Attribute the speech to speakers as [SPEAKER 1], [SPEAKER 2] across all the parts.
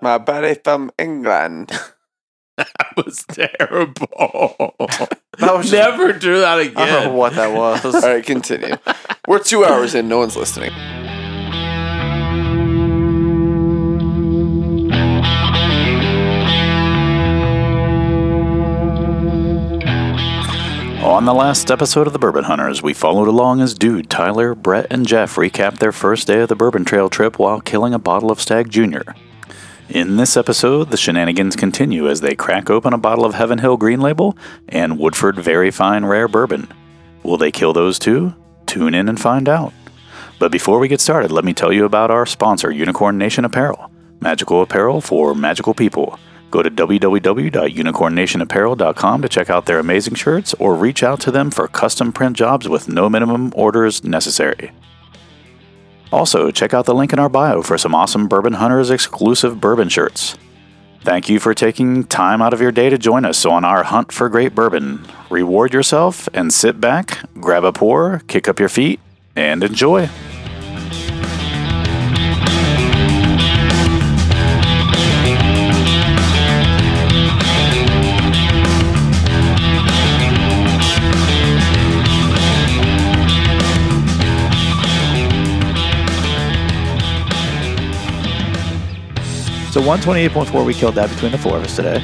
[SPEAKER 1] My buddy from England.
[SPEAKER 2] That was terrible.
[SPEAKER 1] That was just-
[SPEAKER 2] Never do that
[SPEAKER 1] I don't know
[SPEAKER 2] again.
[SPEAKER 1] what that was. All right, continue. We're two hours in. No one's listening.
[SPEAKER 3] On the last episode of The Bourbon Hunters, we followed along as Dude, Tyler, Brett, and Jeff recap their first day of the Bourbon Trail trip while killing a bottle of Stag Jr. In this episode, the shenanigans continue as they crack open a bottle of Heaven Hill Green Label and Woodford Very Fine Rare Bourbon. Will they kill those two? Tune in and find out. But before we get started, let me tell you about our sponsor, Unicorn Nation Apparel. Magical apparel for magical people. Go to www.unicornnationapparel.com to check out their amazing shirts or reach out to them for custom print jobs with no minimum orders necessary. Also, check out the link in our bio for some awesome Bourbon Hunters exclusive bourbon shirts. Thank you for taking time out of your day to join us on our hunt for great bourbon. Reward yourself and sit back, grab a pour, kick up your feet, and enjoy.
[SPEAKER 4] So 128.4, we killed that between the four of us today.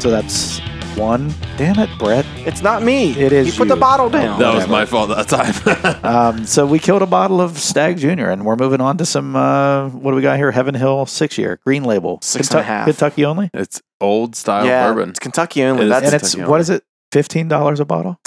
[SPEAKER 4] So that's one. Damn it, Brett.
[SPEAKER 5] It's not me.
[SPEAKER 4] It is
[SPEAKER 5] You put the
[SPEAKER 4] you.
[SPEAKER 5] bottle down.
[SPEAKER 2] That was my fault that time.
[SPEAKER 4] Um, so we killed a bottle of Stag Junior, and we're moving on to some. Uh, what do we got here? Heaven Hill six year green label,
[SPEAKER 5] Six and a half.
[SPEAKER 4] Kentucky only,
[SPEAKER 2] it's old style
[SPEAKER 5] yeah,
[SPEAKER 2] bourbon.
[SPEAKER 5] it's Kentucky only.
[SPEAKER 2] It is
[SPEAKER 5] That's
[SPEAKER 4] and it's
[SPEAKER 5] Kentucky
[SPEAKER 4] what
[SPEAKER 5] only.
[SPEAKER 4] is it? Fifteen dollars a bottle.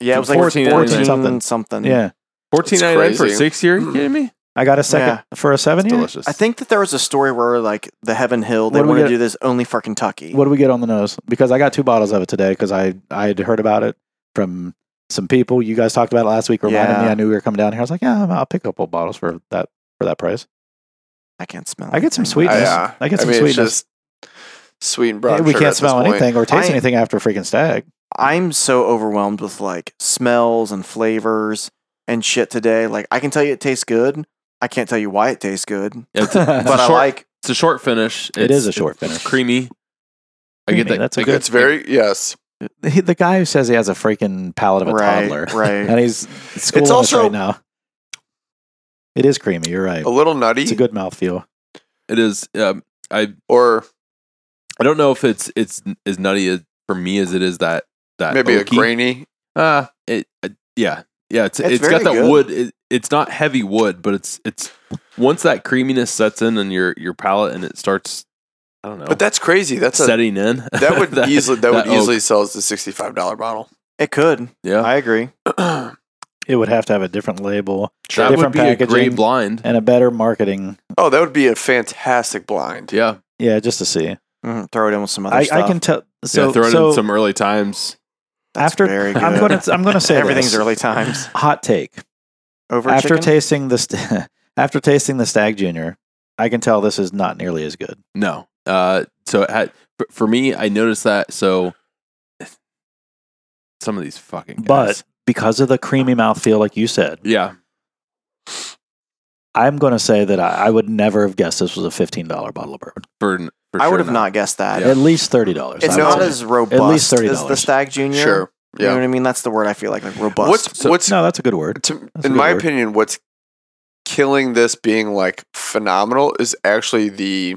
[SPEAKER 5] Yeah, it was like
[SPEAKER 2] 14
[SPEAKER 5] 14,
[SPEAKER 2] something.
[SPEAKER 5] something.
[SPEAKER 4] Yeah,
[SPEAKER 2] Fourteen ninety nine for
[SPEAKER 1] crazy.
[SPEAKER 2] six year? You kidding me?
[SPEAKER 4] I got a second for a seven
[SPEAKER 2] It's
[SPEAKER 4] year.
[SPEAKER 2] delicious.
[SPEAKER 5] I think that there was a story where like the Heaven Hill they
[SPEAKER 4] What do we
[SPEAKER 5] want to
[SPEAKER 4] get-
[SPEAKER 5] do this only for Kentucky.
[SPEAKER 4] What do we get on the nose? Because I got two bottles of it today because I I had heard about it from some people. You guys talked about it last week. Reminded me
[SPEAKER 5] Yeah.
[SPEAKER 4] I knew we were coming down here. I was like, yeah, I'll pick up old bottles for that for that price.
[SPEAKER 5] I can't smell.
[SPEAKER 4] I get some
[SPEAKER 5] anything.
[SPEAKER 4] sweetness.
[SPEAKER 1] I, uh,
[SPEAKER 4] I get some
[SPEAKER 1] mean, it's
[SPEAKER 4] sweetness.
[SPEAKER 1] just sweet and brown.
[SPEAKER 4] we
[SPEAKER 1] sugar at
[SPEAKER 4] can't
[SPEAKER 1] this
[SPEAKER 4] smell
[SPEAKER 1] point.
[SPEAKER 4] anything or taste
[SPEAKER 5] I-
[SPEAKER 4] anything after a freaking stag.
[SPEAKER 5] I'm so overwhelmed with like smells and flavors and shit today. Like I can tell you it tastes good. I can't tell you why it tastes good,
[SPEAKER 2] Yeah, it's,
[SPEAKER 4] But
[SPEAKER 2] a
[SPEAKER 5] but I
[SPEAKER 2] short,
[SPEAKER 5] like
[SPEAKER 2] it's a short finish. It's,
[SPEAKER 4] It is a short
[SPEAKER 2] it's
[SPEAKER 4] finish.
[SPEAKER 2] creamy. I
[SPEAKER 4] Creamy,
[SPEAKER 2] get that.
[SPEAKER 4] that's a
[SPEAKER 2] I get-
[SPEAKER 4] good-
[SPEAKER 1] It's very yes.
[SPEAKER 4] He, the guy who says he has a freaking palate of a
[SPEAKER 5] right,
[SPEAKER 4] toddler,
[SPEAKER 5] right.
[SPEAKER 4] and he's schooling us
[SPEAKER 1] also-
[SPEAKER 4] right now. It is creamy. You're right.
[SPEAKER 1] A
[SPEAKER 5] Oh,
[SPEAKER 1] little nutty,
[SPEAKER 4] It's a good mouthfeel.
[SPEAKER 2] It is. Um, I
[SPEAKER 1] or
[SPEAKER 2] I don't know if it's it's n- as nutty as, for me as it is that that
[SPEAKER 1] maybe a
[SPEAKER 2] oaky.
[SPEAKER 1] grainy.
[SPEAKER 2] Uh, it, uh, yeah, yeah. It's
[SPEAKER 5] It's
[SPEAKER 2] it's got that
[SPEAKER 5] very good.
[SPEAKER 2] wood. It, it's not heavy wood, but it's it's once that creaminess sets in and your your palate and it starts. I don't know.
[SPEAKER 1] But that's crazy. That's a,
[SPEAKER 2] setting in.
[SPEAKER 1] that would easily that, would
[SPEAKER 2] oak.
[SPEAKER 1] easily sell as a sixty five dollar bottle.
[SPEAKER 5] It could.
[SPEAKER 2] yeah.
[SPEAKER 5] I agree.
[SPEAKER 1] oh,
[SPEAKER 4] It would have to have a different label
[SPEAKER 2] that would
[SPEAKER 4] different
[SPEAKER 2] be a great
[SPEAKER 4] packaging.
[SPEAKER 2] blind.
[SPEAKER 4] and a better marketing.
[SPEAKER 1] that would be a fantastic blind.
[SPEAKER 2] Yeah.
[SPEAKER 4] Yeah, just to see.
[SPEAKER 5] Mhm, Throw it in with some other
[SPEAKER 4] I,
[SPEAKER 5] stuff.
[SPEAKER 4] I can tell.
[SPEAKER 2] So
[SPEAKER 4] So,
[SPEAKER 2] yeah, throwing
[SPEAKER 4] so
[SPEAKER 2] in some early times.
[SPEAKER 5] That's
[SPEAKER 4] after
[SPEAKER 5] very
[SPEAKER 4] I'm
[SPEAKER 5] good.
[SPEAKER 4] going to I'm going to say
[SPEAKER 5] Everything's
[SPEAKER 4] this.
[SPEAKER 5] early times.
[SPEAKER 4] Hot take.
[SPEAKER 5] Over
[SPEAKER 4] after
[SPEAKER 5] chicken?
[SPEAKER 4] tasting the st- after tasting the stag junior, I can tell this is not nearly as good.
[SPEAKER 2] No. Uh, so it had, for- for me, I noticed that. So some of these fucking guys.
[SPEAKER 4] But because of the creamy mouthfeel, like you said,
[SPEAKER 2] yeah,
[SPEAKER 4] I'm going to say that I, I would never have guessed this was a fifteen dollar bottle of bourbon.
[SPEAKER 2] for, n- for
[SPEAKER 5] I
[SPEAKER 2] sure
[SPEAKER 5] would have not guessed that.
[SPEAKER 2] Yeah.
[SPEAKER 4] At least thirty dollars.
[SPEAKER 5] It's
[SPEAKER 1] I would
[SPEAKER 5] not
[SPEAKER 1] say.
[SPEAKER 5] as robust as the
[SPEAKER 4] $30.
[SPEAKER 5] Stag Junior.
[SPEAKER 1] Sure.
[SPEAKER 5] You know
[SPEAKER 1] Yeah.
[SPEAKER 5] what I mean? That's the word I feel like, like robust.
[SPEAKER 1] What's
[SPEAKER 2] So-
[SPEAKER 1] what's
[SPEAKER 4] no. That's a good word.
[SPEAKER 1] to,
[SPEAKER 4] That's a
[SPEAKER 1] in
[SPEAKER 4] good
[SPEAKER 1] my
[SPEAKER 4] word.
[SPEAKER 1] opinion, what's killing this being like phenomenal is actually the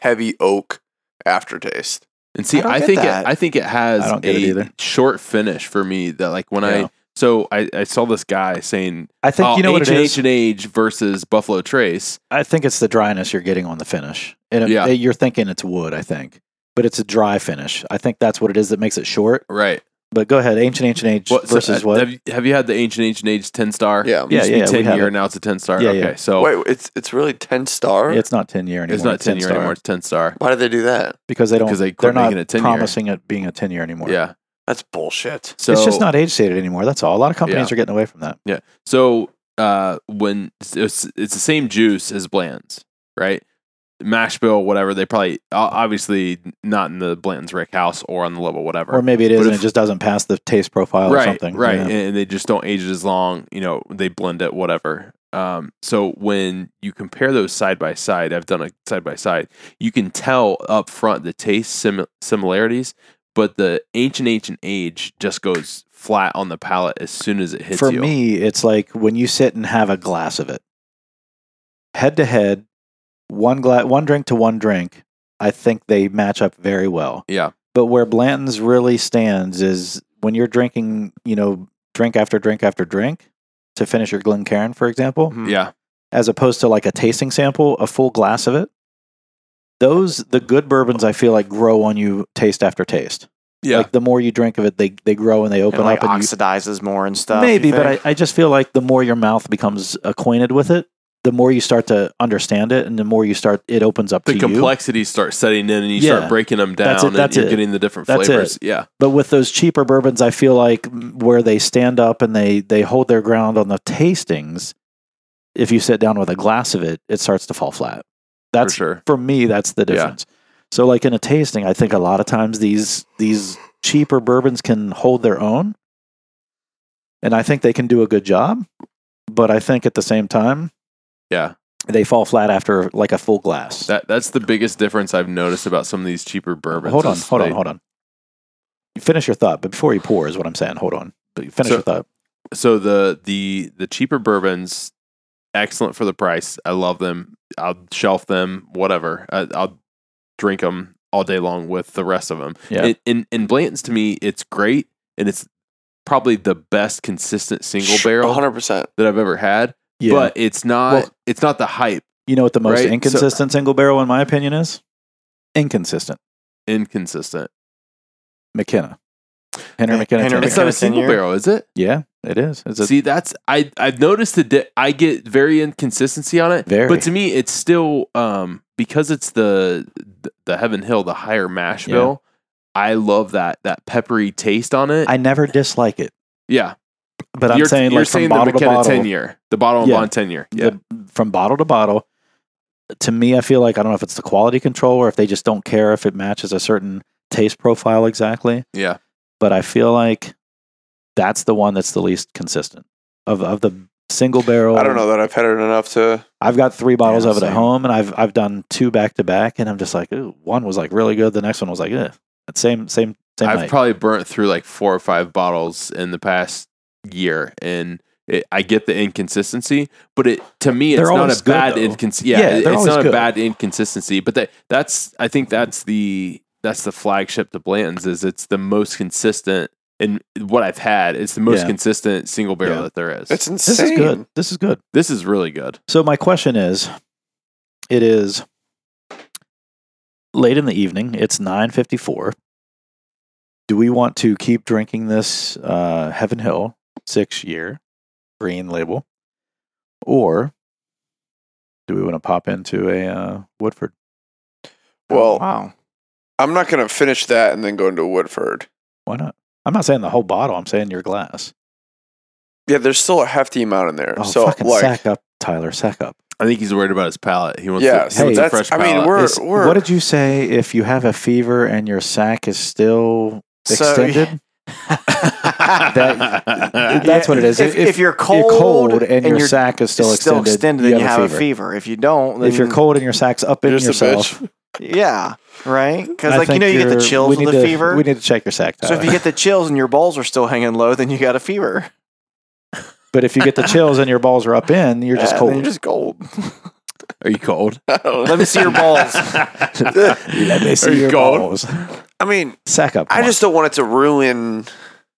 [SPEAKER 1] heavy oak aftertaste.
[SPEAKER 2] And see,
[SPEAKER 5] I don't
[SPEAKER 2] I,
[SPEAKER 5] get
[SPEAKER 2] think
[SPEAKER 5] that.
[SPEAKER 2] it. I think it has
[SPEAKER 4] I don't get it
[SPEAKER 2] a
[SPEAKER 4] either.
[SPEAKER 2] short finish for me. That like when
[SPEAKER 4] Yeah.
[SPEAKER 2] I so I, I saw this guy saying,
[SPEAKER 4] I think
[SPEAKER 2] oh,
[SPEAKER 4] you know what
[SPEAKER 2] H
[SPEAKER 4] it
[SPEAKER 2] and
[SPEAKER 4] is.
[SPEAKER 2] H and H versus Buffalo Trace."
[SPEAKER 4] I think it's the dryness you're getting on the finish. And it-
[SPEAKER 2] Yeah.
[SPEAKER 4] it- you're thinking it's wood. I think, but it's a dry finish. I think that's what it is that makes it short.
[SPEAKER 2] Right.
[SPEAKER 4] But go ahead, ancient ancient age
[SPEAKER 2] What- so,
[SPEAKER 4] versus
[SPEAKER 2] uh,
[SPEAKER 4] what?
[SPEAKER 2] Have you, have you had the Ancient Ancient Age ten star?
[SPEAKER 1] Yeah.
[SPEAKER 2] It used to
[SPEAKER 4] Yeah,
[SPEAKER 2] be
[SPEAKER 4] yeah, we
[SPEAKER 2] ten
[SPEAKER 4] have
[SPEAKER 2] year.
[SPEAKER 4] it.
[SPEAKER 2] Now it's a ten star.
[SPEAKER 4] Yeah,
[SPEAKER 2] okay,
[SPEAKER 4] yeah.
[SPEAKER 2] so
[SPEAKER 1] Wait, it's it's really ten star.
[SPEAKER 4] Oh. it's not ten year anymore.
[SPEAKER 2] it's not ten year
[SPEAKER 4] star.
[SPEAKER 2] anymore. It's ten star.
[SPEAKER 1] Why did they do that?
[SPEAKER 4] because they don't.
[SPEAKER 2] Because they
[SPEAKER 4] they're
[SPEAKER 2] quit
[SPEAKER 4] not
[SPEAKER 2] making it 10 year.
[SPEAKER 4] promising it being a ten year anymore.
[SPEAKER 2] Yeah.
[SPEAKER 1] That's bullshit.
[SPEAKER 2] So
[SPEAKER 4] it's just not age stated anymore. That's all. A lot of companies
[SPEAKER 2] Yeah.
[SPEAKER 4] are getting away from that.
[SPEAKER 2] So uh, when it's, it's the same juice as Bland's, right? Mash bill, whatever. They probably o- obviously not in the Blanton's Rick House or on the level, whatever.
[SPEAKER 4] Or maybe it is,
[SPEAKER 2] But
[SPEAKER 4] and
[SPEAKER 2] if-
[SPEAKER 4] it just doesn't pass the taste profile
[SPEAKER 2] right,
[SPEAKER 4] or Oh, something.
[SPEAKER 2] Right,
[SPEAKER 4] Yeah.
[SPEAKER 2] and they just don't age it as long. You know, they blend it, whatever. Um, so when you compare those side by side, I've done a side by side. You can tell up front the taste sim- similarities, but the ancient ancient age just goes flat on the palate as soon as it hits
[SPEAKER 4] For
[SPEAKER 2] you.
[SPEAKER 4] me, it's like when you sit and have a glass of it. Head to head, one glass, one drink to one drink, I think they match up very well.
[SPEAKER 2] Yeah.
[SPEAKER 4] But where Blanton's really stands is when you're drinking, you know, drink after drink after drink to finish your Glencairn, for example,
[SPEAKER 5] Mhm.
[SPEAKER 2] Mm. yeah,
[SPEAKER 4] as opposed to like a tasting sample, a full glass of it. Those the good bourbons I feel like grow on you taste after taste.
[SPEAKER 2] yeah.
[SPEAKER 4] Like the more you drink of it, they they grow and they
[SPEAKER 5] It
[SPEAKER 4] open
[SPEAKER 5] like
[SPEAKER 4] up and you,
[SPEAKER 5] oxidizes more and stuff. you
[SPEAKER 4] Maybe, but
[SPEAKER 5] think?
[SPEAKER 4] I, I just feel like the more your mouth becomes acquainted with it, the more you start to understand it, and the more you start, it opens up
[SPEAKER 2] the
[SPEAKER 4] to you.
[SPEAKER 2] complexities start setting in, and you
[SPEAKER 4] Yeah.
[SPEAKER 2] start breaking them down,
[SPEAKER 4] That's it,
[SPEAKER 2] and
[SPEAKER 4] that's
[SPEAKER 2] you're
[SPEAKER 4] it.
[SPEAKER 2] getting the different
[SPEAKER 4] That's
[SPEAKER 2] flavors. Yeah,
[SPEAKER 4] But with those cheaper bourbons, I feel like where they stand up and they they hold their ground on the tastings. If you sit down with a glass of it, it starts to fall flat. That's
[SPEAKER 2] for sure.
[SPEAKER 4] for me that's the
[SPEAKER 2] Yeah.
[SPEAKER 4] difference so like in a tasting i think a lot of times these these cheaper bourbons can hold their own and i think they can do a good job but i think at the same time
[SPEAKER 2] Yeah,
[SPEAKER 4] they fall flat after like a full glass
[SPEAKER 2] that that's the biggest difference I've noticed about some of these cheaper bourbons.
[SPEAKER 4] hold on
[SPEAKER 2] is
[SPEAKER 4] hold on
[SPEAKER 2] they-
[SPEAKER 4] hold on you finish your thought but before you pour is what i'm saying hold on but you finish
[SPEAKER 2] So-
[SPEAKER 4] your thought
[SPEAKER 2] so the the the cheaper bourbons excellent for the price i love them i'll shelf them whatever I, i'll drink them all day long with the rest of them
[SPEAKER 4] Yeah.
[SPEAKER 2] and, and, and blanton's to me it's great and it's probably the best consistent single barrel
[SPEAKER 1] 100%.
[SPEAKER 2] that i've ever had
[SPEAKER 4] yeah
[SPEAKER 2] but it's not
[SPEAKER 4] Well-
[SPEAKER 2] it's not the hype
[SPEAKER 4] you know what the most
[SPEAKER 2] right, so-
[SPEAKER 4] inconsistent single barrel in my opinion is inconsistent
[SPEAKER 2] inconsistent
[SPEAKER 4] mckenna henry
[SPEAKER 5] Hen-
[SPEAKER 4] mckenna
[SPEAKER 5] Henry
[SPEAKER 4] Jr.
[SPEAKER 2] it's not
[SPEAKER 5] McKenna
[SPEAKER 2] a single
[SPEAKER 5] tenure?
[SPEAKER 2] barrel is it
[SPEAKER 4] yeah it is it's a
[SPEAKER 2] See, that's I I've noticed that di- I get very inconsistency on it.
[SPEAKER 4] Very.
[SPEAKER 2] But to me, it's still um because it's the the Heaven Hill, the higher mash
[SPEAKER 4] Yeah.
[SPEAKER 2] bill. I love that that peppery taste on it.
[SPEAKER 4] I never dislike it,
[SPEAKER 2] yeah,
[SPEAKER 4] but I'm
[SPEAKER 2] you're
[SPEAKER 4] saying
[SPEAKER 2] you're
[SPEAKER 4] like
[SPEAKER 2] saying
[SPEAKER 4] from bottle
[SPEAKER 2] the
[SPEAKER 4] to
[SPEAKER 2] McKenna
[SPEAKER 4] bottle,
[SPEAKER 2] ten year, the bottle and
[SPEAKER 4] Yeah.
[SPEAKER 2] bond ten year. Yeah,
[SPEAKER 4] the- from bottle to bottle. To me, I feel like I don't know if it's the quality control or if they just don't care if it matches a certain taste profile exactly.
[SPEAKER 2] yeah,
[SPEAKER 4] But I feel like that's the one that's the least consistent of of the single barrel.
[SPEAKER 1] I don't know that I've had it enough to.
[SPEAKER 4] I've got three bottles
[SPEAKER 5] Yeah,
[SPEAKER 4] of it at
[SPEAKER 5] same.
[SPEAKER 4] home, and I've I've done two back to back, and I'm just like, ooh, one was like really good, the next one was like, eh. Same same same.
[SPEAKER 2] I've
[SPEAKER 4] night.
[SPEAKER 2] probably burnt through like four or five bottles in the past year, and it, I get the inconsistency. But it to me,
[SPEAKER 4] They're
[SPEAKER 2] it's not
[SPEAKER 4] always
[SPEAKER 2] a
[SPEAKER 4] good,
[SPEAKER 2] bad
[SPEAKER 4] though.
[SPEAKER 2] inconsistency. Yeah,
[SPEAKER 4] Yeah,
[SPEAKER 2] it-
[SPEAKER 4] they're
[SPEAKER 2] it's
[SPEAKER 4] always
[SPEAKER 2] not a
[SPEAKER 4] good.
[SPEAKER 2] bad inconsistency. But that that's I think that's the that's the flagship to Blanton's is it's the most consistent in what I've had. It's the most
[SPEAKER 4] Yeah.
[SPEAKER 2] consistent single barrel
[SPEAKER 4] Yeah.
[SPEAKER 2] that there is.
[SPEAKER 1] It's insane.
[SPEAKER 4] this is good. This is good.
[SPEAKER 2] this is really good.
[SPEAKER 4] So my question is, it is late in the evening. It's nine fifty four. Do we want to keep drinking this uh, Heaven Hill six year green label, or do we want to pop into a uh, Woodford?
[SPEAKER 1] Well,
[SPEAKER 5] wow.
[SPEAKER 1] I'm not going to finish that and then go into Woodford.
[SPEAKER 4] Why not? I'm not saying the whole bottle. I'm saying your glass.
[SPEAKER 1] Yeah, there's still a hefty amount in there.
[SPEAKER 4] Oh,
[SPEAKER 1] so
[SPEAKER 4] fucking
[SPEAKER 1] like,
[SPEAKER 4] sack up, Tyler. Sack up.
[SPEAKER 2] I think he's worried about his palate. He wants
[SPEAKER 1] yeah,
[SPEAKER 2] to,
[SPEAKER 1] so
[SPEAKER 4] Hey,
[SPEAKER 1] that's.
[SPEAKER 2] fresh
[SPEAKER 1] I mean,
[SPEAKER 2] palate.
[SPEAKER 1] we're
[SPEAKER 4] Is-
[SPEAKER 1] we're.
[SPEAKER 4] what did you say? If you have a fever and your sack is still
[SPEAKER 5] So-
[SPEAKER 4] extended,
[SPEAKER 2] that,
[SPEAKER 4] That's what it is.
[SPEAKER 5] If, if you're cold,
[SPEAKER 4] you're cold and, your
[SPEAKER 5] you're
[SPEAKER 4] sack is still
[SPEAKER 5] it's
[SPEAKER 4] extended,
[SPEAKER 5] and you have, a, fever. If you don't, then
[SPEAKER 4] If you're cold and your sack's up in
[SPEAKER 1] There's the
[SPEAKER 4] yourself,
[SPEAKER 5] yeah, right? Because
[SPEAKER 4] I
[SPEAKER 5] like you
[SPEAKER 4] think
[SPEAKER 5] know, you get the
[SPEAKER 4] you're-
[SPEAKER 5] chills
[SPEAKER 4] we
[SPEAKER 5] with
[SPEAKER 4] need
[SPEAKER 5] the
[SPEAKER 4] to-
[SPEAKER 5] fever.
[SPEAKER 4] We need to uh, check your sack.
[SPEAKER 5] so if
[SPEAKER 4] Tyler.
[SPEAKER 5] you get the chills and your balls are still hanging low, then you got a fever.
[SPEAKER 4] but if you get the chills and your balls are up in, you're just
[SPEAKER 5] Yeah, then
[SPEAKER 4] cold.
[SPEAKER 5] You're just cold.
[SPEAKER 2] Are you cold?
[SPEAKER 1] I don't know.
[SPEAKER 5] Let me see your balls.
[SPEAKER 4] Let me see
[SPEAKER 2] Are you
[SPEAKER 4] your
[SPEAKER 2] cold?
[SPEAKER 4] balls.
[SPEAKER 1] I mean,
[SPEAKER 4] Sack up.
[SPEAKER 1] I
[SPEAKER 4] come on.
[SPEAKER 1] just don't want it to ruin,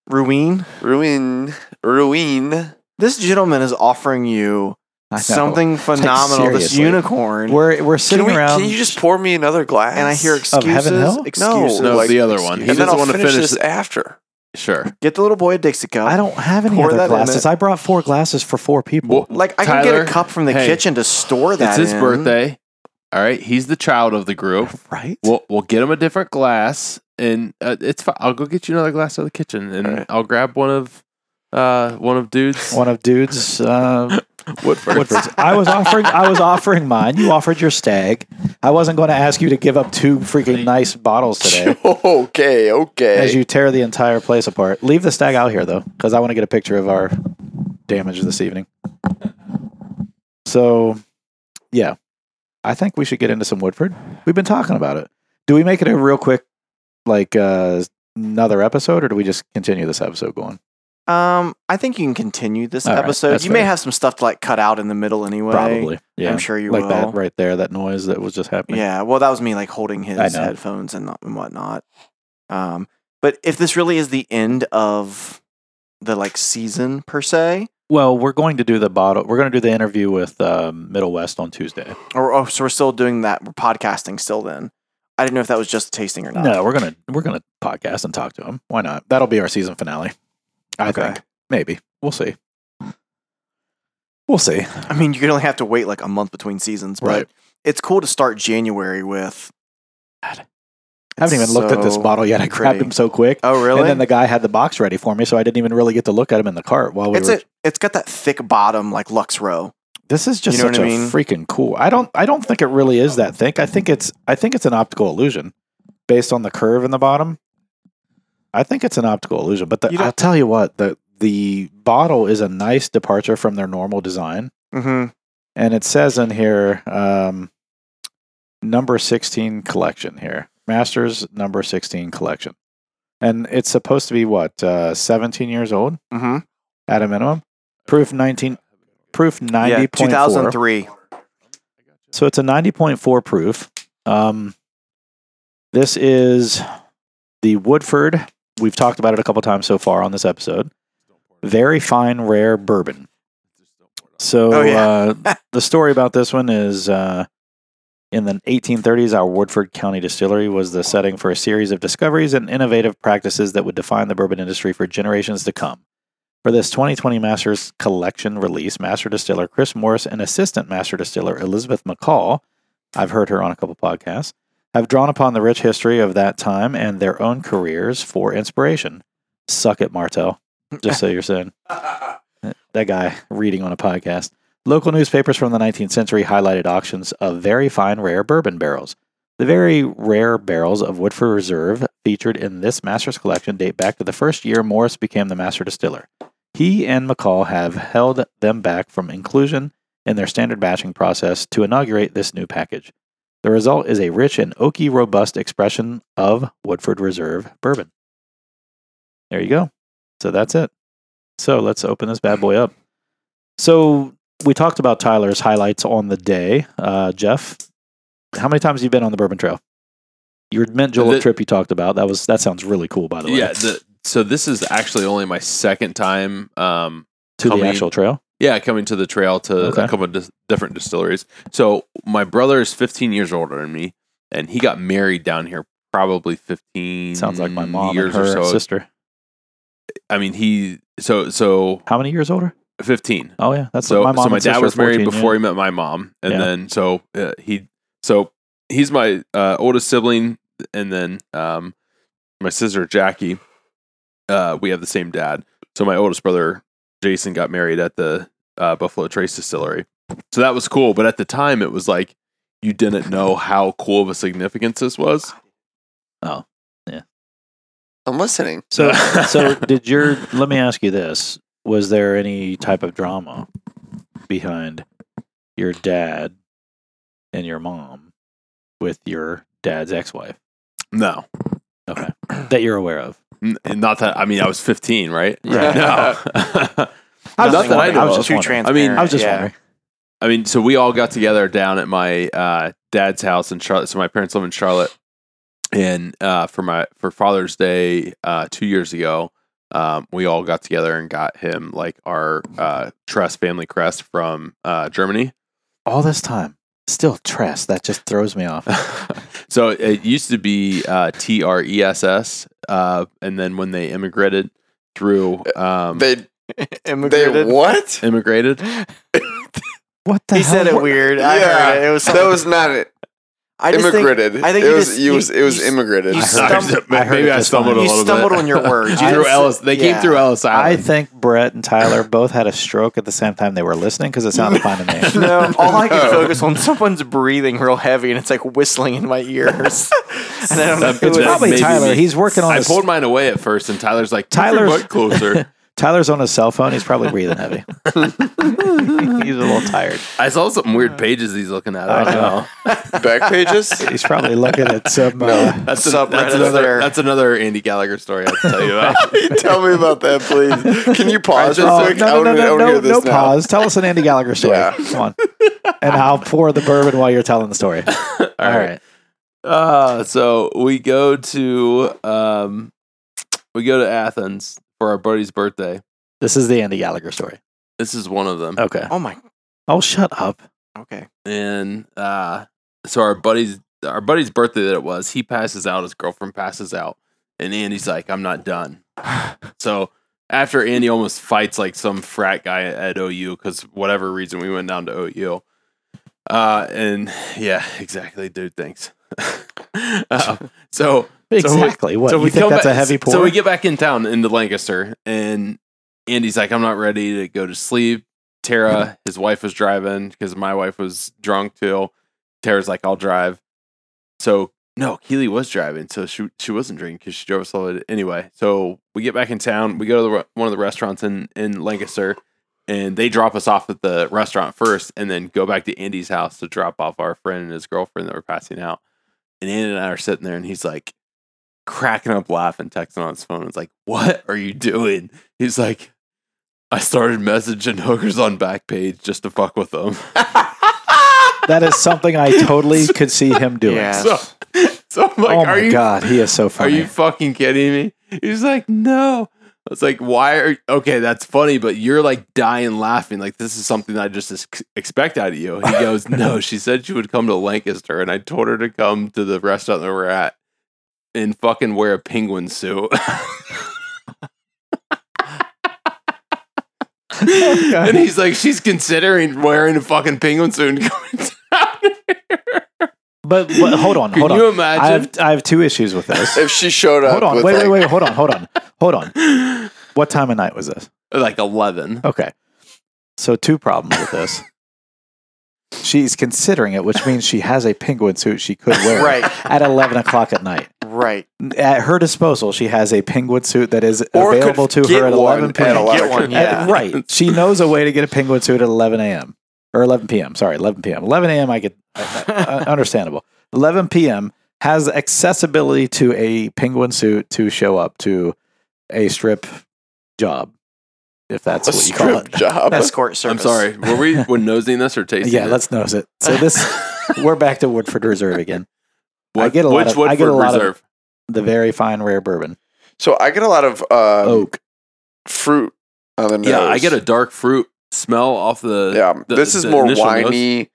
[SPEAKER 5] Ruin.
[SPEAKER 1] ruin, ruin.
[SPEAKER 5] This gentleman is offering you
[SPEAKER 4] I know.
[SPEAKER 5] something phenomenal. this
[SPEAKER 4] seriously.
[SPEAKER 5] unicorn.
[SPEAKER 4] We're we're
[SPEAKER 1] Can
[SPEAKER 4] sitting
[SPEAKER 1] we?
[SPEAKER 4] around.
[SPEAKER 1] Can you just pour me another glass?
[SPEAKER 5] and I hear
[SPEAKER 4] Of Heaven
[SPEAKER 5] excuses.
[SPEAKER 4] Hill?
[SPEAKER 5] Excuses.
[SPEAKER 1] No,
[SPEAKER 2] No,
[SPEAKER 1] like-
[SPEAKER 2] the other one. He
[SPEAKER 1] and then
[SPEAKER 2] doesn't
[SPEAKER 1] I'll
[SPEAKER 2] want to
[SPEAKER 1] finish,
[SPEAKER 2] finish.
[SPEAKER 1] this after.
[SPEAKER 2] Sure.
[SPEAKER 5] Get the little boy a Dixie cup.
[SPEAKER 4] I don't have any
[SPEAKER 5] Pour
[SPEAKER 4] other
[SPEAKER 5] that in
[SPEAKER 4] glasses.
[SPEAKER 5] it.
[SPEAKER 4] I brought four glasses for four people.
[SPEAKER 2] Well,
[SPEAKER 5] like. I can
[SPEAKER 2] Tyler,
[SPEAKER 5] get a cup from the
[SPEAKER 2] hey,
[SPEAKER 5] kitchen to store that.
[SPEAKER 2] It's his
[SPEAKER 5] in.
[SPEAKER 2] birthday. All right. He's the child of the group.
[SPEAKER 4] right?
[SPEAKER 2] We'll we'll get him a different glass, and uh, it's fine. I'll go get you another glass out of the kitchen, and
[SPEAKER 1] All right.
[SPEAKER 2] I'll grab one of uh one of dudes
[SPEAKER 4] One of dude's uh,
[SPEAKER 2] Woodford.
[SPEAKER 4] Woodford's. I was offering. I was offering mine. You offered your stag. I wasn't going to ask you to give up two freaking nice bottles today.
[SPEAKER 1] okay, okay.
[SPEAKER 4] as you tear the entire place apart. Leave the stag out here though, because I want to get a picture of our damage this evening. So, yeah, I think we should get into some Woodford. We've been talking about it. Do we make it a real quick, like uh, another episode, or do we just continue this episode going?
[SPEAKER 5] Um, I think you can continue this
[SPEAKER 4] All right,
[SPEAKER 5] episode.
[SPEAKER 4] that's
[SPEAKER 5] you may
[SPEAKER 4] fair.
[SPEAKER 5] have some stuff to like cut out in the middle anyway.
[SPEAKER 4] Probably, yeah,
[SPEAKER 5] I'm sure you
[SPEAKER 4] like
[SPEAKER 5] will.
[SPEAKER 4] that right there, that noise that was just happening.
[SPEAKER 5] Yeah, well, that was me like holding
[SPEAKER 4] I
[SPEAKER 5] his
[SPEAKER 4] know.
[SPEAKER 5] headphones and, not, and whatnot. Um, but if this really is the end of the like season per se,
[SPEAKER 4] Well, we're going to do the bottle. We're going to do the interview with um, Middle West on Tuesday.
[SPEAKER 5] or oh, so we're still doing that. We're podcasting still. Then I didn't know if that was just tasting or not.
[SPEAKER 4] No, we're gonna we're gonna podcast and talk to him. Why not? That'll be our season finale. I
[SPEAKER 5] Okay.
[SPEAKER 4] think maybe we'll see. We'll see.
[SPEAKER 5] I mean, you only have to wait like a month between seasons, but
[SPEAKER 4] Right.
[SPEAKER 5] it's cool to start January with.
[SPEAKER 4] I haven't even
[SPEAKER 5] It's
[SPEAKER 4] looked at this
[SPEAKER 5] so
[SPEAKER 4] bottle yet. I grabbed
[SPEAKER 5] pretty.
[SPEAKER 4] him so quick.
[SPEAKER 5] Oh, really?
[SPEAKER 4] And then the guy had the box ready for me, so I didn't even really get to look at him in the cart while we
[SPEAKER 5] it's
[SPEAKER 4] were.
[SPEAKER 5] a, it's got that thick bottom like Lux Row.
[SPEAKER 4] this is just
[SPEAKER 5] you know
[SPEAKER 4] such
[SPEAKER 5] what
[SPEAKER 4] a
[SPEAKER 5] I mean?
[SPEAKER 4] freaking cool. I don't. I don't think it really is that thick. I think it's. I think it's an optical illusion, based on the curve in the bottom. I think it's an optical illusion, but the,
[SPEAKER 5] You don't-
[SPEAKER 4] I'll tell you what the the bottle is a nice departure from their normal design.
[SPEAKER 5] Mm-hmm.
[SPEAKER 4] and it says in here um, number 16 collection here masters number 16 collection and it's supposed to be what uh, 17 years old
[SPEAKER 5] Mm-hmm.
[SPEAKER 4] at a minimum proof 19 proof 90.4
[SPEAKER 5] 2003.
[SPEAKER 4] so it's a 90.4 proof um, this is the woodford we've talked about it a couple times so far on this episode very fine rare bourbon so
[SPEAKER 5] Oh, yeah.
[SPEAKER 4] uh, the story about this one is uh, in the 1830s, our Woodford County distillery was the setting for a series of discoveries and innovative practices that would define the bourbon industry for generations to come. For this 2020 Masters Collection release, Master Distiller Chris Morris and Assistant Master Distiller Elizabeth McCall, I've heard her on a couple podcasts, have drawn upon the rich history of that time and their own careers for inspiration. Suck it, Martel. Just so you're saying that guy reading on a podcast. Local newspapers from the 19th century highlighted auctions of very fine rare bourbon barrels. The very rare barrels of Woodford Reserve featured in this master's collection date back to the first year Morris became the master distiller. He and McCall have held them back from inclusion in their standard batching process to inaugurate this new package. The result is a rich and oaky, robust expression of Woodford Reserve bourbon. There you go. So that's it. So let's open this bad boy up. So we talked about Tyler's highlights on the day. Uh, Jeff, how many times have you been on the Bourbon Trail? Your mint julep
[SPEAKER 2] The-
[SPEAKER 4] trip you talked about. That was that sounds really cool. By the way,
[SPEAKER 2] Yeah. The, so this is actually only my second time. Um,
[SPEAKER 4] to the
[SPEAKER 2] coming-
[SPEAKER 4] actual trail.
[SPEAKER 2] Yeah, coming to the trail to
[SPEAKER 4] Okay.
[SPEAKER 2] a couple of dis- different distilleries. So my brother is 15 years older than me, and he got married down here probably 15
[SPEAKER 4] Sounds like my mom
[SPEAKER 2] years
[SPEAKER 4] and her
[SPEAKER 2] or so.
[SPEAKER 4] sister.
[SPEAKER 2] I mean, he so so
[SPEAKER 4] How many years older?
[SPEAKER 2] 15.
[SPEAKER 4] Oh yeah, that's
[SPEAKER 2] so
[SPEAKER 4] what my mom.
[SPEAKER 2] so my
[SPEAKER 4] and
[SPEAKER 2] dad
[SPEAKER 4] sister
[SPEAKER 2] was
[SPEAKER 4] are
[SPEAKER 2] married
[SPEAKER 4] 14,
[SPEAKER 2] before he met my mom, and
[SPEAKER 4] Yeah.
[SPEAKER 2] then so uh, he so he's my uh, oldest sibling, and then um, my sister Jackie. Uh, we have the same dad. So my oldest brother Jason got married at the uh, Buffalo Trace Distillery. So that was cool, but at the time it was like you didn't know how cool of a significance this was.
[SPEAKER 1] I'm listening.
[SPEAKER 4] So so did your? Let me ask you this: Was there any type of drama behind your dad and your mom with your dad's ex-wife?
[SPEAKER 2] No,
[SPEAKER 4] Okay, that you're aware of.
[SPEAKER 2] N- not that I mean I was 15, right?
[SPEAKER 4] Yeah.
[SPEAKER 2] No.
[SPEAKER 4] I was
[SPEAKER 2] Not
[SPEAKER 4] just
[SPEAKER 2] that I
[SPEAKER 4] wondering.
[SPEAKER 2] know
[SPEAKER 4] I was
[SPEAKER 2] of.
[SPEAKER 4] just
[SPEAKER 5] too
[SPEAKER 4] wondering.
[SPEAKER 5] transparent.
[SPEAKER 2] I mean,
[SPEAKER 4] I was just
[SPEAKER 5] yeah.
[SPEAKER 4] wondering.
[SPEAKER 2] I mean, so we all got together down at my uh, dad's house in Charlotte. So my parents live in Charlotte, and uh, for my for Father's Day uh, two years ago, um, we all got together and got him like our uh, Trust family crest from uh, Germany.
[SPEAKER 4] All this time, still tress. That just throws me off.
[SPEAKER 2] so it used to be uh, T R E S S, uh, and then when they immigrated through, um,
[SPEAKER 1] They they
[SPEAKER 5] Immigrated.
[SPEAKER 1] what?
[SPEAKER 2] immigrated.
[SPEAKER 4] What the hell?
[SPEAKER 5] he said it weird. I
[SPEAKER 1] Yeah,
[SPEAKER 5] heard it. It was
[SPEAKER 1] That was not it.
[SPEAKER 5] I just think
[SPEAKER 1] Immigrated.
[SPEAKER 5] I think
[SPEAKER 1] it
[SPEAKER 5] you
[SPEAKER 1] was
[SPEAKER 5] just-
[SPEAKER 1] you
[SPEAKER 5] you-
[SPEAKER 1] was it was
[SPEAKER 5] you s-
[SPEAKER 1] immigrated.
[SPEAKER 5] you
[SPEAKER 2] Sorry,
[SPEAKER 5] stumbled-
[SPEAKER 2] so-
[SPEAKER 4] I heard
[SPEAKER 2] maybe
[SPEAKER 4] it
[SPEAKER 2] I
[SPEAKER 4] just
[SPEAKER 2] stumbled a
[SPEAKER 4] fine.
[SPEAKER 5] you
[SPEAKER 2] little
[SPEAKER 5] stumbled
[SPEAKER 2] bit.
[SPEAKER 5] on your words. You
[SPEAKER 2] through
[SPEAKER 5] didn't s-
[SPEAKER 2] Ellis, they came
[SPEAKER 5] yeah.
[SPEAKER 2] through Ellis
[SPEAKER 4] I
[SPEAKER 2] Island.
[SPEAKER 4] think Brett and Tyler both had a stroke at the same time they were listening because it sounded fine to me.
[SPEAKER 5] No, all I can
[SPEAKER 1] No.
[SPEAKER 5] focus on someone's breathing real heavy, and it's like whistling in my ears. and I don't know.
[SPEAKER 2] That- that
[SPEAKER 5] Who it
[SPEAKER 4] It's
[SPEAKER 5] is.
[SPEAKER 4] probably
[SPEAKER 2] maybe
[SPEAKER 4] Tyler.
[SPEAKER 2] me.
[SPEAKER 4] He's working on
[SPEAKER 2] I
[SPEAKER 4] his
[SPEAKER 2] pulled mine away at first, and Tyler's like, "Tyler's
[SPEAKER 4] Tyler's
[SPEAKER 2] butt closer."
[SPEAKER 4] Tyler's on his cell phone. He's probably breathing heavy. He's a little tired.
[SPEAKER 2] I saw some weird pages he's looking at.
[SPEAKER 4] I
[SPEAKER 2] I don't
[SPEAKER 4] know.
[SPEAKER 2] know.
[SPEAKER 1] Back pages?
[SPEAKER 4] He's probably looking at some. Uh,
[SPEAKER 2] That's,
[SPEAKER 5] Subreddits
[SPEAKER 2] that's
[SPEAKER 5] there.
[SPEAKER 2] another. That's another Andy Gallagher story. I have to tell you about.
[SPEAKER 1] Tell me about that, please. Can you pause
[SPEAKER 4] oh,
[SPEAKER 1] real quick? I
[SPEAKER 4] no, no,
[SPEAKER 1] wanna-
[SPEAKER 4] no,
[SPEAKER 1] I
[SPEAKER 4] no,
[SPEAKER 1] wanna
[SPEAKER 4] no,
[SPEAKER 1] hear this
[SPEAKER 4] no
[SPEAKER 1] now.
[SPEAKER 4] pause. Tell us an Andy Gallagher story.
[SPEAKER 1] Yeah.
[SPEAKER 4] Come on. And I'll pour the bourbon while you're telling the story. All
[SPEAKER 2] All
[SPEAKER 4] right.
[SPEAKER 2] right. Uh, so we go to um, we go to Athens for our buddy's birthday.
[SPEAKER 4] This is the Andy Gallagher story.
[SPEAKER 2] This is one of them,
[SPEAKER 4] Okay.
[SPEAKER 5] Oh my.
[SPEAKER 4] Oh, shut up.
[SPEAKER 5] Okay.
[SPEAKER 2] and uh, so our buddy's our buddy's birthday that it was. He passes out. His girlfriend passes out, and Andy's like, "I'm not done." so after Andy almost fights like some frat guy at OU because whatever reason we went down to OU. Uh, and yeah, exactly, dude. Thanks. uh, so
[SPEAKER 4] Exactly. what? you think
[SPEAKER 2] come
[SPEAKER 4] that's
[SPEAKER 2] back,
[SPEAKER 4] a heavy pour?
[SPEAKER 2] So we get back in town into Lancaster, and Andy's like, "I'm not ready to go to sleep."
[SPEAKER 4] Mm-hmm.
[SPEAKER 2] Tara, his wife was driving because my wife was drunk too. Tara's like, "I'll drive." So no, Keely was driving, so she she wasn't drinking because she drove us all the way. Anyway, so we get back in town. We go to the, re- one of the restaurants in in Lancaster, and they drop us off at the restaurant first, and then go back to Andy's house to drop off our friend and his girlfriend that were passing out. And Andy and I are sitting there, and he's like cracking up laughing, texting on his phone. It's like, what are you doing? He's like, I started messaging hookers on Backpage just to fuck with them.
[SPEAKER 4] that is something I totally could see him doing.
[SPEAKER 5] Yeah.
[SPEAKER 2] so, so I'm like,
[SPEAKER 4] oh
[SPEAKER 2] are
[SPEAKER 4] my
[SPEAKER 2] you
[SPEAKER 4] God. He is so
[SPEAKER 2] are
[SPEAKER 4] funny.
[SPEAKER 2] you fucking kidding me? He's like, no. I was like, why are okay? That's funny, but you're like dying laughing. Like this is something I just ex- expect out of you. He goes, no. She said she would come to Lancaster, and I told her to come to the restaurant that we're at and fucking wear a penguin suit. and he's like, she's considering wearing a fucking penguin suit and coming down here.
[SPEAKER 4] but, but hold on.
[SPEAKER 2] Can
[SPEAKER 4] Hold
[SPEAKER 2] you
[SPEAKER 4] on. I
[SPEAKER 2] imagine?
[SPEAKER 4] have, I have two issues with this.
[SPEAKER 1] If she showed up,
[SPEAKER 4] hold on.
[SPEAKER 1] with,
[SPEAKER 4] Wait,
[SPEAKER 1] like,
[SPEAKER 4] wait, wait. Hold on. Hold on. Hold on. What time of night was this?
[SPEAKER 2] like eleven.
[SPEAKER 4] Okay. So two problems with this. She's considering it, which means she has a penguin suit she could wear
[SPEAKER 5] Right.
[SPEAKER 4] at eleven o'clock at night.
[SPEAKER 5] Right.
[SPEAKER 4] At her disposal, she has a penguin suit that is
[SPEAKER 1] Or could
[SPEAKER 4] available to
[SPEAKER 1] get
[SPEAKER 4] her at
[SPEAKER 1] one
[SPEAKER 4] eleven p.m.
[SPEAKER 1] at 11.
[SPEAKER 5] Get one,
[SPEAKER 4] At-
[SPEAKER 5] yeah.
[SPEAKER 4] Uh, right. She knows a way to get a penguin suit at eleven a.m. or eleven p.m. Sorry, eleven p.m. Eleven a.m. I get I- I- I- understandable. Eleven p.m. has accessibility to a penguin suit to show up to a strip job, if that's
[SPEAKER 1] a
[SPEAKER 4] what you call it.
[SPEAKER 1] strip job.
[SPEAKER 5] Escort service.
[SPEAKER 2] I'm sorry. Were we were nosing this or tasting?
[SPEAKER 4] Yeah,
[SPEAKER 2] it?
[SPEAKER 4] let's nose it. So this we're back to Woodford Reserve again.
[SPEAKER 2] What,
[SPEAKER 4] I get a lot
[SPEAKER 2] which
[SPEAKER 4] of-
[SPEAKER 2] Woodford
[SPEAKER 4] I get a lot of-
[SPEAKER 2] Reserve.
[SPEAKER 4] The very fine rare bourbon.
[SPEAKER 1] So I get a lot of uh,
[SPEAKER 4] Oak.
[SPEAKER 1] fruit on the nose.
[SPEAKER 2] yeah, I get a dark fruit smell off the.
[SPEAKER 1] Yeah,
[SPEAKER 2] the-
[SPEAKER 1] this is
[SPEAKER 2] the
[SPEAKER 1] more
[SPEAKER 2] initial nose.
[SPEAKER 1] winey.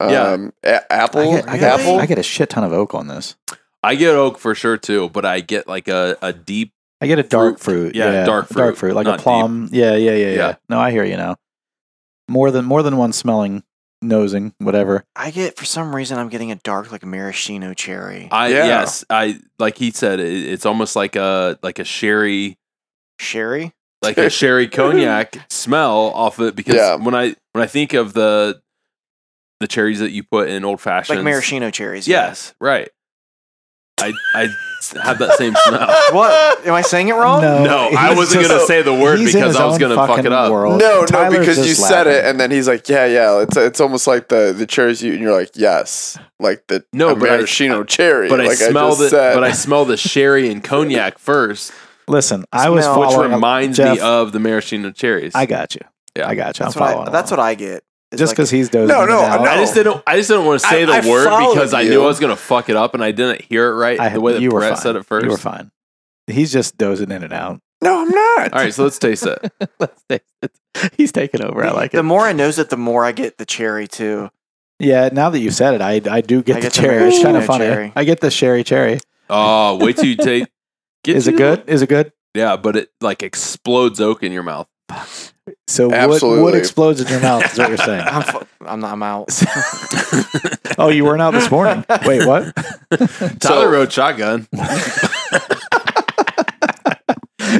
[SPEAKER 2] Yeah.
[SPEAKER 1] Um, a- apple,
[SPEAKER 4] I get, I, get,
[SPEAKER 1] apple.
[SPEAKER 4] I get a shit ton of oak on this.
[SPEAKER 2] I get oak for sure too, but I get like a, a deep.
[SPEAKER 4] I get a dark fruit.
[SPEAKER 2] Fruit. Yeah, dark
[SPEAKER 4] Dark
[SPEAKER 2] fruit,
[SPEAKER 4] fruit, like a
[SPEAKER 2] not
[SPEAKER 4] plum. Yeah, yeah, yeah, yeah,
[SPEAKER 2] Yeah.
[SPEAKER 4] No, I hear you now. More than more than one smelling, nosing, whatever.
[SPEAKER 5] I get for some reason I'm getting a dark like maraschino cherry.
[SPEAKER 2] I
[SPEAKER 1] Yeah.
[SPEAKER 2] yes, I like he said it, it's almost like a like a sherry
[SPEAKER 5] Sherry?
[SPEAKER 2] like a sherry cognac smell off it because
[SPEAKER 1] Yeah.
[SPEAKER 2] when I when I think of the the cherries that you put in old fashioned
[SPEAKER 5] Like maraschino cherries. yeah.
[SPEAKER 2] Yes, right. I I have that same smell.
[SPEAKER 5] What? Am I saying it wrong?
[SPEAKER 2] No, I
[SPEAKER 4] he's
[SPEAKER 2] wasn't
[SPEAKER 4] just-
[SPEAKER 2] gonna say the word
[SPEAKER 4] he's in
[SPEAKER 2] because
[SPEAKER 4] his
[SPEAKER 2] I was
[SPEAKER 4] own
[SPEAKER 2] gonna fuck
[SPEAKER 4] fucking
[SPEAKER 2] it up.
[SPEAKER 4] world.
[SPEAKER 1] no, no,
[SPEAKER 4] Tyler's
[SPEAKER 1] because you
[SPEAKER 4] just
[SPEAKER 1] said it,
[SPEAKER 4] laughing.
[SPEAKER 1] and then he's like, "Yeah, yeah." It's it's almost like the the cherries you, and you're like, "Yes," like the
[SPEAKER 2] No,
[SPEAKER 1] a
[SPEAKER 2] but I-
[SPEAKER 1] maraschino cherry.
[SPEAKER 2] But I
[SPEAKER 1] like
[SPEAKER 2] smell
[SPEAKER 1] just
[SPEAKER 2] the
[SPEAKER 1] said.
[SPEAKER 2] but I smell the sherry and cognac first,
[SPEAKER 4] Listen, I was
[SPEAKER 5] Smell, which
[SPEAKER 2] which
[SPEAKER 4] following. up-
[SPEAKER 2] reminds
[SPEAKER 4] Oh, uh, Jeff,
[SPEAKER 2] me of the maraschino cherries.
[SPEAKER 4] I got you.
[SPEAKER 2] Yeah.
[SPEAKER 4] I got you.
[SPEAKER 5] That's
[SPEAKER 4] I'm
[SPEAKER 5] what,
[SPEAKER 4] following.
[SPEAKER 5] I, that's what I get. It's
[SPEAKER 4] Just
[SPEAKER 5] like-
[SPEAKER 4] because he's dozing.
[SPEAKER 1] No,
[SPEAKER 4] in
[SPEAKER 1] no,
[SPEAKER 4] and out.
[SPEAKER 1] no.
[SPEAKER 2] I just didn't. I just didn't want to say
[SPEAKER 1] I-
[SPEAKER 2] the
[SPEAKER 1] I
[SPEAKER 2] word
[SPEAKER 1] followed
[SPEAKER 2] because I knew
[SPEAKER 1] you.
[SPEAKER 2] I was going to fuck it up, and I didn't hear it right
[SPEAKER 4] I-
[SPEAKER 2] the way that
[SPEAKER 4] you were
[SPEAKER 2] Brett
[SPEAKER 4] fine.
[SPEAKER 2] said it
[SPEAKER 4] You were
[SPEAKER 2] first. All
[SPEAKER 4] fine. He's just dozing in and out.
[SPEAKER 1] no, I'm not.
[SPEAKER 2] right, so let's taste it.
[SPEAKER 4] Let's take it. He's taking over. I
[SPEAKER 5] the-
[SPEAKER 4] like
[SPEAKER 5] The
[SPEAKER 4] it.
[SPEAKER 5] more I nose it, the more I get the cherry too.
[SPEAKER 4] Yeah, now that you said it, I I do get
[SPEAKER 5] I
[SPEAKER 4] the
[SPEAKER 5] get the
[SPEAKER 4] cherry. It's kind of
[SPEAKER 5] maraschino
[SPEAKER 4] funny.
[SPEAKER 5] cherry.
[SPEAKER 4] I get the sherry cherry.
[SPEAKER 2] Oh, wait till you take. Get
[SPEAKER 4] Is it
[SPEAKER 2] you-
[SPEAKER 4] good? Is it good?
[SPEAKER 2] Yeah, but it like explodes oak in your mouth.
[SPEAKER 4] So what what
[SPEAKER 1] Absolutely.
[SPEAKER 4] explodes in your mouth is what you're saying.
[SPEAKER 5] I'm, fu- I'm not. I'm out.
[SPEAKER 4] oh, you weren't out this morning. Wait, what?
[SPEAKER 2] Tyler rode shotgun.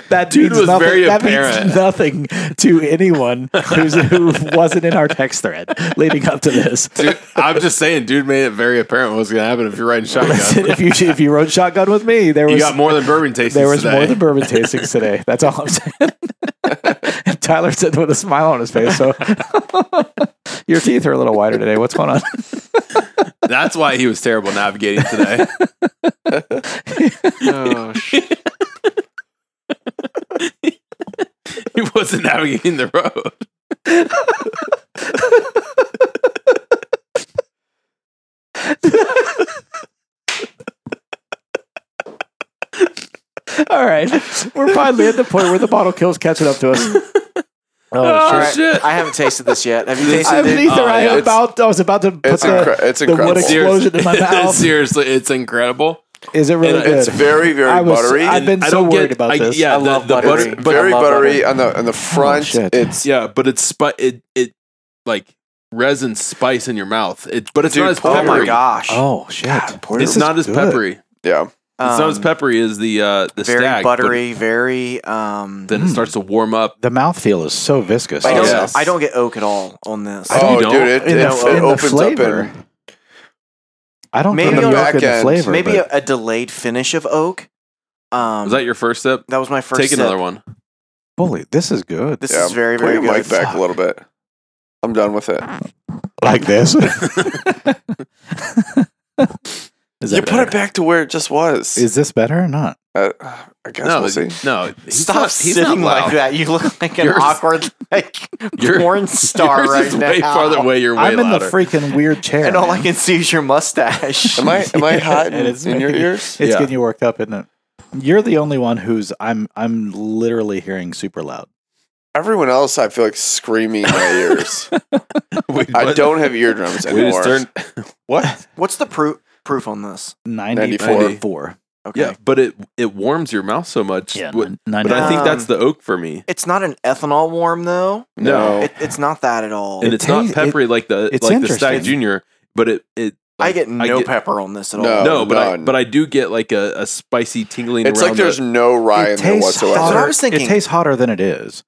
[SPEAKER 4] That
[SPEAKER 2] Dude
[SPEAKER 4] means
[SPEAKER 2] was
[SPEAKER 4] nothing.
[SPEAKER 2] very
[SPEAKER 4] that
[SPEAKER 2] apparent.
[SPEAKER 4] means nothing to anyone who's, who wasn't in our text thread leading up to this.
[SPEAKER 2] Dude, I'm just saying, dude made it very apparent what was going to happen if you're riding
[SPEAKER 4] Listen,
[SPEAKER 2] shotgun.
[SPEAKER 4] if you if you rode shotgun with me, there
[SPEAKER 2] You
[SPEAKER 4] was
[SPEAKER 2] got more than bourbon tasting.
[SPEAKER 4] there was
[SPEAKER 2] today.
[SPEAKER 4] more than bourbon tastings today. That's all I'm saying. Tyler said with a smile on his face. So your teeth are a little wider today. What's going on?
[SPEAKER 2] That's why he was terrible navigating today.
[SPEAKER 1] Oh, shit.
[SPEAKER 2] he wasn't navigating the road.
[SPEAKER 4] All right. We're finally at the point where the bottle kills catching up to us.
[SPEAKER 2] Oh,
[SPEAKER 5] All right.
[SPEAKER 2] shit.
[SPEAKER 5] I haven't tasted this yet. Have you
[SPEAKER 2] This
[SPEAKER 5] tasted
[SPEAKER 4] I haven't
[SPEAKER 5] it?
[SPEAKER 4] either.
[SPEAKER 2] Oh,
[SPEAKER 4] I,
[SPEAKER 2] yeah.
[SPEAKER 4] am about, I was about to put
[SPEAKER 1] It's,
[SPEAKER 4] the,
[SPEAKER 1] incre- it's
[SPEAKER 4] the wood
[SPEAKER 1] incredible.
[SPEAKER 4] ex- Explosion in my mouth.
[SPEAKER 2] Seriously, it's incredible.
[SPEAKER 4] Is it really
[SPEAKER 2] and
[SPEAKER 4] good?
[SPEAKER 1] it's very, very
[SPEAKER 4] I was-
[SPEAKER 1] buttery.
[SPEAKER 4] I've been
[SPEAKER 2] I
[SPEAKER 4] so
[SPEAKER 2] don't
[SPEAKER 4] worried
[SPEAKER 2] get-
[SPEAKER 4] about
[SPEAKER 2] I-
[SPEAKER 4] this.
[SPEAKER 2] Yeah,
[SPEAKER 5] I
[SPEAKER 2] the,
[SPEAKER 5] love
[SPEAKER 2] the
[SPEAKER 5] buttery.
[SPEAKER 2] butter,
[SPEAKER 5] But
[SPEAKER 1] very
[SPEAKER 5] I love
[SPEAKER 1] buttery on the on the front.
[SPEAKER 4] Oh, shit.
[SPEAKER 1] it's
[SPEAKER 2] Yeah, but it's spi- it it like resin spice in your mouth. It but it's
[SPEAKER 1] Dude,
[SPEAKER 2] not as
[SPEAKER 1] oh
[SPEAKER 5] Oh
[SPEAKER 2] peppery.
[SPEAKER 5] my gosh.
[SPEAKER 4] oh, shit.
[SPEAKER 2] It's
[SPEAKER 4] This is
[SPEAKER 2] not as
[SPEAKER 4] good.
[SPEAKER 2] peppery. It's
[SPEAKER 1] yeah.
[SPEAKER 5] Um,
[SPEAKER 2] not as peppery as the uh the
[SPEAKER 5] very
[SPEAKER 2] stag. but
[SPEAKER 5] buttery, very um
[SPEAKER 4] Mm.
[SPEAKER 2] Then it starts to warm up.
[SPEAKER 4] The mouthfeel is so viscous.
[SPEAKER 5] I
[SPEAKER 2] Oh,
[SPEAKER 5] don't,
[SPEAKER 2] yes.
[SPEAKER 5] I don't get oak at all on this.
[SPEAKER 2] I
[SPEAKER 1] Oh,
[SPEAKER 2] don't-
[SPEAKER 1] dude, it,
[SPEAKER 4] in
[SPEAKER 1] it,
[SPEAKER 4] the-
[SPEAKER 1] it
[SPEAKER 5] in the
[SPEAKER 1] opens up
[SPEAKER 4] flavor.
[SPEAKER 1] and
[SPEAKER 4] I don't
[SPEAKER 5] Maybe
[SPEAKER 4] think the
[SPEAKER 5] on the
[SPEAKER 4] yolk in
[SPEAKER 1] back
[SPEAKER 4] the
[SPEAKER 1] end,
[SPEAKER 4] flavor.
[SPEAKER 5] Maybe
[SPEAKER 4] but-
[SPEAKER 5] a, a delayed finish of oak. Um,
[SPEAKER 2] Was that your first sip?
[SPEAKER 5] that was my first.
[SPEAKER 2] Take another
[SPEAKER 5] sip.
[SPEAKER 2] one.
[SPEAKER 4] Holy, this is good.
[SPEAKER 5] This
[SPEAKER 1] yeah.
[SPEAKER 5] is very,
[SPEAKER 1] Bring
[SPEAKER 5] very
[SPEAKER 1] your mic
[SPEAKER 5] good.
[SPEAKER 1] back a little bit. I'm done with it.
[SPEAKER 4] Like this. is,
[SPEAKER 1] You
[SPEAKER 4] that
[SPEAKER 1] put
[SPEAKER 4] better?
[SPEAKER 1] it back to where it just was.
[SPEAKER 4] is this better or not?
[SPEAKER 1] uh, I guess
[SPEAKER 2] No,
[SPEAKER 1] we'll see.
[SPEAKER 2] no. He's
[SPEAKER 5] Stop
[SPEAKER 2] not, he's not
[SPEAKER 5] sitting like
[SPEAKER 2] loud.
[SPEAKER 5] that. You look like an
[SPEAKER 2] Yours-
[SPEAKER 5] awkward like
[SPEAKER 2] Your-
[SPEAKER 5] porn star
[SPEAKER 2] Yours
[SPEAKER 5] right
[SPEAKER 2] is
[SPEAKER 5] now.
[SPEAKER 2] way farther away. You're way
[SPEAKER 4] I'm in
[SPEAKER 2] louder.
[SPEAKER 4] the freaking weird chair.
[SPEAKER 5] And all I
[SPEAKER 4] man.
[SPEAKER 5] can see is your mustache.
[SPEAKER 1] Am I am I hot
[SPEAKER 4] And
[SPEAKER 1] in,
[SPEAKER 4] it's
[SPEAKER 1] in your
[SPEAKER 4] making-
[SPEAKER 1] ears?
[SPEAKER 4] It's
[SPEAKER 2] Yeah.
[SPEAKER 4] getting you worked up, isn't it? You're the only one who's I'm I'm literally hearing super loud.
[SPEAKER 1] Everyone else, I feel like screaming in my ears.
[SPEAKER 2] Wait,
[SPEAKER 1] I
[SPEAKER 2] what?
[SPEAKER 1] don't have eardrums
[SPEAKER 2] We
[SPEAKER 1] anymore.
[SPEAKER 2] just turned.
[SPEAKER 1] what?
[SPEAKER 5] What's the proof proof on this?
[SPEAKER 4] 94.
[SPEAKER 1] 94.
[SPEAKER 5] Okay.
[SPEAKER 2] Yeah, but it it warms your mouth so much. What- but I think
[SPEAKER 5] Um,
[SPEAKER 2] that's the oak for me.
[SPEAKER 5] It's not an ethanol warm though.
[SPEAKER 1] No.
[SPEAKER 5] It, it's not that at all.
[SPEAKER 2] and
[SPEAKER 4] it
[SPEAKER 2] it's not
[SPEAKER 4] tastes-
[SPEAKER 2] peppery like the
[SPEAKER 4] it's
[SPEAKER 2] like the Stag
[SPEAKER 4] interesting.
[SPEAKER 2] Junior, but it it
[SPEAKER 5] I get no oh,
[SPEAKER 2] get-
[SPEAKER 5] pepper on this at
[SPEAKER 1] No.
[SPEAKER 5] all.
[SPEAKER 2] no, but I
[SPEAKER 1] none.
[SPEAKER 2] but I do get like a, a spicy tingling.
[SPEAKER 1] It's like
[SPEAKER 2] around
[SPEAKER 1] there's
[SPEAKER 2] the,
[SPEAKER 1] no rye in
[SPEAKER 4] It
[SPEAKER 1] there
[SPEAKER 4] tastes
[SPEAKER 1] whatsoever.
[SPEAKER 5] That's what I
[SPEAKER 4] hotter.
[SPEAKER 5] was thinking.
[SPEAKER 4] It tastes hotter than it is,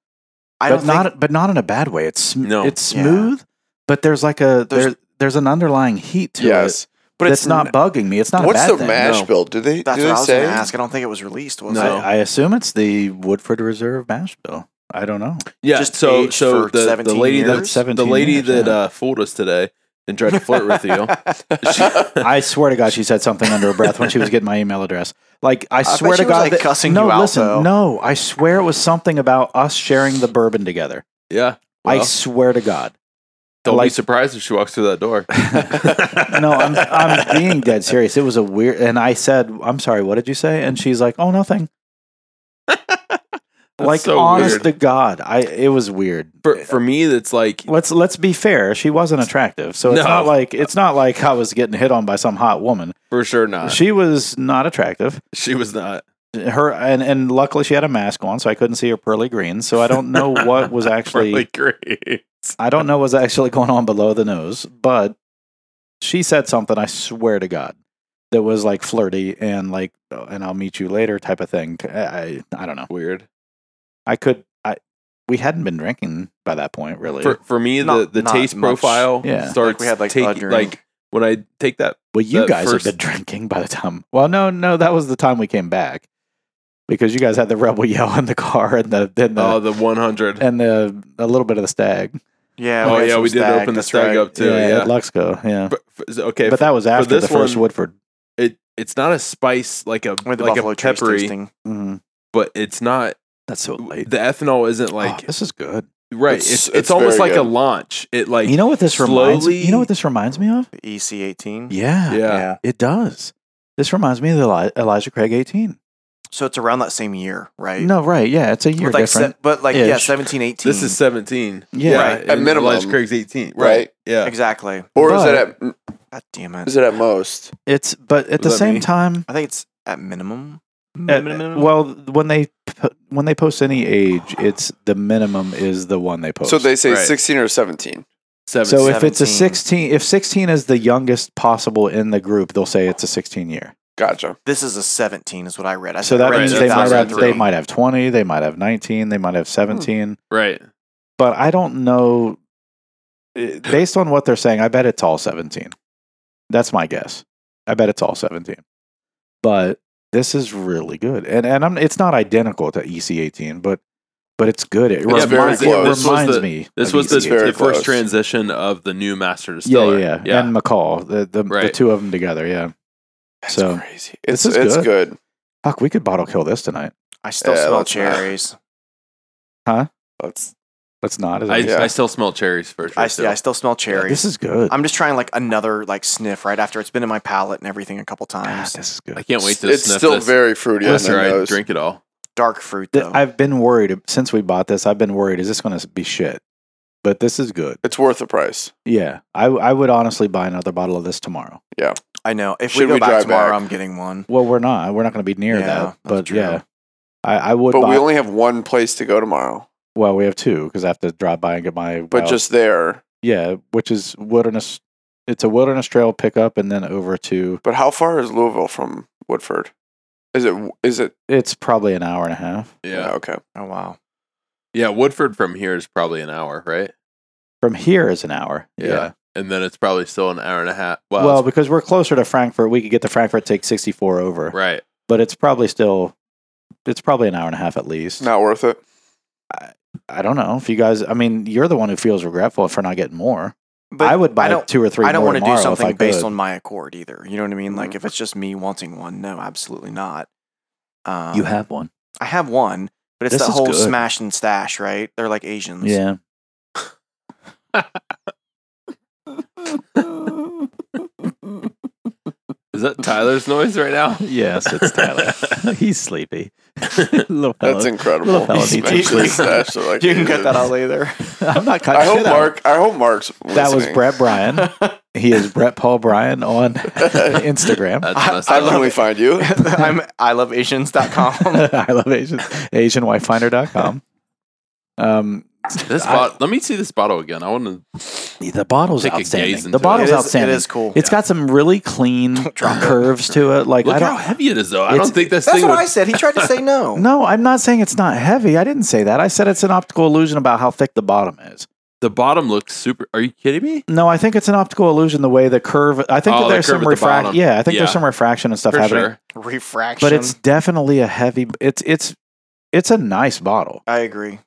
[SPEAKER 5] I
[SPEAKER 4] but
[SPEAKER 5] don't
[SPEAKER 4] not
[SPEAKER 5] think
[SPEAKER 4] but not in a bad way. It's sm-
[SPEAKER 2] No.
[SPEAKER 4] it's
[SPEAKER 5] Yeah.
[SPEAKER 4] smooth, but there's like a
[SPEAKER 5] There's-
[SPEAKER 4] there's there's an underlying heat to it.
[SPEAKER 1] yes, but
[SPEAKER 4] that's
[SPEAKER 1] it's
[SPEAKER 4] not bugging me. It's not.
[SPEAKER 1] What's
[SPEAKER 4] a bad
[SPEAKER 1] the
[SPEAKER 4] thing.
[SPEAKER 1] mash
[SPEAKER 2] No.
[SPEAKER 1] bill? Do they
[SPEAKER 5] that's
[SPEAKER 1] do
[SPEAKER 5] what
[SPEAKER 1] they
[SPEAKER 5] I was
[SPEAKER 1] say?
[SPEAKER 5] gonna ask. I don't think it was released, was
[SPEAKER 2] No.
[SPEAKER 5] it?
[SPEAKER 4] I, I assume it's the Woodford Reserve mash bill. I don't know.
[SPEAKER 2] yeah.
[SPEAKER 5] just
[SPEAKER 2] so
[SPEAKER 5] aged
[SPEAKER 2] so
[SPEAKER 5] for
[SPEAKER 2] the, the
[SPEAKER 5] 17
[SPEAKER 2] lady
[SPEAKER 5] years.
[SPEAKER 2] that the
[SPEAKER 4] 17
[SPEAKER 2] lady
[SPEAKER 4] years,
[SPEAKER 2] that
[SPEAKER 4] yeah.
[SPEAKER 2] uh, fooled us today and tried to flirt with you. she-
[SPEAKER 4] I swear to God, she said something under her breath when she was getting my email address. Like I,
[SPEAKER 5] bet
[SPEAKER 4] swear
[SPEAKER 5] she
[SPEAKER 4] to
[SPEAKER 5] was,
[SPEAKER 4] God,
[SPEAKER 5] like, cussing
[SPEAKER 4] no,
[SPEAKER 5] you out,
[SPEAKER 4] listen,
[SPEAKER 5] though.
[SPEAKER 4] no, I swear it was something about us sharing the bourbon together.
[SPEAKER 2] yeah.
[SPEAKER 4] I
[SPEAKER 2] well,
[SPEAKER 4] swear to God,
[SPEAKER 2] don't be
[SPEAKER 4] like-
[SPEAKER 2] surprised if she walks through that door.
[SPEAKER 4] no, I'm I'm being dead serious. It was a weird, and I said, "I'm sorry, what did you say?" And she's like, "Oh, nothing." like
[SPEAKER 2] so weird.
[SPEAKER 4] honest to God, I it was weird.
[SPEAKER 2] for for me, that's like
[SPEAKER 4] Let's let's be fair. She wasn't attractive, so it's
[SPEAKER 2] No.
[SPEAKER 4] not like it's not like I was getting hit on by some hot woman.
[SPEAKER 2] for sure not. She,
[SPEAKER 4] She was not attractive.
[SPEAKER 2] was not.
[SPEAKER 4] her and, and luckily she had a mask on so i couldn't see her pearly greens so i don't know what was actually
[SPEAKER 2] Really great.
[SPEAKER 4] i don't know what was actually going on below the nose but she said something i swear to god that was like flirty and like oh, and i'll meet you later type of thing i i, I don't know
[SPEAKER 2] Weird.
[SPEAKER 4] i could i we hadn't been drinking by that point really
[SPEAKER 2] For for me,
[SPEAKER 5] Not-
[SPEAKER 2] the the
[SPEAKER 5] not
[SPEAKER 2] taste
[SPEAKER 5] much.
[SPEAKER 2] profile
[SPEAKER 4] Yeah. Like
[SPEAKER 2] starts
[SPEAKER 5] we had, like, a
[SPEAKER 2] taking-
[SPEAKER 5] drink.
[SPEAKER 2] like when I take that
[SPEAKER 4] well you
[SPEAKER 2] the
[SPEAKER 4] guys
[SPEAKER 2] first-
[SPEAKER 4] had been drinking by the time well no no that was the time we came back because you guys had the rebel yell in the car and the and the,
[SPEAKER 2] oh the one hundred.
[SPEAKER 4] and the a little bit of the stag
[SPEAKER 5] yeah.
[SPEAKER 2] Oh
[SPEAKER 5] had
[SPEAKER 2] yeah,
[SPEAKER 5] some
[SPEAKER 2] we did open the
[SPEAKER 5] that's
[SPEAKER 2] stag
[SPEAKER 5] right.
[SPEAKER 2] up too. Yeah.
[SPEAKER 4] at Luxco. Yeah,
[SPEAKER 2] But- f- so- okay,
[SPEAKER 4] but that was after
[SPEAKER 2] this
[SPEAKER 4] the first
[SPEAKER 2] one-
[SPEAKER 4] Woodford.
[SPEAKER 2] it it's not a spice like a
[SPEAKER 5] With the
[SPEAKER 2] like
[SPEAKER 5] buffalo
[SPEAKER 2] a peppery,
[SPEAKER 5] cheese tasting.
[SPEAKER 2] but it's not
[SPEAKER 4] Mm-hmm. That's so Oh,
[SPEAKER 2] the ethanol isn't like
[SPEAKER 4] this is good.
[SPEAKER 2] right.
[SPEAKER 1] It's-
[SPEAKER 2] It's it's,
[SPEAKER 1] it's
[SPEAKER 2] almost
[SPEAKER 1] very
[SPEAKER 2] like a
[SPEAKER 1] good.
[SPEAKER 2] launch. It like
[SPEAKER 4] you know what this reminds me? You know
[SPEAKER 2] slowly-
[SPEAKER 4] what this reminds me of?
[SPEAKER 5] The EC E eighteen.
[SPEAKER 4] Yeah,
[SPEAKER 2] yeah.
[SPEAKER 4] it does. This reminds me of the Eli- Elijah Craig 18.
[SPEAKER 5] So it's around that same year, right?
[SPEAKER 4] No, right? Yeah, it's a year
[SPEAKER 5] With like se-
[SPEAKER 4] different.
[SPEAKER 5] but like yeah,
[SPEAKER 4] ish.
[SPEAKER 5] 17, 18.
[SPEAKER 2] This is seventeen.
[SPEAKER 4] Yeah.
[SPEAKER 5] Right.
[SPEAKER 1] At
[SPEAKER 2] and
[SPEAKER 1] minimum.
[SPEAKER 2] Elijah Craig's eighteen. Right.
[SPEAKER 1] Right.
[SPEAKER 2] Yeah.
[SPEAKER 5] exactly.
[SPEAKER 1] Or is
[SPEAKER 4] But-
[SPEAKER 1] it at
[SPEAKER 5] God damn it.
[SPEAKER 1] is it at most?
[SPEAKER 4] it's but at
[SPEAKER 2] What
[SPEAKER 4] the
[SPEAKER 2] does that
[SPEAKER 4] same
[SPEAKER 2] mean?
[SPEAKER 4] time,
[SPEAKER 5] I think it's at minimum.
[SPEAKER 4] at- uh,
[SPEAKER 5] Minimum?
[SPEAKER 4] well, when they po- when they post any age, it's the minimum is the one they post.
[SPEAKER 1] So they say
[SPEAKER 2] Right.
[SPEAKER 1] 16 or 17.
[SPEAKER 2] Seventeen.
[SPEAKER 4] so if it's a
[SPEAKER 5] 17.
[SPEAKER 4] 16, if 16 is the youngest possible in the group, they'll say it's a 16 year.
[SPEAKER 1] Gotcha.
[SPEAKER 5] this is a seventeen, is what I read. I
[SPEAKER 4] So
[SPEAKER 5] said
[SPEAKER 4] that
[SPEAKER 5] I read
[SPEAKER 4] means
[SPEAKER 2] that's
[SPEAKER 4] they might have
[SPEAKER 5] 2003.
[SPEAKER 4] they might have twenty, they might have nineteen, they might have seventeen.
[SPEAKER 2] right.
[SPEAKER 4] But I don't know. eh, Based on what they're saying, I bet it's all seventeen. That's my guess. I bet it's all seventeen. But this is really good, and and I'm, it's not identical to EC E eighteen, but but it's good. It,
[SPEAKER 1] It's
[SPEAKER 4] remi-
[SPEAKER 1] very
[SPEAKER 4] it
[SPEAKER 1] close. This was
[SPEAKER 4] reminds
[SPEAKER 2] the-
[SPEAKER 4] me.
[SPEAKER 2] This
[SPEAKER 4] of E
[SPEAKER 2] was the,
[SPEAKER 1] It's very
[SPEAKER 2] the first
[SPEAKER 1] close.
[SPEAKER 2] transition of the new master
[SPEAKER 4] yeah, yeah,
[SPEAKER 2] distiller.
[SPEAKER 4] yeah, and McCall, the the, the
[SPEAKER 2] Right.
[SPEAKER 4] two of them together. Yeah,
[SPEAKER 1] That's
[SPEAKER 4] So,
[SPEAKER 1] crazy. It's
[SPEAKER 4] this is
[SPEAKER 1] it's
[SPEAKER 4] good.
[SPEAKER 1] good.
[SPEAKER 4] fuck, we could bottle kill this tonight.
[SPEAKER 5] I still
[SPEAKER 1] Yeah,
[SPEAKER 5] smell
[SPEAKER 1] let's not.
[SPEAKER 5] cherries.
[SPEAKER 1] Let's
[SPEAKER 4] Let's not. is that
[SPEAKER 2] I,
[SPEAKER 4] what you
[SPEAKER 1] Yeah.
[SPEAKER 2] I still smell cherries for sure.
[SPEAKER 5] I,
[SPEAKER 2] still.
[SPEAKER 5] yeah, I still smell
[SPEAKER 4] said?
[SPEAKER 5] cherries.
[SPEAKER 4] This is good.
[SPEAKER 5] I'm just trying like another like sniff right after it's been in my palate and everything a couple
[SPEAKER 4] God,
[SPEAKER 5] times.
[SPEAKER 4] Ah, this is
[SPEAKER 2] I
[SPEAKER 4] good.
[SPEAKER 2] can't wait to
[SPEAKER 1] it's
[SPEAKER 2] sniff
[SPEAKER 1] still
[SPEAKER 2] this
[SPEAKER 1] very fruity on the
[SPEAKER 2] after I
[SPEAKER 1] nose.
[SPEAKER 2] drink it all.
[SPEAKER 5] Dark fruit
[SPEAKER 4] Th-
[SPEAKER 5] though.
[SPEAKER 4] I've been worried since we bought this. I've been worried. Is this going to be shit? But this is good.
[SPEAKER 1] It's worth the price.
[SPEAKER 4] Yeah, I I would honestly buy another bottle of this tomorrow.
[SPEAKER 5] I know. If we
[SPEAKER 1] Should
[SPEAKER 5] go
[SPEAKER 1] we
[SPEAKER 5] back
[SPEAKER 1] drive
[SPEAKER 5] tomorrow,
[SPEAKER 1] back?
[SPEAKER 5] I'm getting one.
[SPEAKER 4] Well, we're not. We're not going to be near
[SPEAKER 5] Yeah,
[SPEAKER 4] that.
[SPEAKER 5] that's
[SPEAKER 4] But
[SPEAKER 5] true.
[SPEAKER 4] yeah, I, I would.
[SPEAKER 1] But
[SPEAKER 4] buy,
[SPEAKER 1] we only have one place to go tomorrow.
[SPEAKER 4] well, we have two because I have to drive by and get my.
[SPEAKER 1] But
[SPEAKER 4] wild-
[SPEAKER 1] just there.
[SPEAKER 4] yeah, which is wilderness. It's a wilderness trail pickup, and then over to
[SPEAKER 1] But how far is Louisville from Woodford? Is it is it
[SPEAKER 4] it's probably an hour and a half
[SPEAKER 2] Yeah.
[SPEAKER 1] okay.
[SPEAKER 5] Oh wow.
[SPEAKER 2] Yeah. Woodford from here is probably an hour, right?
[SPEAKER 4] from here is an hour.
[SPEAKER 2] Yeah. And then it's probably still an hour and a half. Well,
[SPEAKER 4] Well,
[SPEAKER 2] it's-
[SPEAKER 4] because we're closer to Frankfurt, we could get the Frankfurt take sixty four over,
[SPEAKER 2] right.
[SPEAKER 4] but it's probably still. It's probably an hour and a half at least.
[SPEAKER 1] Not worth it.
[SPEAKER 4] I don't know if you guys. I mean, you're the one who feels regretful for not getting more.
[SPEAKER 5] But
[SPEAKER 4] I would buy
[SPEAKER 5] I don't
[SPEAKER 4] two or three.
[SPEAKER 5] I don't
[SPEAKER 4] more
[SPEAKER 5] want to do
[SPEAKER 4] tomorrow if I
[SPEAKER 5] something based
[SPEAKER 4] could. Mm-hmm.
[SPEAKER 5] on my accord either. You know what I mean? Like
[SPEAKER 1] Mhm.
[SPEAKER 5] if it's just me wanting one, no, absolutely not. Um,
[SPEAKER 4] You have one.
[SPEAKER 5] I have one, but it's
[SPEAKER 4] This
[SPEAKER 5] the
[SPEAKER 4] is
[SPEAKER 5] whole
[SPEAKER 4] good.
[SPEAKER 5] smash and stash, right? They're like Asians.
[SPEAKER 4] Yeah.
[SPEAKER 2] Is that Tyler's noise right now?
[SPEAKER 4] Yes, it's Tyler. He's sleepy. Little
[SPEAKER 1] That's
[SPEAKER 4] fella.
[SPEAKER 1] incredible.
[SPEAKER 4] Little fella
[SPEAKER 1] He's
[SPEAKER 4] needs
[SPEAKER 1] mentioned
[SPEAKER 4] to
[SPEAKER 1] the
[SPEAKER 4] sleep.
[SPEAKER 1] stash, so like,
[SPEAKER 5] You can cut that out
[SPEAKER 1] Jesus.
[SPEAKER 5] later.
[SPEAKER 4] I'm not cutting
[SPEAKER 1] I hope
[SPEAKER 4] shit out.
[SPEAKER 1] Mark. I hope Mark's.
[SPEAKER 4] That was
[SPEAKER 1] listening.
[SPEAKER 4] Brett Bryan. he is Brett Paul Bryan on Instagram.
[SPEAKER 2] That's
[SPEAKER 5] I-
[SPEAKER 2] messed
[SPEAKER 1] I
[SPEAKER 2] up.
[SPEAKER 1] love we find you.
[SPEAKER 5] I'm I love Asians.com.
[SPEAKER 4] I love Asian AsianWifinder.com. Um,
[SPEAKER 2] this
[SPEAKER 4] I-
[SPEAKER 2] bottle. Let me see this bottle again. I want to.
[SPEAKER 4] the bottle's
[SPEAKER 2] Take a gaze
[SPEAKER 4] outstanding.
[SPEAKER 2] into
[SPEAKER 4] The
[SPEAKER 2] it.
[SPEAKER 5] it,
[SPEAKER 4] bottle's
[SPEAKER 5] is, it
[SPEAKER 4] outstanding.
[SPEAKER 5] is cool.
[SPEAKER 4] It's got some really clean
[SPEAKER 5] drop it.
[SPEAKER 4] curves to it. Like
[SPEAKER 2] Look
[SPEAKER 4] I
[SPEAKER 2] how
[SPEAKER 4] don't.
[SPEAKER 2] heavy it is, though. I
[SPEAKER 4] It's-
[SPEAKER 2] don't think this
[SPEAKER 5] That's
[SPEAKER 2] thing
[SPEAKER 5] what
[SPEAKER 2] would.
[SPEAKER 5] I said. He tried to say no.
[SPEAKER 4] No, I'm not saying it's not heavy. I didn't say that. I said it's an optical illusion about how thick the bottom is.
[SPEAKER 2] the bottom looks super. Are you kidding me?
[SPEAKER 4] No, I think it's an optical illusion the way the curve. I think
[SPEAKER 2] Oh,
[SPEAKER 4] that
[SPEAKER 2] the curve
[SPEAKER 4] there's some
[SPEAKER 2] at the
[SPEAKER 4] refraction.
[SPEAKER 2] bottom.
[SPEAKER 4] yeah, I think there's
[SPEAKER 2] Yeah.
[SPEAKER 4] some refraction and stuff
[SPEAKER 2] For
[SPEAKER 4] happening.
[SPEAKER 2] sure.
[SPEAKER 5] Refraction.
[SPEAKER 4] But it's definitely a heavy. It's it's it's a nice bottle,
[SPEAKER 5] I agree.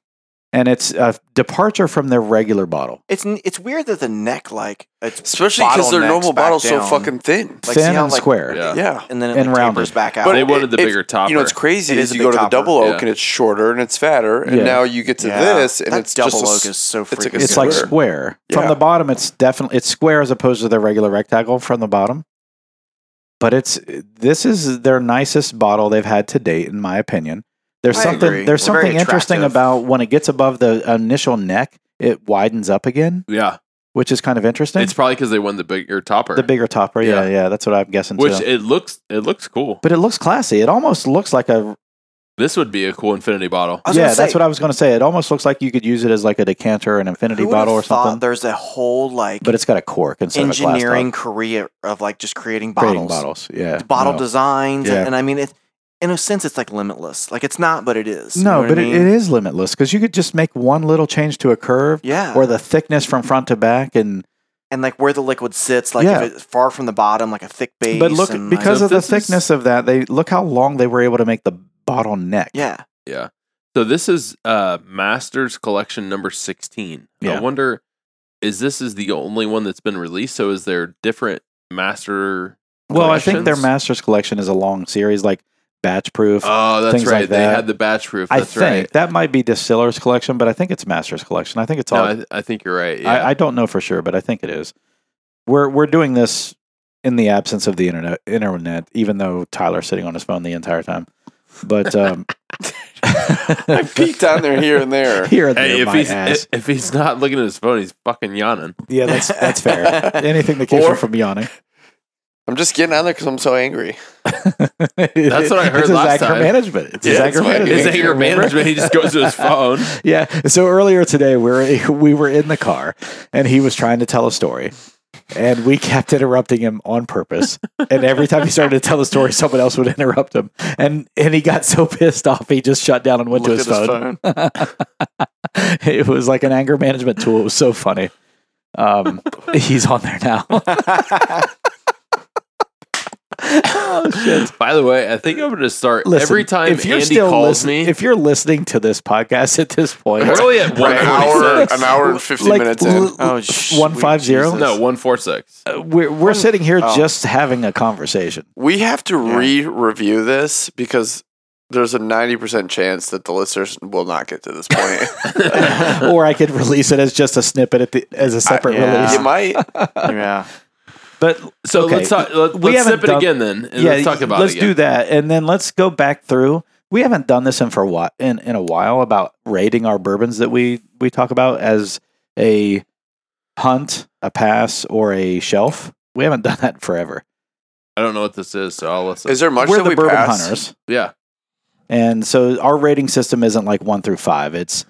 [SPEAKER 4] and it's a departure from their regular bottle.
[SPEAKER 5] It's n- it's weird that the neck like it's
[SPEAKER 1] Especially because their
[SPEAKER 5] bottlenecks
[SPEAKER 1] normal
[SPEAKER 5] back
[SPEAKER 1] bottle's so
[SPEAKER 5] down.
[SPEAKER 1] fucking thin.
[SPEAKER 5] Like, see
[SPEAKER 4] Thin
[SPEAKER 5] how,
[SPEAKER 4] and
[SPEAKER 5] like,
[SPEAKER 4] square.
[SPEAKER 2] Yeah.
[SPEAKER 1] Yeah.
[SPEAKER 5] and then it
[SPEAKER 4] And
[SPEAKER 5] like,
[SPEAKER 4] rounded.
[SPEAKER 5] tapers back out.
[SPEAKER 1] But
[SPEAKER 2] But they
[SPEAKER 1] it-
[SPEAKER 2] wanted the
[SPEAKER 1] if-
[SPEAKER 2] bigger topper.
[SPEAKER 1] You know, it's crazy
[SPEAKER 5] It
[SPEAKER 1] is
[SPEAKER 5] is a
[SPEAKER 1] you
[SPEAKER 5] big
[SPEAKER 1] go to the
[SPEAKER 5] topper.
[SPEAKER 1] double oak
[SPEAKER 2] Yeah.
[SPEAKER 1] and it's shorter and it's fatter, and
[SPEAKER 4] Yeah.
[SPEAKER 1] now you get to
[SPEAKER 5] Yeah.
[SPEAKER 1] this and
[SPEAKER 5] That
[SPEAKER 1] it's
[SPEAKER 5] double
[SPEAKER 1] just a
[SPEAKER 5] oak
[SPEAKER 1] s-
[SPEAKER 5] is so freaking.
[SPEAKER 1] it's like a
[SPEAKER 4] It's
[SPEAKER 1] square.
[SPEAKER 4] like square from
[SPEAKER 1] Yeah.
[SPEAKER 4] the bottom. It's definitely it's square as opposed to their regular rectangle from the bottom. But it's this is their nicest bottle they've had to date, in my opinion. There's
[SPEAKER 5] I
[SPEAKER 4] something
[SPEAKER 5] agree.
[SPEAKER 4] there's
[SPEAKER 5] It's very
[SPEAKER 4] something interesting
[SPEAKER 5] attractive.
[SPEAKER 4] about when it gets above the initial neck, it widens up again,
[SPEAKER 2] yeah.
[SPEAKER 4] which is kind of interesting.
[SPEAKER 2] It's probably because they won the bigger topper.
[SPEAKER 4] The bigger topper, yeah, yeah,
[SPEAKER 2] Yeah.
[SPEAKER 4] that's what I'm guessing
[SPEAKER 2] which
[SPEAKER 4] too.
[SPEAKER 2] it looks. It looks cool.
[SPEAKER 4] but it looks classy. It almost looks like a
[SPEAKER 2] This would be a cool infinity bottle.
[SPEAKER 5] I was
[SPEAKER 4] yeah.
[SPEAKER 5] gonna
[SPEAKER 4] that's
[SPEAKER 5] say-
[SPEAKER 4] what I was going to say. It almost looks like you could use it as like a decanter, an infinity
[SPEAKER 5] Who would've
[SPEAKER 4] bottle, or
[SPEAKER 5] thought
[SPEAKER 4] something.
[SPEAKER 5] There's a whole like
[SPEAKER 4] But it's got a cork instead
[SPEAKER 5] engineering
[SPEAKER 4] of
[SPEAKER 5] career of like just creating
[SPEAKER 4] a glass top. Creating bottles,
[SPEAKER 5] bottles,
[SPEAKER 4] yeah.
[SPEAKER 5] The bottle
[SPEAKER 4] no.
[SPEAKER 5] designs,
[SPEAKER 4] Yeah.
[SPEAKER 5] and, and I mean it. In a sense, it's like limitless. Like it's not, but it is. You know
[SPEAKER 4] No,
[SPEAKER 5] what I
[SPEAKER 4] but
[SPEAKER 5] mean?
[SPEAKER 4] it, it is limitless because you could just make one little change to a curve
[SPEAKER 5] Yeah,
[SPEAKER 4] or the thickness from front to back, and
[SPEAKER 5] and like where the liquid sits, like
[SPEAKER 4] Yeah.
[SPEAKER 5] if it's far from the bottom, like a thick base.
[SPEAKER 4] but look
[SPEAKER 5] and, like-
[SPEAKER 4] because
[SPEAKER 2] So
[SPEAKER 4] of the
[SPEAKER 2] this is-
[SPEAKER 4] thickness of that, they look how long they were able to make the bottle neck.
[SPEAKER 5] yeah,
[SPEAKER 2] So this is uh Masters Collection number sixteen.
[SPEAKER 4] Yeah.
[SPEAKER 2] I wonder is this is the only one that's been released? So is there different master?
[SPEAKER 4] Well, I think their
[SPEAKER 2] collections?
[SPEAKER 4] master's collection is a long series, like batch proof.
[SPEAKER 2] Oh, that's
[SPEAKER 4] Things
[SPEAKER 2] right.
[SPEAKER 4] like
[SPEAKER 2] they
[SPEAKER 4] that.
[SPEAKER 2] had the batch proof.
[SPEAKER 4] I
[SPEAKER 2] That's
[SPEAKER 4] think
[SPEAKER 2] right.
[SPEAKER 4] that might be distiller's collection, but I think it's master's collection. I think it's
[SPEAKER 2] No,
[SPEAKER 4] all.
[SPEAKER 2] I, th- I think you're right.
[SPEAKER 4] I,
[SPEAKER 2] Yeah.
[SPEAKER 4] I don't know for sure, but I think it is. We're we're doing this in the absence of the internet, internet, even though Tyler's sitting on his phone the entire time. But um,
[SPEAKER 1] I peeked on there here and there.
[SPEAKER 4] here and
[SPEAKER 2] hey,
[SPEAKER 4] there,
[SPEAKER 2] if
[SPEAKER 4] my
[SPEAKER 2] he's
[SPEAKER 4] ass.
[SPEAKER 2] if he's not looking at his phone, he's fucking yawning.
[SPEAKER 4] yeah, that's that's fair. Anything that keeps
[SPEAKER 1] Or-
[SPEAKER 4] him from yawning.
[SPEAKER 1] I'm just getting on there because I'm so angry.
[SPEAKER 4] that's
[SPEAKER 2] what I heard
[SPEAKER 4] It's his
[SPEAKER 2] last
[SPEAKER 4] anger
[SPEAKER 2] time.
[SPEAKER 4] management. It's his
[SPEAKER 1] Yeah, it's
[SPEAKER 4] anger
[SPEAKER 1] like-
[SPEAKER 4] management.
[SPEAKER 2] His anger
[SPEAKER 4] Remember?
[SPEAKER 2] management. He just goes to his phone.
[SPEAKER 4] Yeah. So earlier today, we were we were in the car, and he was trying to tell a story, and we kept interrupting him on purpose. And every time he started to tell a story, someone else would interrupt him, and and he got so pissed off, he just shut down and went to
[SPEAKER 5] Look
[SPEAKER 4] his
[SPEAKER 5] at his
[SPEAKER 4] phone. it was like an anger management tool. It was so funny. Um, he's on there now.
[SPEAKER 2] Oh, shit. By the way, I think I'm going to start
[SPEAKER 4] Listen,
[SPEAKER 2] every time
[SPEAKER 4] if you're
[SPEAKER 2] Andy
[SPEAKER 4] still
[SPEAKER 2] calls
[SPEAKER 4] listen-
[SPEAKER 2] me.
[SPEAKER 4] if you're listening to this podcast at this point,
[SPEAKER 2] we're only at
[SPEAKER 1] We're an hour, an
[SPEAKER 2] 146.
[SPEAKER 1] hour and 50
[SPEAKER 4] Like,
[SPEAKER 1] minutes
[SPEAKER 4] l-
[SPEAKER 1] in.
[SPEAKER 5] Oh, sh-
[SPEAKER 4] One
[SPEAKER 5] sweet
[SPEAKER 4] five zero?
[SPEAKER 5] Jesus.
[SPEAKER 2] No, 146.
[SPEAKER 4] uh, we're we're sitting here
[SPEAKER 5] oh.
[SPEAKER 4] just having a conversation.
[SPEAKER 1] We have to
[SPEAKER 5] Yeah.
[SPEAKER 1] re-review this because there's a 90% chance that the listeners will not get to this point.
[SPEAKER 4] or I could release it as just a snippet at the, as a separate
[SPEAKER 5] yeah.
[SPEAKER 4] release.
[SPEAKER 1] you might.
[SPEAKER 5] yeah.
[SPEAKER 4] But
[SPEAKER 2] So
[SPEAKER 4] Okay.
[SPEAKER 2] let's talk. Let,
[SPEAKER 4] We
[SPEAKER 2] let's
[SPEAKER 4] haven't
[SPEAKER 2] sip it
[SPEAKER 4] done-
[SPEAKER 2] again then. And
[SPEAKER 4] yeah,
[SPEAKER 2] let's talk about
[SPEAKER 4] let's
[SPEAKER 2] it. again.
[SPEAKER 4] do that, and then let's go back through. We haven't done this in for a while, in, in a while about rating our bourbons that we we talk about as a hunt, a pass, or a shelf. We haven't done that in forever.
[SPEAKER 2] I don't know what this is, so I'll listen.
[SPEAKER 1] Is there much
[SPEAKER 4] We're
[SPEAKER 1] that
[SPEAKER 4] the
[SPEAKER 1] we
[SPEAKER 4] bourbon
[SPEAKER 1] pass?
[SPEAKER 4] hunters,
[SPEAKER 2] yeah.
[SPEAKER 4] and so our rating system isn't like one through five. It's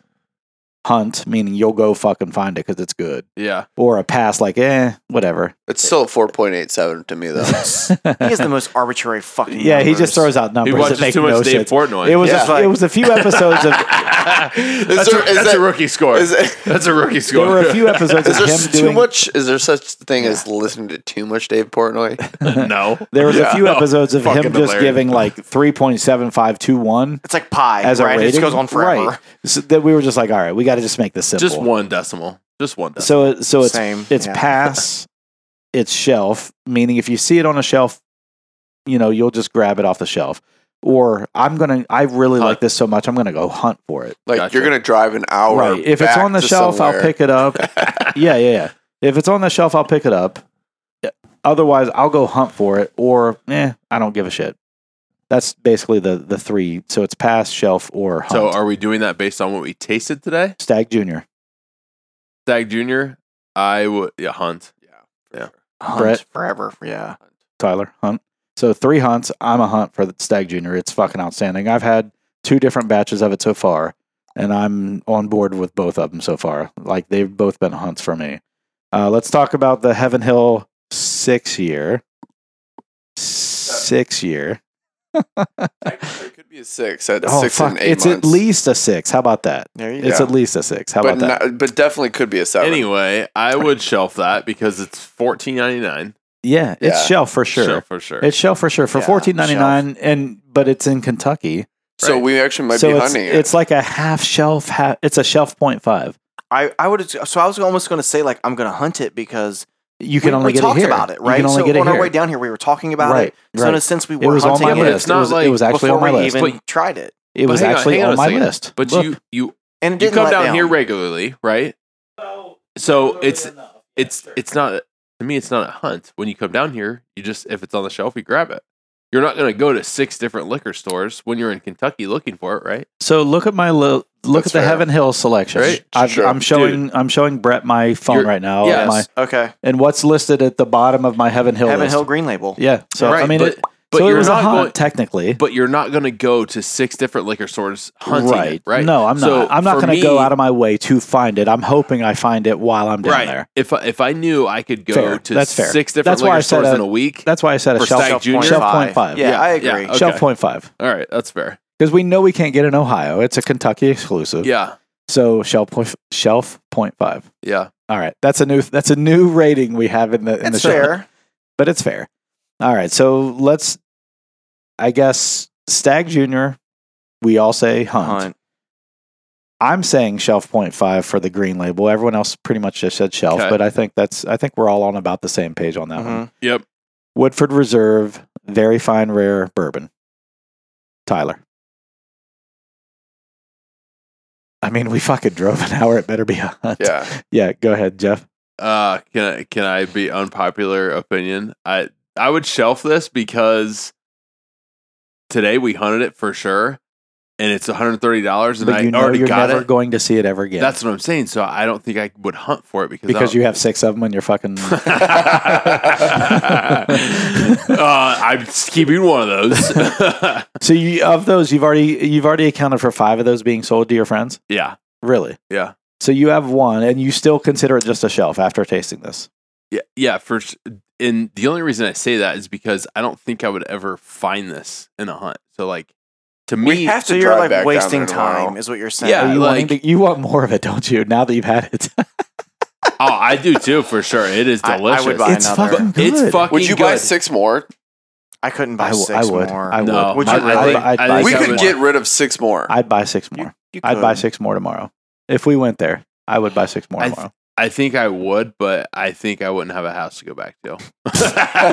[SPEAKER 4] hunt, meaning you'll go fucking find it because it's good,
[SPEAKER 2] Yeah.
[SPEAKER 4] or a pass, like eh, whatever.
[SPEAKER 1] It's still a 4.87 to me, though.
[SPEAKER 5] He has the most arbitrary fucking.
[SPEAKER 4] Yeah, he just
[SPEAKER 5] numbers.
[SPEAKER 4] throws out
[SPEAKER 2] He
[SPEAKER 4] numbers that
[SPEAKER 2] watches
[SPEAKER 4] make
[SPEAKER 2] too much
[SPEAKER 4] no
[SPEAKER 2] Dave
[SPEAKER 4] sense.
[SPEAKER 2] Portnoy.
[SPEAKER 4] It was
[SPEAKER 1] Yeah.
[SPEAKER 4] a, it was a few episodes of
[SPEAKER 2] that's
[SPEAKER 1] there-
[SPEAKER 2] a,
[SPEAKER 1] is
[SPEAKER 2] that's a
[SPEAKER 1] that-
[SPEAKER 2] rookie score.
[SPEAKER 1] Is, it,
[SPEAKER 2] that's a rookie
[SPEAKER 4] there
[SPEAKER 2] score.
[SPEAKER 4] were a few episodes
[SPEAKER 1] is there
[SPEAKER 4] of him
[SPEAKER 1] s- too
[SPEAKER 4] doing
[SPEAKER 1] much? Is there such thing as listening to too much Dave Portnoy?
[SPEAKER 2] no.
[SPEAKER 4] there was a
[SPEAKER 2] Yeah.
[SPEAKER 4] few episodes of him
[SPEAKER 2] Fucking
[SPEAKER 4] just
[SPEAKER 2] hilarious.
[SPEAKER 4] giving like three point seven five two one
[SPEAKER 5] It's like pie,
[SPEAKER 4] as a
[SPEAKER 5] right?
[SPEAKER 4] rating.
[SPEAKER 5] It just goes on forever.
[SPEAKER 4] Right. So that we were just like, all right, we got to just make this simple.
[SPEAKER 2] Just one decimal. Just one decimal.
[SPEAKER 4] So it- so it's
[SPEAKER 5] Same.
[SPEAKER 4] it's
[SPEAKER 5] yeah.
[SPEAKER 4] pass, it's shelf. Meaning, if you see it on a shelf, you know you'll just grab it off the shelf. Or I'm gonna. I really
[SPEAKER 2] Hunt.
[SPEAKER 4] like this so much. I'm gonna go hunt for it.
[SPEAKER 1] Like
[SPEAKER 2] Gotcha.
[SPEAKER 1] you're gonna drive an hour.
[SPEAKER 4] right. If it's
[SPEAKER 1] back
[SPEAKER 4] on the
[SPEAKER 1] to
[SPEAKER 4] shelf, I'll
[SPEAKER 1] somewhere.
[SPEAKER 4] pick it up. yeah, yeah, yeah. If it's on the shelf, I'll pick it up. Yeah. Otherwise, I'll go hunt for it, or eh, I don't give a shit. That's basically the the three. So it's pass, shelf, or hunt.
[SPEAKER 2] So are we doing that based on what we tasted today?
[SPEAKER 4] Stag Junior,
[SPEAKER 2] Stag Junior. I would yeah, hunt.
[SPEAKER 5] Hunt
[SPEAKER 4] Brett.
[SPEAKER 5] forever. Yeah.
[SPEAKER 4] Tyler Hunt. So three hunts. I'm a hunt for the Stag Junior. It's fucking outstanding. I've had two different batches of it so far, and I'm on board with both of them so far. Like they've both been hunts for me. Uh, let's talk about the Heaven Hill six year. Six year.
[SPEAKER 1] It could be a six at
[SPEAKER 4] Oh,
[SPEAKER 1] six
[SPEAKER 4] fuck.
[SPEAKER 1] and eight
[SPEAKER 4] it's
[SPEAKER 1] months.
[SPEAKER 4] at least a six. How about that?
[SPEAKER 5] There you
[SPEAKER 4] It's
[SPEAKER 5] go.
[SPEAKER 4] at least a six. How
[SPEAKER 1] but
[SPEAKER 4] about that?
[SPEAKER 1] not, but definitely could be a seven.
[SPEAKER 2] Anyway, I would shelf that because it's fourteen ninety nine.
[SPEAKER 4] yeah, it's
[SPEAKER 1] Yeah.
[SPEAKER 4] shelf for sure.
[SPEAKER 2] for sure.
[SPEAKER 4] It's shelf for sure for
[SPEAKER 5] Yeah,
[SPEAKER 4] fourteen ninety nine, and but it's in Kentucky,
[SPEAKER 1] so
[SPEAKER 2] Right.
[SPEAKER 1] we actually might
[SPEAKER 4] so
[SPEAKER 1] be
[SPEAKER 4] it's,
[SPEAKER 1] hunting it.
[SPEAKER 4] it's like a half shelf. Half, it's a shelf point five.
[SPEAKER 5] I, I would so I was almost going to say like I'm going to hunt it because
[SPEAKER 4] You can
[SPEAKER 5] we,
[SPEAKER 4] only
[SPEAKER 5] we
[SPEAKER 4] get
[SPEAKER 5] talked
[SPEAKER 4] it here.
[SPEAKER 5] about it,
[SPEAKER 4] You
[SPEAKER 5] right?
[SPEAKER 4] can only
[SPEAKER 5] so
[SPEAKER 4] get it
[SPEAKER 5] on
[SPEAKER 4] here.
[SPEAKER 5] our way down here, we were talking about
[SPEAKER 4] right,
[SPEAKER 5] it. So in a
[SPEAKER 4] right.
[SPEAKER 5] sense, we
[SPEAKER 4] It
[SPEAKER 5] were
[SPEAKER 4] was on
[SPEAKER 5] hunting
[SPEAKER 4] my
[SPEAKER 5] it
[SPEAKER 4] list.
[SPEAKER 2] not
[SPEAKER 4] it, was, it
[SPEAKER 2] like
[SPEAKER 4] was actually
[SPEAKER 5] before
[SPEAKER 4] on my
[SPEAKER 5] we
[SPEAKER 4] list.
[SPEAKER 5] even
[SPEAKER 2] But-
[SPEAKER 5] tried it,
[SPEAKER 4] it was
[SPEAKER 2] But hang on-
[SPEAKER 4] actually
[SPEAKER 2] hang
[SPEAKER 4] on,
[SPEAKER 2] on a
[SPEAKER 4] my
[SPEAKER 2] second.
[SPEAKER 4] list.
[SPEAKER 2] But
[SPEAKER 4] Look,
[SPEAKER 2] you you
[SPEAKER 5] and it
[SPEAKER 2] you
[SPEAKER 5] didn't
[SPEAKER 2] come
[SPEAKER 5] let
[SPEAKER 2] down, here regularly, right? So it's it's it's not to me. It's not a hunt. When you come down here, you just if it's on the shelf, you grab it. You're not going to go to six different liquor stores when you're in Kentucky looking for it, right?
[SPEAKER 4] so look at my lo- look
[SPEAKER 1] That's
[SPEAKER 4] at the
[SPEAKER 1] fair.
[SPEAKER 4] Heaven Hill selection.
[SPEAKER 2] Right?
[SPEAKER 4] I've,
[SPEAKER 1] Sure.
[SPEAKER 4] I'm showing I'm showing Brett my phone
[SPEAKER 2] You're-
[SPEAKER 4] right now.
[SPEAKER 2] Yes.
[SPEAKER 4] My,
[SPEAKER 5] Okay,
[SPEAKER 4] and what's listed at the bottom of my Heaven Hill
[SPEAKER 5] Heaven
[SPEAKER 4] list?
[SPEAKER 5] Hill Green Label.
[SPEAKER 4] Yeah. So
[SPEAKER 2] right,
[SPEAKER 4] I mean,
[SPEAKER 2] but,
[SPEAKER 4] it,
[SPEAKER 2] but
[SPEAKER 4] so it
[SPEAKER 2] you're
[SPEAKER 4] was a
[SPEAKER 2] not
[SPEAKER 4] hunt
[SPEAKER 2] going,
[SPEAKER 4] technically.
[SPEAKER 2] but you're not going to go to six different liquor stores hunting,
[SPEAKER 4] right.
[SPEAKER 2] it, right?
[SPEAKER 4] No, I'm not.
[SPEAKER 2] So
[SPEAKER 4] I'm not
[SPEAKER 2] for
[SPEAKER 4] going to go
[SPEAKER 2] me-
[SPEAKER 4] out of my way to find it. I'm hoping I find it while I'm down
[SPEAKER 2] right.
[SPEAKER 4] there.
[SPEAKER 2] If I, if I knew I could go
[SPEAKER 4] Fair.
[SPEAKER 2] to
[SPEAKER 4] That's fair.
[SPEAKER 2] six different
[SPEAKER 4] That's why I
[SPEAKER 2] liquor
[SPEAKER 4] said
[SPEAKER 2] stores
[SPEAKER 4] a-
[SPEAKER 2] in a week,
[SPEAKER 4] That's why I said a
[SPEAKER 2] For
[SPEAKER 4] shelf,
[SPEAKER 2] Stag
[SPEAKER 4] shelf,
[SPEAKER 2] Junior?
[SPEAKER 4] point five.
[SPEAKER 5] Yeah,
[SPEAKER 2] Yeah,
[SPEAKER 5] I
[SPEAKER 2] yeah,
[SPEAKER 5] agree.
[SPEAKER 2] okay.
[SPEAKER 4] Shelf point five
[SPEAKER 2] all right, that's fair.
[SPEAKER 4] because we know we can't get it in Ohio. It's a Kentucky exclusive.
[SPEAKER 2] Yeah,
[SPEAKER 4] So shelf point shelf point five.
[SPEAKER 2] yeah.
[SPEAKER 4] All right, that's a new that's a new rating we have in the in the
[SPEAKER 5] It's
[SPEAKER 4] show,
[SPEAKER 5] fair.
[SPEAKER 4] but it's fair. All right, so let's, I guess Stag Junior, we all say hunt.
[SPEAKER 5] Hunt.
[SPEAKER 4] I'm saying shelf point five for the green label. Everyone else pretty much just said shelf,
[SPEAKER 2] Okay. Mm-hmm.
[SPEAKER 4] but I think that's I think we're all on about the same page on that one.
[SPEAKER 5] Mhm.
[SPEAKER 2] Yep.
[SPEAKER 4] Woodford Reserve, very fine rare bourbon. Tyler. I mean, we fucking drove an hour. It better be a hunt.
[SPEAKER 1] yeah,
[SPEAKER 4] Yeah, go ahead, Jeff.
[SPEAKER 2] Uh, can I can I be unpopular opinion? I I would shelf this because today we hunted it for sure, and it's one hundred thirty dollars, and
[SPEAKER 4] But
[SPEAKER 2] I
[SPEAKER 4] you know
[SPEAKER 2] already
[SPEAKER 4] you're
[SPEAKER 2] got
[SPEAKER 4] never
[SPEAKER 2] it.
[SPEAKER 4] going to see it ever again.
[SPEAKER 2] That's what I'm saying. So I don't think I would hunt for it because I
[SPEAKER 4] because
[SPEAKER 2] don't-
[SPEAKER 4] you have six of them and you're fucking.
[SPEAKER 2] uh, I'm just keeping one of those.
[SPEAKER 4] so you of those, you've already you've already accounted for five of those being sold to your friends.
[SPEAKER 2] yeah,
[SPEAKER 4] Really?
[SPEAKER 2] Yeah.
[SPEAKER 4] So you have one, and you still consider it just a shelf after tasting this.
[SPEAKER 2] yeah, yeah. For s- and the only reason I say that is because I don't think I would ever find this in a hunt. So like to me,
[SPEAKER 1] we have to.
[SPEAKER 5] So you're
[SPEAKER 1] drive
[SPEAKER 5] like
[SPEAKER 1] back down
[SPEAKER 5] wasting
[SPEAKER 1] there tomorrow.
[SPEAKER 5] time, is what you're saying.
[SPEAKER 2] Yeah.
[SPEAKER 4] Are you wanting
[SPEAKER 2] like-
[SPEAKER 4] to- you want more of it, don't you? Now that you've had it,
[SPEAKER 2] oh, I do too for sure. It is
[SPEAKER 5] I- I would
[SPEAKER 2] delicious.
[SPEAKER 5] buy It's another. fucking
[SPEAKER 2] But It's fucking
[SPEAKER 1] Would you buy
[SPEAKER 2] good.
[SPEAKER 1] six more?
[SPEAKER 5] I couldn't buy
[SPEAKER 4] I, w-
[SPEAKER 5] six
[SPEAKER 4] I would.
[SPEAKER 5] more.
[SPEAKER 4] I would.
[SPEAKER 2] No,
[SPEAKER 1] Would
[SPEAKER 4] I,
[SPEAKER 1] you really?
[SPEAKER 4] I'd, I'd
[SPEAKER 2] I
[SPEAKER 4] buy
[SPEAKER 2] think
[SPEAKER 1] we
[SPEAKER 2] I
[SPEAKER 4] six
[SPEAKER 1] could
[SPEAKER 2] would-
[SPEAKER 4] more.
[SPEAKER 1] get rid of six more.
[SPEAKER 4] I'd buy six more.
[SPEAKER 5] You
[SPEAKER 4] I'd buy
[SPEAKER 5] could.
[SPEAKER 4] six more tomorrow. If we went there, I would buy six more
[SPEAKER 2] I th-
[SPEAKER 4] tomorrow.
[SPEAKER 2] I think I would, but I think I wouldn't have a house to go back to.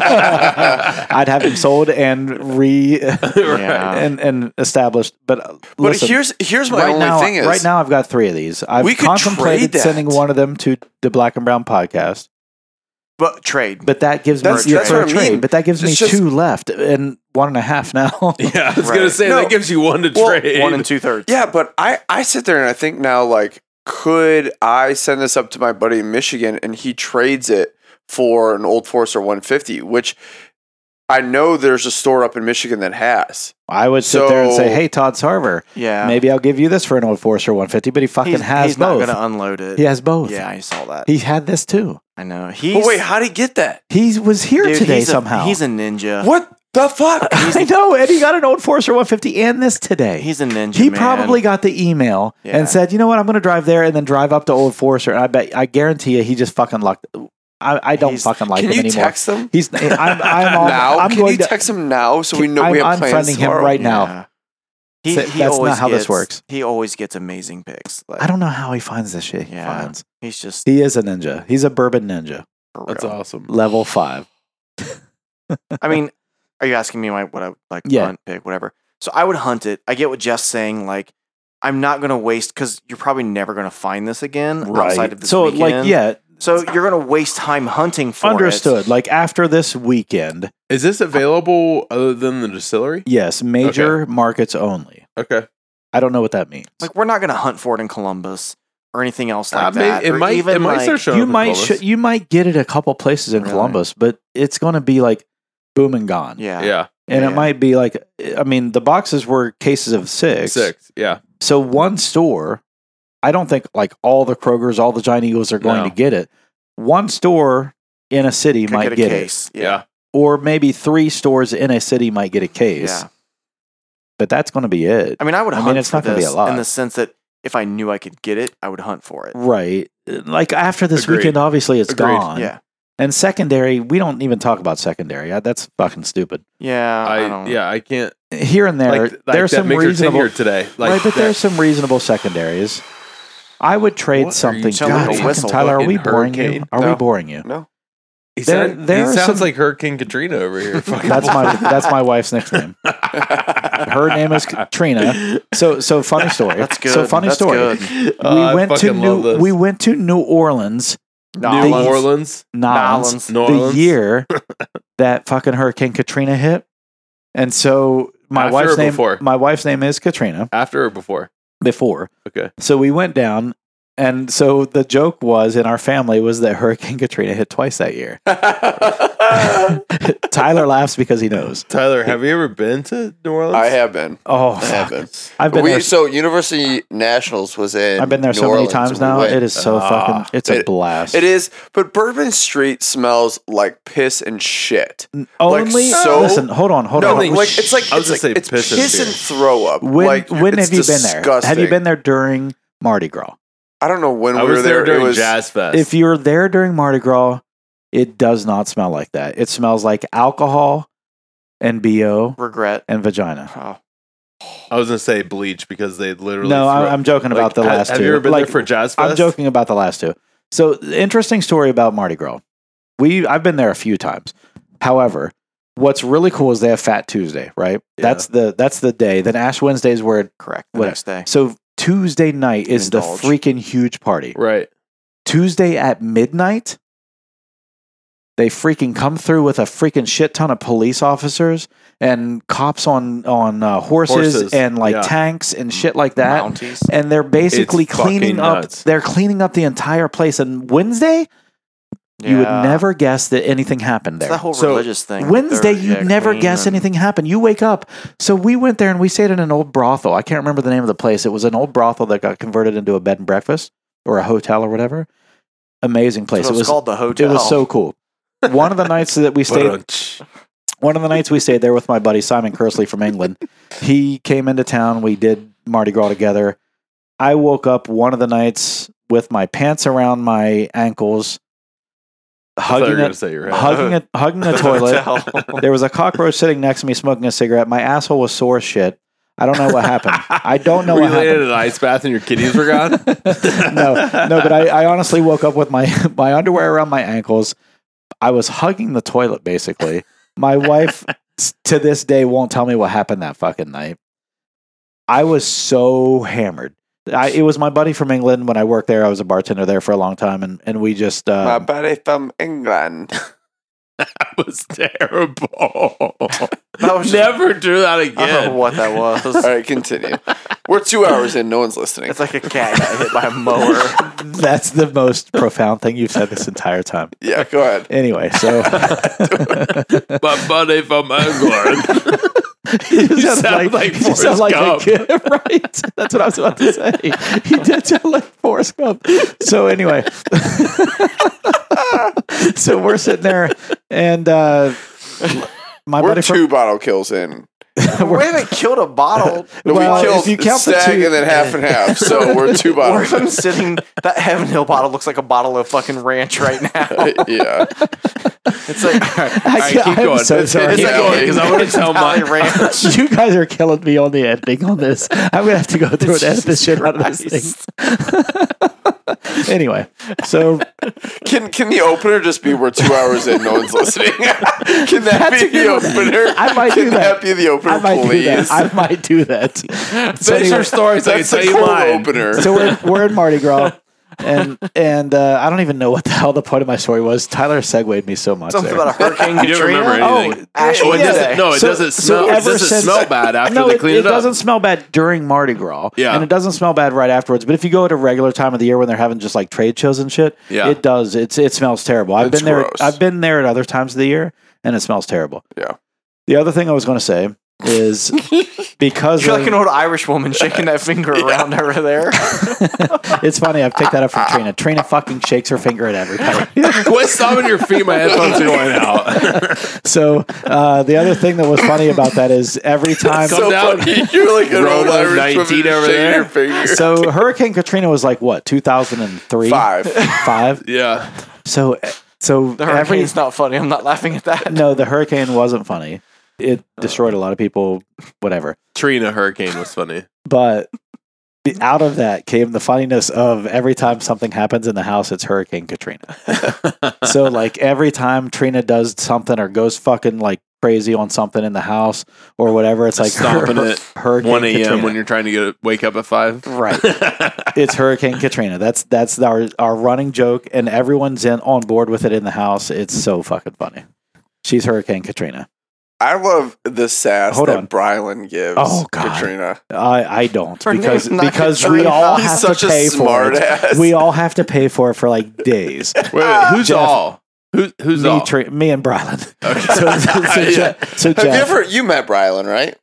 [SPEAKER 4] I'd have them sold and re
[SPEAKER 5] Uh. Yeah.
[SPEAKER 4] and and established. But, uh,
[SPEAKER 1] but
[SPEAKER 4] listen,
[SPEAKER 1] here's here's my
[SPEAKER 4] right
[SPEAKER 1] only
[SPEAKER 4] now,
[SPEAKER 1] thing is
[SPEAKER 4] right now I've got three of these. I've
[SPEAKER 1] We could trade
[SPEAKER 4] contemplated
[SPEAKER 1] that.
[SPEAKER 4] sending one of them to the Black and Brown podcast,
[SPEAKER 5] but trade.
[SPEAKER 4] but that gives
[SPEAKER 1] That's-
[SPEAKER 4] me yeah,
[SPEAKER 1] that's
[SPEAKER 4] for
[SPEAKER 1] what
[SPEAKER 4] a
[SPEAKER 1] I
[SPEAKER 4] trade,
[SPEAKER 1] mean.
[SPEAKER 4] But that gives me
[SPEAKER 1] It's just-
[SPEAKER 4] two left and one and a half now.
[SPEAKER 2] Yeah, I was
[SPEAKER 5] Right.
[SPEAKER 2] gonna say
[SPEAKER 1] No.
[SPEAKER 2] that gives you one to
[SPEAKER 1] Well,
[SPEAKER 2] trade.
[SPEAKER 5] one and two thirds.
[SPEAKER 1] Yeah, but I I sit there and I think now like could I send this up to my buddy in Michigan and he trades it for an old Forester 150, which I know there's a store up in Michigan that has.
[SPEAKER 4] I would sit there and say,
[SPEAKER 1] So-
[SPEAKER 4] "Hey, Todd Sarver,
[SPEAKER 5] Yeah.
[SPEAKER 4] maybe I'll give you this for an old Forester 150." But he fucking
[SPEAKER 5] he's,
[SPEAKER 4] has
[SPEAKER 5] he's
[SPEAKER 4] both.
[SPEAKER 5] not gonna unload it.
[SPEAKER 4] he has both.
[SPEAKER 5] Yeah, I saw that.
[SPEAKER 4] he had this too.
[SPEAKER 5] I know. He's
[SPEAKER 1] But wait, how would he get that?
[SPEAKER 4] He was here
[SPEAKER 5] dude,
[SPEAKER 4] today
[SPEAKER 5] he's a-
[SPEAKER 4] somehow.
[SPEAKER 5] He's a ninja.
[SPEAKER 1] What the fuck?
[SPEAKER 4] Uh, I know, and he got an old Forester 150 and this today.
[SPEAKER 5] He's a ninja.
[SPEAKER 4] he
[SPEAKER 5] man.
[SPEAKER 4] probably got the email
[SPEAKER 5] Yeah.
[SPEAKER 4] and said, "You know what? I'm going to drive there and then drive up to Old Forester." And I bet, I guarantee you, he just fucking lucked. I, I don't
[SPEAKER 5] He's-
[SPEAKER 4] fucking like
[SPEAKER 1] Can
[SPEAKER 4] him
[SPEAKER 1] you
[SPEAKER 4] anymore.
[SPEAKER 1] text them
[SPEAKER 4] He's I'm I'm all,
[SPEAKER 1] now?
[SPEAKER 4] I'm
[SPEAKER 1] Can
[SPEAKER 4] going
[SPEAKER 1] you
[SPEAKER 4] to
[SPEAKER 1] text them now so we know
[SPEAKER 4] I'm
[SPEAKER 1] we have plans
[SPEAKER 4] unfriending him
[SPEAKER 1] tomorrow?
[SPEAKER 4] right now.
[SPEAKER 5] He,
[SPEAKER 4] So
[SPEAKER 5] he
[SPEAKER 4] that's
[SPEAKER 5] always
[SPEAKER 4] not how this
[SPEAKER 5] gets-
[SPEAKER 4] works.
[SPEAKER 5] He always gets amazing picks. Like,
[SPEAKER 4] I don't know how he finds this shit. He
[SPEAKER 5] Yeah.
[SPEAKER 4] finds.
[SPEAKER 5] He's just
[SPEAKER 4] He is a ninja. He's a bourbon ninja,
[SPEAKER 5] for
[SPEAKER 2] That's
[SPEAKER 5] real.
[SPEAKER 2] awesome.
[SPEAKER 4] level five.
[SPEAKER 5] I mean, are you asking me my what I would like
[SPEAKER 4] Yeah.
[SPEAKER 5] hunt pick whatever? So I would hunt it. I get what Jeff's saying. Like, I'm not gonna waste because you're probably never gonna find this again outside of this
[SPEAKER 4] so like
[SPEAKER 5] weekend.
[SPEAKER 4] yeah,
[SPEAKER 5] So you're gonna waste time hunting for
[SPEAKER 4] understood.
[SPEAKER 5] it.
[SPEAKER 4] Like after this weekend,
[SPEAKER 2] Is this available other than the distillery?
[SPEAKER 4] yes, major markets only.
[SPEAKER 2] Okay.
[SPEAKER 4] I don't know what that means.
[SPEAKER 5] Like we're not gonna hunt for it in Columbus or anything else like
[SPEAKER 2] I mean,
[SPEAKER 5] that.
[SPEAKER 2] Uh, it
[SPEAKER 5] or
[SPEAKER 2] might-
[SPEAKER 5] even
[SPEAKER 2] it might
[SPEAKER 5] like,
[SPEAKER 2] start showing-
[SPEAKER 4] you
[SPEAKER 2] up in
[SPEAKER 4] might
[SPEAKER 2] Columbus.
[SPEAKER 4] sh- you might get it a couple places in
[SPEAKER 5] Really?
[SPEAKER 4] Columbus, but it's going to be like boom and gone.
[SPEAKER 5] Yeah.
[SPEAKER 2] Yeah.
[SPEAKER 4] and it
[SPEAKER 5] Yeah.
[SPEAKER 4] might be like I mean the boxes were cases of six.
[SPEAKER 2] Six. Yeah.
[SPEAKER 4] So one store, I don't think like all the Krogers, all the Giant Eagles are going
[SPEAKER 2] No.
[SPEAKER 4] to get it. One store in a city
[SPEAKER 5] Could
[SPEAKER 4] might
[SPEAKER 5] get a
[SPEAKER 4] get, it,
[SPEAKER 5] case.
[SPEAKER 2] Yeah.
[SPEAKER 5] Yeah.
[SPEAKER 4] or maybe three stores in a city might get a case.
[SPEAKER 5] Yeah.
[SPEAKER 4] But that's going to be it,
[SPEAKER 5] I mean, I would
[SPEAKER 4] I mean,
[SPEAKER 5] hunt
[SPEAKER 4] it's
[SPEAKER 5] for
[SPEAKER 4] not gonna
[SPEAKER 5] this
[SPEAKER 4] be a lot.
[SPEAKER 5] in the sense that if I knew I could get it, I would hunt for it.
[SPEAKER 4] right? Like after this
[SPEAKER 2] Agreed.
[SPEAKER 4] weekend, obviously it's
[SPEAKER 2] Agreed.
[SPEAKER 4] gone.
[SPEAKER 5] Yeah.
[SPEAKER 4] And secondary, we don't even talk about secondary. I- That's fucking stupid.
[SPEAKER 5] Yeah. I,
[SPEAKER 2] I,
[SPEAKER 5] don't.
[SPEAKER 2] yeah, I can't
[SPEAKER 4] Here and there,
[SPEAKER 2] like, like
[SPEAKER 4] there's
[SPEAKER 2] that
[SPEAKER 4] some
[SPEAKER 2] makes her
[SPEAKER 4] reasonable
[SPEAKER 2] tenure today. Like
[SPEAKER 4] right, but
[SPEAKER 2] that-
[SPEAKER 4] there's some reasonable secondaries. I would
[SPEAKER 2] What are
[SPEAKER 4] trade
[SPEAKER 2] you
[SPEAKER 4] something.
[SPEAKER 5] telling
[SPEAKER 4] God,
[SPEAKER 5] me?
[SPEAKER 4] fucking
[SPEAKER 5] Whistle
[SPEAKER 4] Tyler, are
[SPEAKER 2] fucking
[SPEAKER 4] we boring you?
[SPEAKER 2] hurricane?
[SPEAKER 4] Are we
[SPEAKER 1] No.
[SPEAKER 4] boring you?
[SPEAKER 1] No.
[SPEAKER 2] he,
[SPEAKER 4] there-
[SPEAKER 2] sound-
[SPEAKER 4] there
[SPEAKER 2] he
[SPEAKER 4] are
[SPEAKER 2] sounds
[SPEAKER 4] some-
[SPEAKER 2] like Hurricane Katrina over here. Fucking
[SPEAKER 4] That's my that's my wife's nickname. Her name is
[SPEAKER 2] Uh,
[SPEAKER 4] Katrina. So so funny story.
[SPEAKER 5] That's good.
[SPEAKER 4] So funny
[SPEAKER 5] That's
[SPEAKER 4] story.
[SPEAKER 5] good.
[SPEAKER 4] we
[SPEAKER 2] Oh, I
[SPEAKER 4] went to
[SPEAKER 2] fucking love
[SPEAKER 4] New
[SPEAKER 2] this.
[SPEAKER 4] we went to New Orleans,
[SPEAKER 2] New
[SPEAKER 4] Nolans.
[SPEAKER 2] Orleans,
[SPEAKER 4] Nolans,
[SPEAKER 5] Nolans.
[SPEAKER 2] New
[SPEAKER 4] the
[SPEAKER 2] Orleans.
[SPEAKER 4] year that fucking Hurricane Katrina hit, and so my
[SPEAKER 2] After or
[SPEAKER 4] wife's name
[SPEAKER 2] before?
[SPEAKER 4] my wife's name is Katrina
[SPEAKER 2] after or before?
[SPEAKER 4] before.
[SPEAKER 2] Okay.
[SPEAKER 4] So we went down, and so the joke was in our family was that Hurricane Katrina hit twice that year. Tyler laughs because he knows.
[SPEAKER 2] Tyler, have you ever been to New Orleans?
[SPEAKER 1] I have been.
[SPEAKER 4] Oh,
[SPEAKER 1] I have
[SPEAKER 4] fuck.
[SPEAKER 1] been.
[SPEAKER 4] I've been
[SPEAKER 1] we,
[SPEAKER 4] there.
[SPEAKER 1] So University Nationals was in.
[SPEAKER 4] I've been there
[SPEAKER 1] New
[SPEAKER 4] so
[SPEAKER 1] Orleans,
[SPEAKER 4] many times
[SPEAKER 1] and we
[SPEAKER 4] now.
[SPEAKER 1] went.
[SPEAKER 4] It is so
[SPEAKER 2] Ah,
[SPEAKER 4] fucking. It's a
[SPEAKER 1] it-
[SPEAKER 4] blast.
[SPEAKER 1] It is, but Bourbon Street smells like piss and shit. like,
[SPEAKER 4] Only
[SPEAKER 1] so-
[SPEAKER 4] listen. Hold on. Hold
[SPEAKER 1] no,
[SPEAKER 4] on.
[SPEAKER 2] think-
[SPEAKER 1] like it's like
[SPEAKER 2] I
[SPEAKER 1] it's,
[SPEAKER 2] was
[SPEAKER 1] like,
[SPEAKER 2] gonna say
[SPEAKER 1] it's piss,
[SPEAKER 2] piss and beer.
[SPEAKER 1] and throw up.
[SPEAKER 4] when
[SPEAKER 1] like,
[SPEAKER 4] when
[SPEAKER 1] it's
[SPEAKER 4] have you been there? Have you
[SPEAKER 1] disgusting.
[SPEAKER 4] been there during Mardi Gras?
[SPEAKER 1] I don't know when
[SPEAKER 2] I
[SPEAKER 1] we
[SPEAKER 2] was
[SPEAKER 1] were
[SPEAKER 2] there
[SPEAKER 1] there.
[SPEAKER 2] during
[SPEAKER 1] it was
[SPEAKER 2] Jazz Fest.
[SPEAKER 4] If you're there during Mardi Gras, it does not smell like that. It smells like alcohol and bo
[SPEAKER 5] Regret.
[SPEAKER 4] and vagina.
[SPEAKER 5] Oh,
[SPEAKER 2] I was gonna say bleach because they literally.
[SPEAKER 4] No,
[SPEAKER 2] threw
[SPEAKER 4] I,
[SPEAKER 2] up.
[SPEAKER 4] I'm joking about
[SPEAKER 2] Like,
[SPEAKER 4] the
[SPEAKER 2] ha-
[SPEAKER 4] last
[SPEAKER 2] have
[SPEAKER 4] two.
[SPEAKER 2] you ever been
[SPEAKER 4] like,
[SPEAKER 2] there for Jazz Fest?
[SPEAKER 4] I'm joking about the last two. So the interesting story about Mardi Gras. We I've been there a few times. However, what's really cool is they have Fat Tuesday, right?
[SPEAKER 2] Yeah.
[SPEAKER 4] That's the that's the day. Then Ash Wednesdays where
[SPEAKER 5] correct. The
[SPEAKER 4] What-
[SPEAKER 5] next day.
[SPEAKER 4] so Tuesday night is
[SPEAKER 5] Indulge.
[SPEAKER 4] the freaking huge party.
[SPEAKER 2] Right.
[SPEAKER 4] Tuesday at midnight, they freaking come through with a freaking shit ton of police officers and cops on on uh, horses,
[SPEAKER 2] Horses,
[SPEAKER 4] and like
[SPEAKER 2] yeah.
[SPEAKER 4] tanks and shit like that
[SPEAKER 5] Mounties.
[SPEAKER 4] and they're basically
[SPEAKER 2] It's
[SPEAKER 4] cleaning
[SPEAKER 2] fucking
[SPEAKER 4] up
[SPEAKER 2] nuts.
[SPEAKER 4] they're cleaning up the entire place and wednesday you
[SPEAKER 5] Yeah.
[SPEAKER 4] would never guess that anything happened
[SPEAKER 5] It's that
[SPEAKER 4] there
[SPEAKER 5] whole
[SPEAKER 2] So,
[SPEAKER 5] religious thing. that
[SPEAKER 4] wednesday
[SPEAKER 5] they're,
[SPEAKER 4] you'd
[SPEAKER 5] yeah,
[SPEAKER 4] never
[SPEAKER 5] clean
[SPEAKER 4] guess
[SPEAKER 5] and-
[SPEAKER 4] anything happened you wake up so we went there and we stayed in an old brothel i can't remember the name of the place it was an old brothel that got converted into a bed and breakfast or a hotel or whatever amazing place
[SPEAKER 5] That's what
[SPEAKER 4] it was
[SPEAKER 5] it's called the
[SPEAKER 4] it
[SPEAKER 5] hotel.
[SPEAKER 4] was so cool one of the nights that we stayed
[SPEAKER 2] Brunch.
[SPEAKER 4] one of the nights we stayed there with my buddy Simon Kersley from England. he came into town. We did Mardi Gras together. I woke up one of the nights with my pants around my ankles,
[SPEAKER 2] I thought you were
[SPEAKER 4] hugging
[SPEAKER 2] going to
[SPEAKER 4] a,
[SPEAKER 2] say your head.
[SPEAKER 4] hugging a hugging the toilet. There was a cockroach sitting next to me smoking a cigarette. My asshole was sore as shit. I don't know what happened. I don't know
[SPEAKER 2] Were
[SPEAKER 4] what
[SPEAKER 2] you laying in
[SPEAKER 4] happened.
[SPEAKER 2] an ice bath and your kidneys were gone?
[SPEAKER 4] no, no, but I, I honestly woke up with my my underwear around my ankles. I was hugging the toilet basically. My wife s- to this day won't tell me what happened that fucking night. I was so hammered. I, it was my buddy from England when I worked there. I was a bartender there for a long time, and and we just uh,
[SPEAKER 1] My buddy from England.
[SPEAKER 2] That was terrible.
[SPEAKER 5] That was just-
[SPEAKER 2] Never do
[SPEAKER 4] Oh,
[SPEAKER 2] that
[SPEAKER 5] I don't
[SPEAKER 2] again.
[SPEAKER 5] know what that
[SPEAKER 1] All
[SPEAKER 5] was.
[SPEAKER 1] right, continue. We're two hours in. No one's listening.
[SPEAKER 5] it's like a cat got hit by a mower.
[SPEAKER 4] that's the most profound thing you've said this entire time.
[SPEAKER 1] Yeah, go ahead.
[SPEAKER 4] Anyway, so
[SPEAKER 2] My buddy from England.
[SPEAKER 4] you,
[SPEAKER 2] sound like
[SPEAKER 4] you sound
[SPEAKER 2] Forrest
[SPEAKER 4] like
[SPEAKER 2] Gump.
[SPEAKER 4] a kid, right? That's what I was about to say. He did sound like Forrest Gump. So anyway, so we're sitting there, and uh, my
[SPEAKER 1] We're
[SPEAKER 4] buddy
[SPEAKER 1] two
[SPEAKER 4] from
[SPEAKER 1] bottle kills in.
[SPEAKER 5] we haven't killed a bottle.
[SPEAKER 1] No,
[SPEAKER 4] Well,
[SPEAKER 1] we
[SPEAKER 4] if
[SPEAKER 1] killed
[SPEAKER 4] you count the
[SPEAKER 1] stag
[SPEAKER 4] two-
[SPEAKER 1] and then half and half, so we're two
[SPEAKER 5] We're
[SPEAKER 1] bottles. in.
[SPEAKER 5] sitting. That Heaven Hill bottle looks like a bottle of fucking ranch right now.
[SPEAKER 1] yeah,
[SPEAKER 5] It's like
[SPEAKER 4] I,
[SPEAKER 2] right, keep
[SPEAKER 4] am
[SPEAKER 2] going.
[SPEAKER 4] so
[SPEAKER 1] It's-
[SPEAKER 4] sorry.
[SPEAKER 5] it's like
[SPEAKER 1] going,
[SPEAKER 5] a-
[SPEAKER 1] 'cause
[SPEAKER 2] I wanna tell
[SPEAKER 5] Valley
[SPEAKER 2] Oh my-
[SPEAKER 5] ranch.
[SPEAKER 4] you guys are killing me on the ending on this. I'm gonna have to go through and edit this shit out of this thing. anyway, so
[SPEAKER 1] can can the opener just be we're two hours in, no one's listening? can that
[SPEAKER 4] That's
[SPEAKER 1] be
[SPEAKER 4] a good
[SPEAKER 1] the
[SPEAKER 4] one.
[SPEAKER 1] opener?
[SPEAKER 4] I might
[SPEAKER 1] can
[SPEAKER 4] do
[SPEAKER 1] that
[SPEAKER 4] that.
[SPEAKER 1] be the opener,
[SPEAKER 4] I might do that.
[SPEAKER 1] please?
[SPEAKER 4] I might do that. So
[SPEAKER 2] Finish
[SPEAKER 4] anyway-
[SPEAKER 2] your stories. I can
[SPEAKER 1] That's
[SPEAKER 2] tell
[SPEAKER 1] the
[SPEAKER 2] you
[SPEAKER 1] cold
[SPEAKER 2] mine.
[SPEAKER 1] opener.
[SPEAKER 4] so we're, we're in Mardi Gras, and and uh, I don't even know what the hell the point of my story was. Tyler segued me so much.
[SPEAKER 5] Something
[SPEAKER 4] there.
[SPEAKER 5] about a hurricane.
[SPEAKER 2] You don't remember
[SPEAKER 5] Katrina?
[SPEAKER 2] anything.
[SPEAKER 5] Oh, Ash
[SPEAKER 2] Oh, it
[SPEAKER 5] Wednesday.
[SPEAKER 2] doesn't, no, it
[SPEAKER 4] So-
[SPEAKER 2] doesn't
[SPEAKER 4] so
[SPEAKER 2] smell. it
[SPEAKER 4] ever
[SPEAKER 2] doesn't
[SPEAKER 4] since-
[SPEAKER 2] smell bad after
[SPEAKER 4] no,
[SPEAKER 2] they
[SPEAKER 4] it,
[SPEAKER 2] clean it,
[SPEAKER 4] it
[SPEAKER 2] up.
[SPEAKER 4] doesn't smell bad during Mardi Gras.
[SPEAKER 2] Yeah.
[SPEAKER 4] and it doesn't smell bad right afterwards. But if you go at a regular time of the year when they're having just like trade shows and shit,
[SPEAKER 2] Yeah.
[SPEAKER 4] it does. It's it smells terrible. I've
[SPEAKER 1] It's
[SPEAKER 4] been there.
[SPEAKER 1] gross.
[SPEAKER 4] I've been there at other times of the year, and it smells terrible.
[SPEAKER 1] Yeah.
[SPEAKER 4] The other thing I was going to say is because
[SPEAKER 5] You're
[SPEAKER 4] of-
[SPEAKER 5] like an old Irish woman shaking that finger around over there.
[SPEAKER 4] it's funny. I've picked that up from Trina. Trina fucking shakes her finger at everybody.
[SPEAKER 2] Quit stomping your feet. My headphones are going out.
[SPEAKER 4] So uh, the other thing that was funny about that is every time.
[SPEAKER 2] Come
[SPEAKER 4] so,
[SPEAKER 1] so
[SPEAKER 2] down.
[SPEAKER 1] funny. You're like an old
[SPEAKER 2] Roll a
[SPEAKER 1] Irish
[SPEAKER 2] 19
[SPEAKER 1] woman
[SPEAKER 2] over
[SPEAKER 1] shaking
[SPEAKER 2] there.
[SPEAKER 1] your finger.
[SPEAKER 4] Hurricane Katrina was like what 2003
[SPEAKER 1] Five.
[SPEAKER 4] five.
[SPEAKER 2] yeah.
[SPEAKER 4] So so
[SPEAKER 5] The
[SPEAKER 4] every
[SPEAKER 5] hurricane's not funny. I'm not laughing at that.
[SPEAKER 4] no the hurricane wasn't funny. It destroyed a lot of people. Whatever.
[SPEAKER 2] Trina Hurricane was funny.
[SPEAKER 4] But the- out of that came the funniness of every time something happens in the house, it's Hurricane Katrina. so like every time Trina does something or goes fucking like crazy on something in the house or whatever, it's like
[SPEAKER 2] Stomping
[SPEAKER 4] Hur-
[SPEAKER 2] it
[SPEAKER 4] Hurricane
[SPEAKER 2] 1 a.m.
[SPEAKER 4] Katrina.
[SPEAKER 2] when you're trying to get wake up at 5.
[SPEAKER 4] Right. it's Hurricane Katrina. That's that's our our running joke, and everyone's in on board with it in the house. It's so fucking funny. She's Hurricane Katrina.
[SPEAKER 1] I love the sass
[SPEAKER 4] Hold
[SPEAKER 1] that
[SPEAKER 4] on.
[SPEAKER 1] Brylan gives
[SPEAKER 4] Oh, God.
[SPEAKER 1] Katrina.
[SPEAKER 4] I I don't
[SPEAKER 5] Her
[SPEAKER 4] because
[SPEAKER 5] name's not
[SPEAKER 4] because we
[SPEAKER 5] Katrina.
[SPEAKER 4] all
[SPEAKER 1] He's
[SPEAKER 4] have
[SPEAKER 1] such
[SPEAKER 4] to
[SPEAKER 1] a
[SPEAKER 4] pay for
[SPEAKER 1] smart
[SPEAKER 4] it.
[SPEAKER 1] ass.
[SPEAKER 4] We all have to pay for it for like days.
[SPEAKER 2] Wait, wait, who's
[SPEAKER 4] Jeff.
[SPEAKER 2] all? Who, who's
[SPEAKER 4] me,
[SPEAKER 2] all?
[SPEAKER 4] Tri- me and Brylan.
[SPEAKER 2] Okay.
[SPEAKER 4] So, so, so
[SPEAKER 2] Yeah.
[SPEAKER 4] Jeff, so
[SPEAKER 1] Have
[SPEAKER 4] Jeff-
[SPEAKER 1] you ever you met Brylan, right?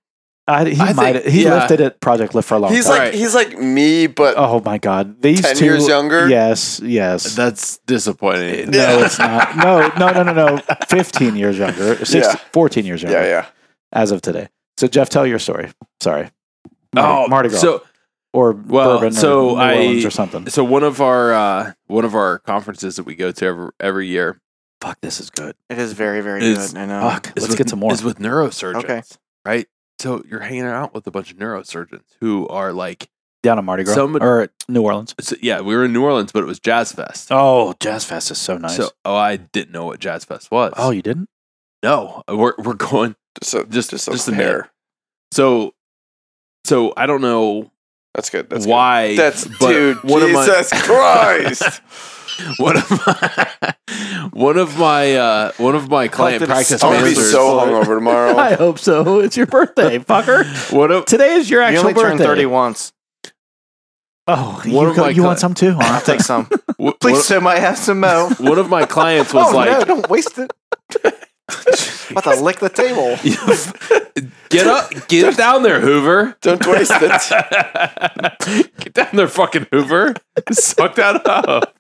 [SPEAKER 4] I, he
[SPEAKER 2] I
[SPEAKER 4] might
[SPEAKER 2] think-
[SPEAKER 4] he
[SPEAKER 2] yeah.
[SPEAKER 4] lifted at Project Lift for a long
[SPEAKER 1] He's
[SPEAKER 4] time.
[SPEAKER 1] like
[SPEAKER 2] Right.
[SPEAKER 1] he's like me, but
[SPEAKER 4] oh my god, these
[SPEAKER 1] 10
[SPEAKER 4] two
[SPEAKER 1] years younger?
[SPEAKER 4] Yes, yes.
[SPEAKER 2] That's disappointing.
[SPEAKER 1] Yeah.
[SPEAKER 4] No, it's not. No, no, no, no, no. 15 years younger. 16,
[SPEAKER 1] Yeah.
[SPEAKER 4] 14 years younger
[SPEAKER 1] yeah, yeah.
[SPEAKER 4] as of today. So, Jeff, tell your story. Sorry. Mardi,
[SPEAKER 2] Oh,
[SPEAKER 4] Mardi Gras
[SPEAKER 2] So,
[SPEAKER 4] or
[SPEAKER 2] well,
[SPEAKER 4] bourbon
[SPEAKER 2] so
[SPEAKER 4] or New
[SPEAKER 2] I-
[SPEAKER 4] Orleans or something.
[SPEAKER 2] so one of our uh, one of our conferences that we go to every, every year
[SPEAKER 4] Fuck, this is good.
[SPEAKER 5] It is very, very
[SPEAKER 2] It's-
[SPEAKER 5] good. I know.
[SPEAKER 4] Fuck,
[SPEAKER 2] is
[SPEAKER 4] let's
[SPEAKER 2] with-
[SPEAKER 4] get some more.
[SPEAKER 2] is with neurosurgeons.
[SPEAKER 5] Okay.
[SPEAKER 2] Right? So you're hanging out with a bunch of neurosurgeons who are like
[SPEAKER 4] Down in Mardi Gras
[SPEAKER 2] Somebody-
[SPEAKER 4] or at New Orleans.
[SPEAKER 2] so, yeah, we were in New Orleans, but it was Jazz Fest.
[SPEAKER 4] Oh, Jazz Fest is so nice.
[SPEAKER 2] So oh I didn't know what Jazz Fest was.
[SPEAKER 4] oh, you didn't?
[SPEAKER 2] no. We're we're going
[SPEAKER 1] Just a,
[SPEAKER 2] Just-
[SPEAKER 1] just just,
[SPEAKER 2] just
[SPEAKER 1] a
[SPEAKER 2] a
[SPEAKER 1] hair.
[SPEAKER 2] minute. so so I don't know
[SPEAKER 1] That's good. That's why.
[SPEAKER 2] why
[SPEAKER 1] Good. That's
[SPEAKER 2] but
[SPEAKER 1] dude.
[SPEAKER 2] one of my-
[SPEAKER 1] Jesus Christ!
[SPEAKER 2] one of my one of my uh, one of my client
[SPEAKER 5] Fucking
[SPEAKER 2] practice
[SPEAKER 1] I'm gonna be
[SPEAKER 2] managers.
[SPEAKER 1] so hungover
[SPEAKER 4] I
[SPEAKER 1] tomorrow.
[SPEAKER 4] hope so. It's your birthday, fucker.
[SPEAKER 2] one of
[SPEAKER 4] Today is your
[SPEAKER 5] You
[SPEAKER 4] actual
[SPEAKER 5] only turned
[SPEAKER 4] birthday.
[SPEAKER 5] 30 once.
[SPEAKER 4] Oh, you,
[SPEAKER 2] One of
[SPEAKER 4] go-
[SPEAKER 2] my
[SPEAKER 4] you want
[SPEAKER 2] cli-
[SPEAKER 4] some too?
[SPEAKER 5] I'll
[SPEAKER 4] Huh?
[SPEAKER 5] take some.
[SPEAKER 2] w-
[SPEAKER 5] Please,
[SPEAKER 2] one-
[SPEAKER 5] somebody have some mo.
[SPEAKER 2] one of my clients was
[SPEAKER 5] oh, no,
[SPEAKER 2] like,
[SPEAKER 5] don't waste it. About to lick the table.
[SPEAKER 2] "Get up, get down there, Hoover!
[SPEAKER 1] Don't waste it.
[SPEAKER 2] get down there, fucking Hoover! Suck that up."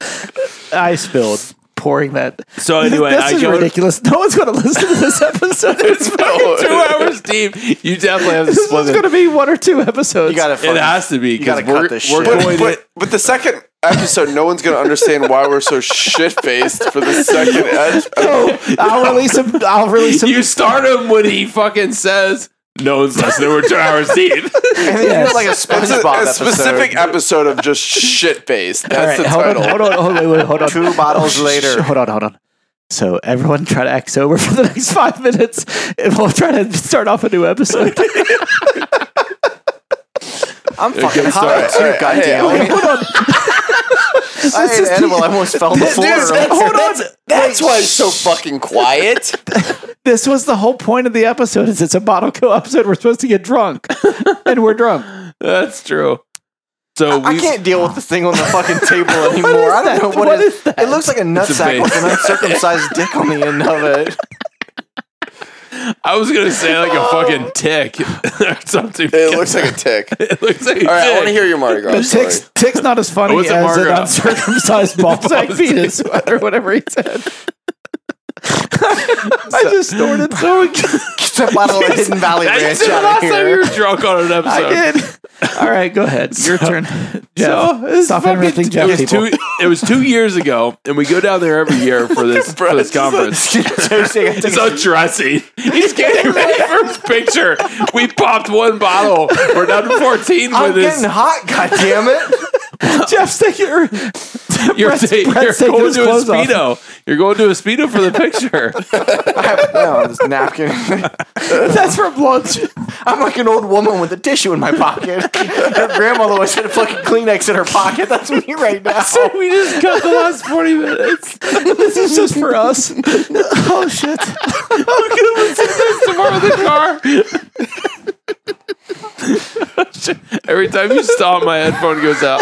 [SPEAKER 4] I spilled pouring that.
[SPEAKER 2] So anyway,
[SPEAKER 4] this
[SPEAKER 2] I
[SPEAKER 4] is
[SPEAKER 2] go
[SPEAKER 4] ridiculous. No one's going to listen to this episode.
[SPEAKER 2] it's fucking two hours deep. You definitely have to
[SPEAKER 4] this is
[SPEAKER 2] split
[SPEAKER 4] going
[SPEAKER 2] it.
[SPEAKER 4] to be one or two episodes.
[SPEAKER 5] You got to
[SPEAKER 2] It has to be
[SPEAKER 5] gotta
[SPEAKER 2] because
[SPEAKER 5] cut
[SPEAKER 2] we're,
[SPEAKER 5] this
[SPEAKER 2] we're
[SPEAKER 5] shit.
[SPEAKER 1] But,
[SPEAKER 2] going.
[SPEAKER 1] but, but the second episode, no one's gonna understand why we're so shit faced for the second. ep-
[SPEAKER 4] Oh, I'll release him. I'll release him.
[SPEAKER 2] You start him when he fucking says, "No one's listening. We're two hours deep."
[SPEAKER 5] And then you
[SPEAKER 4] Yes.
[SPEAKER 5] do like a
[SPEAKER 1] It's a,
[SPEAKER 5] SpongeBob
[SPEAKER 1] a
[SPEAKER 5] episode.
[SPEAKER 1] specific episode of just shit faced.
[SPEAKER 4] All
[SPEAKER 1] That's
[SPEAKER 4] right,
[SPEAKER 1] the
[SPEAKER 4] hold
[SPEAKER 1] title.
[SPEAKER 4] on, hold on, hold on, wait, wait, hold on.
[SPEAKER 5] Two bottles
[SPEAKER 4] Shh, shh,
[SPEAKER 5] later.
[SPEAKER 4] shh, Hold on, hold on. So everyone try to act sober for the next five minutes, and we'll try to start off a new episode.
[SPEAKER 5] I'm fucking
[SPEAKER 2] Okay,
[SPEAKER 5] high
[SPEAKER 2] sorry.
[SPEAKER 5] too,
[SPEAKER 1] All right,
[SPEAKER 5] goddamn.
[SPEAKER 1] hey,
[SPEAKER 5] I ate an edible. I almost fell on the floor.
[SPEAKER 1] Dude, that's, that's, that's why it's so fucking quiet.
[SPEAKER 4] this was the whole point of the episode. Is it's a bottle co episode. We're supposed to get drunk, and we're drunk.
[SPEAKER 2] That's true. So
[SPEAKER 5] I
[SPEAKER 2] we
[SPEAKER 5] can't deal with the thing on the fucking table anymore.
[SPEAKER 4] is
[SPEAKER 5] I
[SPEAKER 4] that?
[SPEAKER 5] don't know what,
[SPEAKER 4] What
[SPEAKER 5] it-
[SPEAKER 4] is that?
[SPEAKER 5] It looks like a nutsack
[SPEAKER 2] vase.
[SPEAKER 5] with an uncircumcised dick on the end of it.
[SPEAKER 2] I was gonna say like a fucking tick or something.
[SPEAKER 1] It looks like a tick.
[SPEAKER 2] it looks like.
[SPEAKER 1] All right, I want to hear your Mardi Gras.
[SPEAKER 4] But
[SPEAKER 1] story.
[SPEAKER 4] Tick's, Tick's not as funny
[SPEAKER 2] Oh, it's
[SPEAKER 4] as
[SPEAKER 2] a
[SPEAKER 4] an
[SPEAKER 2] Margaret.
[SPEAKER 4] uncircumcised ballsack penis, or whatever he said. I just snorted so
[SPEAKER 5] It's a bottle of Hidden Valley
[SPEAKER 2] That's
[SPEAKER 5] Ranch
[SPEAKER 2] the
[SPEAKER 5] out
[SPEAKER 2] last time
[SPEAKER 5] of
[SPEAKER 2] you
[SPEAKER 5] here.
[SPEAKER 2] were drunk on an episode.
[SPEAKER 4] I did. All right, go ahead. Your turn. Jeff.
[SPEAKER 2] it's
[SPEAKER 4] Stop
[SPEAKER 2] fucking-
[SPEAKER 4] interrupting Jeff,
[SPEAKER 2] It was,
[SPEAKER 4] people.
[SPEAKER 2] two, it was two years ago, and we go down there every year for this for this conference.
[SPEAKER 5] Toasting, I think
[SPEAKER 2] He's undressing. He's getting ready for his picture. We popped one bottle. We're down to fourteen
[SPEAKER 5] I'm
[SPEAKER 2] with
[SPEAKER 5] getting
[SPEAKER 2] this.
[SPEAKER 5] hot, goddammit.
[SPEAKER 4] Jeff's taking your.
[SPEAKER 2] You're, ta-
[SPEAKER 4] Brett's- Brett's
[SPEAKER 2] you're
[SPEAKER 4] taking
[SPEAKER 2] going
[SPEAKER 4] his
[SPEAKER 2] to a
[SPEAKER 4] clothes off.
[SPEAKER 2] speedo. You're going to a speedo for the picture.
[SPEAKER 5] I have no, this napkin.
[SPEAKER 4] That's from lunch.
[SPEAKER 5] I'm like an old woman with a tissue in my pocket. Her grandmother always had a fucking Kleenex in her pocket. That's me right now.
[SPEAKER 2] so we just got the last forty minutes.
[SPEAKER 4] This is just for us. Oh shit!
[SPEAKER 2] I'm gonna listen to this tomorrow in the car. Every time you stop, my headphone goes out.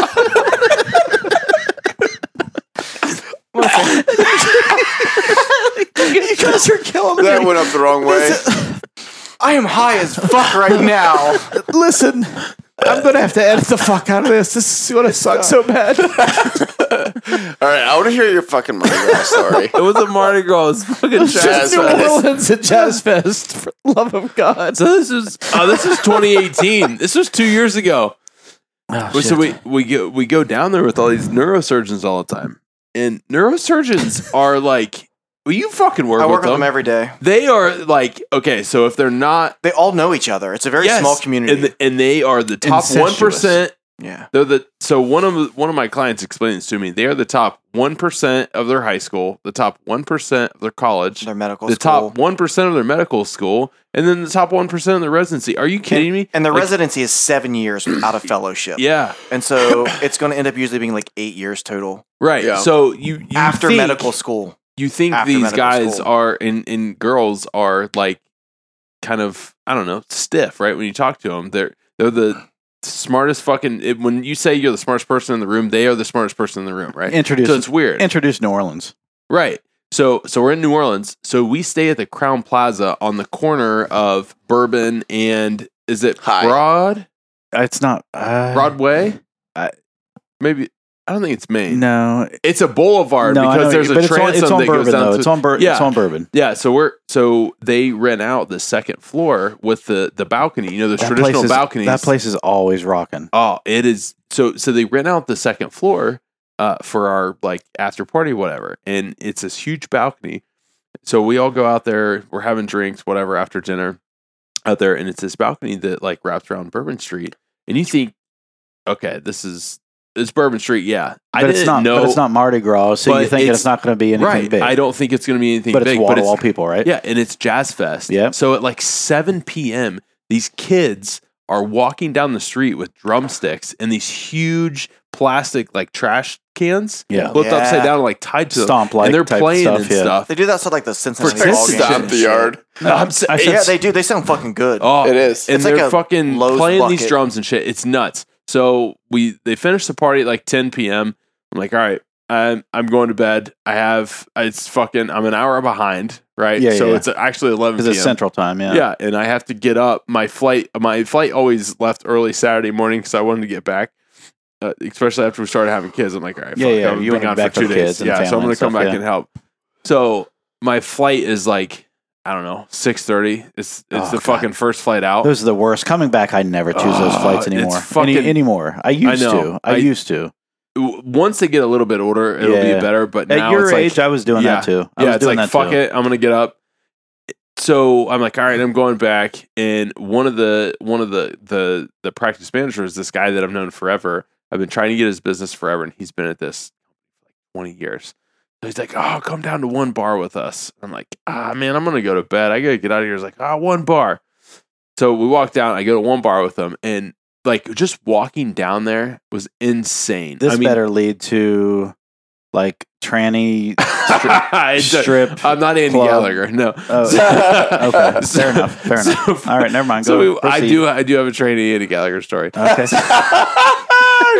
[SPEAKER 4] You guys are killing
[SPEAKER 1] that
[SPEAKER 4] me.
[SPEAKER 1] went up the wrong way.
[SPEAKER 5] I am high as fuck right now.
[SPEAKER 4] Listen, I'm gonna have to edit the fuck out of this. This is gonna suck so bad.
[SPEAKER 1] All right, I want to hear your fucking Mardi Gras story.
[SPEAKER 2] It was a Mardi Gras fucking jazz
[SPEAKER 1] Jazz
[SPEAKER 4] New
[SPEAKER 1] fest.
[SPEAKER 4] Orleans at Jazz Fest, for the love of God.
[SPEAKER 2] So this is oh, this is 2018. this was two years ago.
[SPEAKER 4] Oh,
[SPEAKER 2] so we we go we go down there with all these neurosurgeons all the time, and neurosurgeons are like, well, you fucking work
[SPEAKER 5] I
[SPEAKER 2] with
[SPEAKER 5] work with
[SPEAKER 2] them.
[SPEAKER 5] them every day.
[SPEAKER 2] they are like okay, so if they're not
[SPEAKER 5] They all know each other. It's a very
[SPEAKER 2] yes,
[SPEAKER 5] small community.
[SPEAKER 2] and, the- and they are the top
[SPEAKER 4] Incestuous.
[SPEAKER 2] one percent
[SPEAKER 5] yeah.
[SPEAKER 2] They're the so one of one of my clients explained this to me. They are the top one percent of their high school, the top one percent of their college,
[SPEAKER 5] Their medical
[SPEAKER 2] the
[SPEAKER 5] school.
[SPEAKER 2] top one percent of their medical school, and then the top one percent of their residency. Are you kidding me?
[SPEAKER 5] And the
[SPEAKER 2] Like,
[SPEAKER 5] residency is seven years out of fellowship.
[SPEAKER 2] yeah,
[SPEAKER 5] And so it's going to end up usually being like eight years total
[SPEAKER 2] right.
[SPEAKER 1] Yeah.
[SPEAKER 2] So you, you
[SPEAKER 5] after
[SPEAKER 2] think-
[SPEAKER 5] medical school.
[SPEAKER 2] you think
[SPEAKER 5] after
[SPEAKER 2] these
[SPEAKER 5] medical
[SPEAKER 2] guys
[SPEAKER 5] school.
[SPEAKER 2] are and and girls are like kind of I don't know stiff, right? When you talk to them, they're they're the smartest fucking. It, when you say you're the smartest person in the room, they are the smartest person in the room, right?
[SPEAKER 4] Introduce,
[SPEAKER 2] so it's weird.
[SPEAKER 4] introduce New Orleans.
[SPEAKER 2] Right. So so we're in New Orleans. So we stay at the Crown Plaza on the corner of Bourbon and is it
[SPEAKER 1] High.
[SPEAKER 2] Broad
[SPEAKER 4] It's not. Uh,
[SPEAKER 2] Broadway?
[SPEAKER 4] I-
[SPEAKER 2] Maybe I don't think it's Main.
[SPEAKER 4] No,
[SPEAKER 2] It's a boulevard
[SPEAKER 4] I know
[SPEAKER 2] because
[SPEAKER 4] what
[SPEAKER 2] there's
[SPEAKER 4] you-
[SPEAKER 2] a
[SPEAKER 4] but it's on-
[SPEAKER 2] transom
[SPEAKER 4] It's on,
[SPEAKER 2] that
[SPEAKER 4] bourbon
[SPEAKER 2] goes down
[SPEAKER 4] though.
[SPEAKER 2] to
[SPEAKER 4] it's on bourbon. It's
[SPEAKER 2] Yeah.
[SPEAKER 4] on bourbon.
[SPEAKER 2] yeah, so we're so they rent out the second floor with the the balcony. You know, those traditional
[SPEAKER 4] place is,
[SPEAKER 2] balconies.
[SPEAKER 4] That place is always rocking.
[SPEAKER 2] Oh, it is. So so they rent out the second floor uh, for our like after party, whatever, and it's this huge balcony. So we all go out there. We're having drinks, whatever, after dinner out there, and it's this balcony that like wraps around Bourbon Street, and you think, okay, this is it's Bourbon Street, yeah. I
[SPEAKER 4] But
[SPEAKER 2] didn't
[SPEAKER 4] it's not.
[SPEAKER 2] know.
[SPEAKER 4] But it's not Mardi Gras, so
[SPEAKER 2] But
[SPEAKER 4] you think it's,
[SPEAKER 2] it's-
[SPEAKER 4] it's not going to be anything
[SPEAKER 2] right.
[SPEAKER 4] big.
[SPEAKER 2] I don't think it's going to be anything
[SPEAKER 4] But it's
[SPEAKER 2] big,
[SPEAKER 4] wall
[SPEAKER 2] but
[SPEAKER 4] to
[SPEAKER 2] it's
[SPEAKER 4] wall people, right?
[SPEAKER 2] yeah, and it's Jazz Fest.
[SPEAKER 4] Yep.
[SPEAKER 2] So at like 7 p.m., these kids are walking down the street with drumsticks and these huge plastic like trash cans
[SPEAKER 4] Yeah.
[SPEAKER 2] flipped
[SPEAKER 5] Yeah.
[SPEAKER 2] upside down and like tied to them.
[SPEAKER 4] Stomp like
[SPEAKER 2] and they're
[SPEAKER 4] type
[SPEAKER 2] playing
[SPEAKER 4] stuff,
[SPEAKER 2] and
[SPEAKER 4] yeah.
[SPEAKER 2] stuff.
[SPEAKER 5] They do that so like the Cincinnati
[SPEAKER 2] For
[SPEAKER 5] ball game.
[SPEAKER 2] Cincinnati.
[SPEAKER 1] Stop the yard.
[SPEAKER 2] No, I'm sa-
[SPEAKER 4] I said
[SPEAKER 5] Yeah,
[SPEAKER 2] it's-
[SPEAKER 5] they do. They sound fucking good.
[SPEAKER 2] oh,
[SPEAKER 1] It is.
[SPEAKER 2] And
[SPEAKER 5] It's
[SPEAKER 2] they're
[SPEAKER 5] like a
[SPEAKER 2] fucking
[SPEAKER 5] Lowe's
[SPEAKER 2] playing these
[SPEAKER 5] bucket.
[SPEAKER 2] drums and shit. It's nuts. So we they finish the party at like 10 p.m. I'm like, all right, I'm I'm going to bed. I have it's fucking I'm an hour behind, right?
[SPEAKER 4] Yeah,
[SPEAKER 2] so
[SPEAKER 4] yeah.
[SPEAKER 2] it's actually 11
[SPEAKER 4] because
[SPEAKER 2] p.m.
[SPEAKER 4] it's central time. Yeah.
[SPEAKER 2] Yeah, and I have to get up. My flight, my flight always left early Saturday morning because I wanted to get back. Uh, especially after we started having kids, I'm like, all right,
[SPEAKER 4] Yeah,
[SPEAKER 2] fuck,
[SPEAKER 4] yeah,
[SPEAKER 2] I've been
[SPEAKER 4] you wanna be
[SPEAKER 2] gone
[SPEAKER 4] back
[SPEAKER 2] for
[SPEAKER 4] for
[SPEAKER 2] two
[SPEAKER 4] the
[SPEAKER 2] days.
[SPEAKER 4] kids and
[SPEAKER 2] Yeah, so I'm
[SPEAKER 4] family
[SPEAKER 2] gonna
[SPEAKER 4] and
[SPEAKER 2] come
[SPEAKER 4] stuff,
[SPEAKER 2] back
[SPEAKER 4] yeah.
[SPEAKER 2] and help. So my flight is like, I don't know, six thirty. It's it's
[SPEAKER 4] Oh,
[SPEAKER 2] the
[SPEAKER 4] God.
[SPEAKER 2] fucking first flight out.
[SPEAKER 4] Those are the worst. Coming back, I never choose those
[SPEAKER 2] Ah,
[SPEAKER 4] flights
[SPEAKER 2] it's
[SPEAKER 4] anymore.
[SPEAKER 2] fucking-
[SPEAKER 4] Any, anymore. I used
[SPEAKER 2] know.
[SPEAKER 4] to. I,
[SPEAKER 2] I-
[SPEAKER 4] used to.
[SPEAKER 2] w- once they get a little bit older, it'll
[SPEAKER 4] Yeah.
[SPEAKER 2] be better. But
[SPEAKER 4] At
[SPEAKER 2] now
[SPEAKER 4] your
[SPEAKER 2] it's like,
[SPEAKER 4] age, I was doing that too. I
[SPEAKER 2] yeah,
[SPEAKER 4] was
[SPEAKER 2] it's
[SPEAKER 4] doing
[SPEAKER 2] like
[SPEAKER 4] that
[SPEAKER 2] fuck
[SPEAKER 4] too.
[SPEAKER 2] it, I'm gonna get up. So I'm like, all right, I'm going back. And one of the one of the the the practice managers, this guy that I've known forever, I've been trying to get his business forever, and he's been at this like 20 years. So he's like, oh, come down to one bar with us. I'm like, ah, man, I'm gonna go to bed. I gotta get out of here. He's like, ah, one bar. So we walk down. I go to one bar with him, and like just walking down there was insane.
[SPEAKER 4] This
[SPEAKER 2] I mean,
[SPEAKER 4] better lead to like tranny
[SPEAKER 2] It does-
[SPEAKER 4] strip.
[SPEAKER 2] I'm not Andy
[SPEAKER 4] club.
[SPEAKER 2] Gallagher. No.
[SPEAKER 4] oh, okay, fair enough. Fair
[SPEAKER 2] So-
[SPEAKER 4] enough. All right, never mind. Go,
[SPEAKER 2] So we, I
[SPEAKER 4] proceed. Uh,
[SPEAKER 2] do. I do have a trainee in a Gallagher story.
[SPEAKER 4] Okay.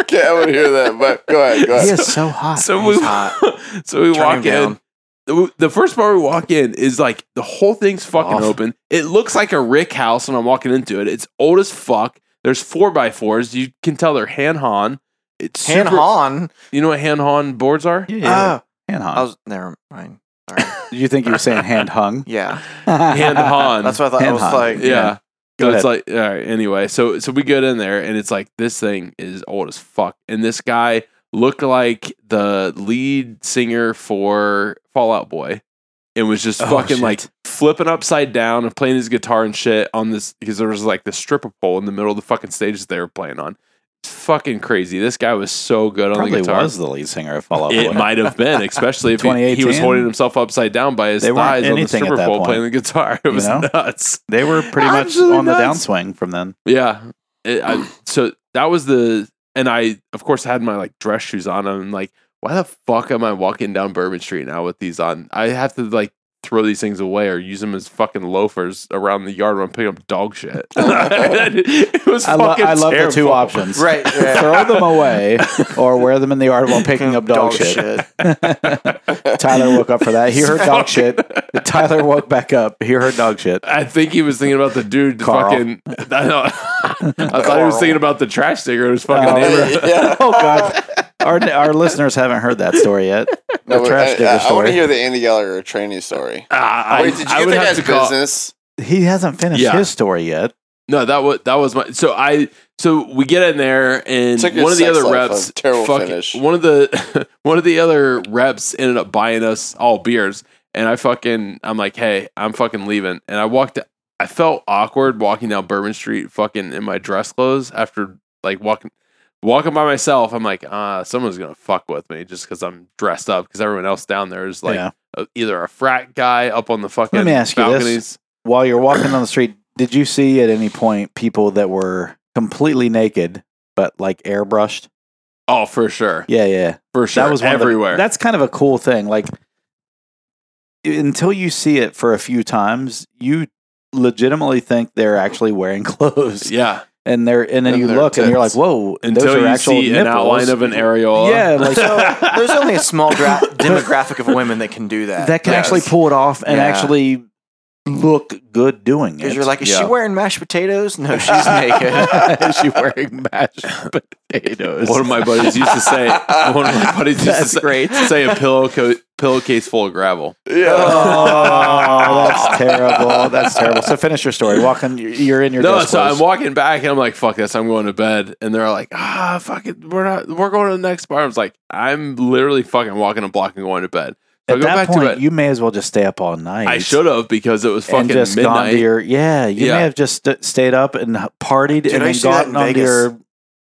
[SPEAKER 1] okay, I want to hear that, but go ahead. Go
[SPEAKER 4] he
[SPEAKER 1] ahead.
[SPEAKER 4] is so hot.
[SPEAKER 2] So
[SPEAKER 5] He's
[SPEAKER 2] we,
[SPEAKER 5] hot.
[SPEAKER 2] so we
[SPEAKER 5] Turn him
[SPEAKER 2] walk in.
[SPEAKER 5] down.
[SPEAKER 2] The- The first bar we walk in is like the whole thing's fucking
[SPEAKER 4] Off.
[SPEAKER 2] open. It looks like a rick house when I'm walking into it. It's old as fuck. There's four by fours. You can tell they're hand hon. It's
[SPEAKER 5] Han
[SPEAKER 2] super-
[SPEAKER 5] Han.
[SPEAKER 2] You know what hand hon boards are?
[SPEAKER 4] Yeah.
[SPEAKER 5] Oh,
[SPEAKER 4] hand
[SPEAKER 5] I
[SPEAKER 4] hung.
[SPEAKER 5] was never mind. Sorry.
[SPEAKER 4] you think you were saying hand hung?
[SPEAKER 5] Yeah,
[SPEAKER 2] Hand hon.
[SPEAKER 5] that's what I thought. I
[SPEAKER 4] Hand
[SPEAKER 5] was
[SPEAKER 4] hung.
[SPEAKER 5] like,
[SPEAKER 2] Yeah.
[SPEAKER 4] Yeah.
[SPEAKER 2] So
[SPEAKER 4] Go
[SPEAKER 2] it's like all right, anyway, so so we get in there and it's like this thing is old as fuck. And this guy looked like the lead singer for Fallout Boy and was just
[SPEAKER 4] Oh,
[SPEAKER 2] fucking
[SPEAKER 4] shit.
[SPEAKER 2] like flipping upside down and playing his guitar and shit on this because there was like this stripper pole in the middle of the fucking stage that they were playing on. It's fucking crazy. This guy was so good on
[SPEAKER 4] Probably
[SPEAKER 2] the guitar.
[SPEAKER 4] was the lead singer of Fall Out Boy.
[SPEAKER 2] It might have been, especially if he, he was
[SPEAKER 4] 2018?
[SPEAKER 2] holding himself upside down by his
[SPEAKER 4] They weren't
[SPEAKER 2] thighs on the
[SPEAKER 4] anything at
[SPEAKER 2] stripper
[SPEAKER 4] that
[SPEAKER 2] pole
[SPEAKER 4] point.
[SPEAKER 2] playing the guitar. It
[SPEAKER 4] You
[SPEAKER 2] was
[SPEAKER 4] know?
[SPEAKER 2] nuts.
[SPEAKER 4] They were pretty much
[SPEAKER 2] Absolutely
[SPEAKER 4] on the
[SPEAKER 2] nuts.
[SPEAKER 4] downswing from then.
[SPEAKER 2] Yeah. It, I, so that was the, and I, of course, had my like dress shoes on. I'm like, why the fuck am I walking down Bourbon Street now with these on? I have to like throw these things away or use them as fucking loafers around the yard when I'm picking up dog shit. it was
[SPEAKER 4] I, lo-
[SPEAKER 2] fucking
[SPEAKER 4] I love the two
[SPEAKER 2] terrible.
[SPEAKER 4] options.
[SPEAKER 5] right. yeah.
[SPEAKER 4] Throw them away or wear them in the yard while picking up dog, shit. Tyler woke up for that. He heard dog shit. Tyler woke back up. He heard dog shit.
[SPEAKER 2] I think he was thinking about the dude
[SPEAKER 4] Carl.
[SPEAKER 2] fucking. I, know- I thought he was
[SPEAKER 5] Carl.
[SPEAKER 2] thinking about the trash digger in his fucking
[SPEAKER 4] Oh.
[SPEAKER 2] neighborhood.
[SPEAKER 1] Yeah.
[SPEAKER 4] Oh god. Our, our listeners haven't heard that story yet.
[SPEAKER 1] No,
[SPEAKER 4] the
[SPEAKER 1] but
[SPEAKER 4] trash
[SPEAKER 1] I-
[SPEAKER 4] digger
[SPEAKER 1] I, I want
[SPEAKER 4] story.
[SPEAKER 1] to hear the Andy Gallagher training story.
[SPEAKER 2] Ah, I-
[SPEAKER 1] Wait, did you
[SPEAKER 2] I
[SPEAKER 1] get
[SPEAKER 2] would
[SPEAKER 1] the
[SPEAKER 2] have
[SPEAKER 1] guy's
[SPEAKER 2] to call-
[SPEAKER 1] business?
[SPEAKER 4] He hasn't finished
[SPEAKER 2] Yeah.
[SPEAKER 4] his story yet.
[SPEAKER 2] No, that was that was my so I so we get in there and
[SPEAKER 1] Took your
[SPEAKER 2] one of the
[SPEAKER 1] sex
[SPEAKER 2] other
[SPEAKER 1] life
[SPEAKER 2] reps
[SPEAKER 1] on. Terrible
[SPEAKER 2] fucking-
[SPEAKER 1] finish.
[SPEAKER 2] one of the one of the other reps ended up buying us all beers and I fucking I'm like, "Hey, I'm fucking leaving." And I walked I felt awkward walking down Bourbon Street fucking in my dress clothes after like walking walking by myself. I'm like, "Ah, someone's going to fuck with me just cuz I'm dressed up cuz everyone else down there is like
[SPEAKER 4] yeah.
[SPEAKER 2] a- either a frat guy up on the fucking
[SPEAKER 4] Let me ask you this.
[SPEAKER 2] balconies.
[SPEAKER 4] While you're walking on the street, did you see at any point people that were completely naked but like airbrushed?
[SPEAKER 2] Oh, for sure.
[SPEAKER 4] Yeah, yeah.
[SPEAKER 2] For sure.
[SPEAKER 4] That was one of the-
[SPEAKER 2] everywhere.
[SPEAKER 4] that's kind of a cool thing. Like until you see it for a few times, you legitimately think they're actually wearing clothes.
[SPEAKER 2] yeah.
[SPEAKER 4] and they're and then
[SPEAKER 1] And
[SPEAKER 4] you
[SPEAKER 1] their
[SPEAKER 4] look and you're like,
[SPEAKER 1] tits.
[SPEAKER 4] whoa,
[SPEAKER 2] until
[SPEAKER 4] those are
[SPEAKER 2] you
[SPEAKER 4] actual
[SPEAKER 2] see an
[SPEAKER 4] nipples.
[SPEAKER 2] outline of an areola.
[SPEAKER 4] Yeah, like-
[SPEAKER 5] So there's only a small dra- demographic of women that can do that.
[SPEAKER 4] that can
[SPEAKER 1] Yes.
[SPEAKER 4] actually pull it off and
[SPEAKER 5] Yeah.
[SPEAKER 4] actually look good doing it.
[SPEAKER 5] Because you're like, is she
[SPEAKER 2] Yeah.
[SPEAKER 5] wearing mashed potatoes? No, she's naked.
[SPEAKER 4] is she wearing mashed potatoes?
[SPEAKER 2] one of my buddies used to say. One of my buddies used to
[SPEAKER 4] That's
[SPEAKER 2] say,
[SPEAKER 4] great.
[SPEAKER 2] say a pillow co- pillowcase full of gravel.
[SPEAKER 1] Yeah.
[SPEAKER 4] Oh, that's terrible. That's terrible. So finish your story. Walking, you're in your
[SPEAKER 2] no,
[SPEAKER 4] dress
[SPEAKER 2] so
[SPEAKER 4] clothes.
[SPEAKER 2] I'm walking back and I'm like, "Fuck this! I'm going to bed." And they're like, "Ah, fuck it, we're not. We're going to the next bar." I was like, "I'm literally fucking walking a block and going to bed." So I
[SPEAKER 4] At
[SPEAKER 2] go
[SPEAKER 4] that
[SPEAKER 2] back to
[SPEAKER 4] point,
[SPEAKER 2] bed.
[SPEAKER 4] you may as well just stay up all night.
[SPEAKER 2] I should have because it was fucking
[SPEAKER 4] and just gone
[SPEAKER 2] midnight.
[SPEAKER 4] to your yeah. You
[SPEAKER 2] Yeah.
[SPEAKER 4] may have just st- stayed up and h- partied
[SPEAKER 5] Dude,
[SPEAKER 4] and
[SPEAKER 5] I
[SPEAKER 4] then
[SPEAKER 5] used to do that
[SPEAKER 4] gotten
[SPEAKER 5] in
[SPEAKER 4] on
[SPEAKER 5] Vegas.
[SPEAKER 4] your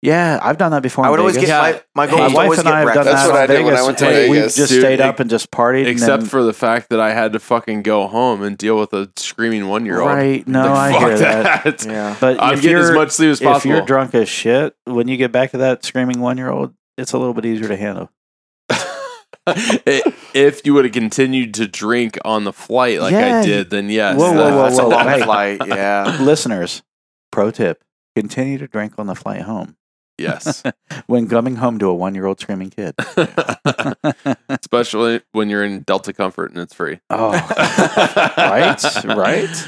[SPEAKER 4] yeah. I've done that before.
[SPEAKER 5] I
[SPEAKER 4] in
[SPEAKER 5] would always
[SPEAKER 4] Vegas.
[SPEAKER 5] get my, my goal
[SPEAKER 4] My
[SPEAKER 5] was
[SPEAKER 4] wife
[SPEAKER 5] always
[SPEAKER 4] and I
[SPEAKER 5] get
[SPEAKER 4] have done
[SPEAKER 1] That's
[SPEAKER 5] breakfast.
[SPEAKER 4] that
[SPEAKER 1] what
[SPEAKER 4] on
[SPEAKER 1] I did when
[SPEAKER 4] Vegas.
[SPEAKER 1] I went to
[SPEAKER 4] and
[SPEAKER 1] Vegas.
[SPEAKER 4] We just
[SPEAKER 2] Dude,
[SPEAKER 4] stayed
[SPEAKER 2] ex-
[SPEAKER 4] up and just partied.
[SPEAKER 2] Except
[SPEAKER 4] and then,
[SPEAKER 2] for the fact that I had to fucking go home and deal with a screaming one year old.
[SPEAKER 4] right, no, I hear that.
[SPEAKER 5] Yeah.
[SPEAKER 4] But
[SPEAKER 2] I'm
[SPEAKER 4] if
[SPEAKER 2] getting as
[SPEAKER 4] you're-
[SPEAKER 2] much sleep as
[SPEAKER 4] if
[SPEAKER 2] possible.
[SPEAKER 4] you're drunk as shit, when you get back to that screaming one year old, it's a little bit easier to handle.
[SPEAKER 2] I- if you would have continued to drink on the flight like
[SPEAKER 4] Yeah,
[SPEAKER 2] I did, then yes.
[SPEAKER 4] Whoa, whoa,
[SPEAKER 2] that-
[SPEAKER 4] whoa,
[SPEAKER 5] That's a
[SPEAKER 4] whoa,
[SPEAKER 5] long
[SPEAKER 4] hey.
[SPEAKER 5] flight. Yeah.
[SPEAKER 4] Listeners, pro tip: continue to drink on the flight home
[SPEAKER 2] Yes.
[SPEAKER 4] when coming home to a one year old screaming kid.
[SPEAKER 2] Especially when you're in Delta Comfort and it's free.
[SPEAKER 4] Oh,
[SPEAKER 2] right?
[SPEAKER 4] right?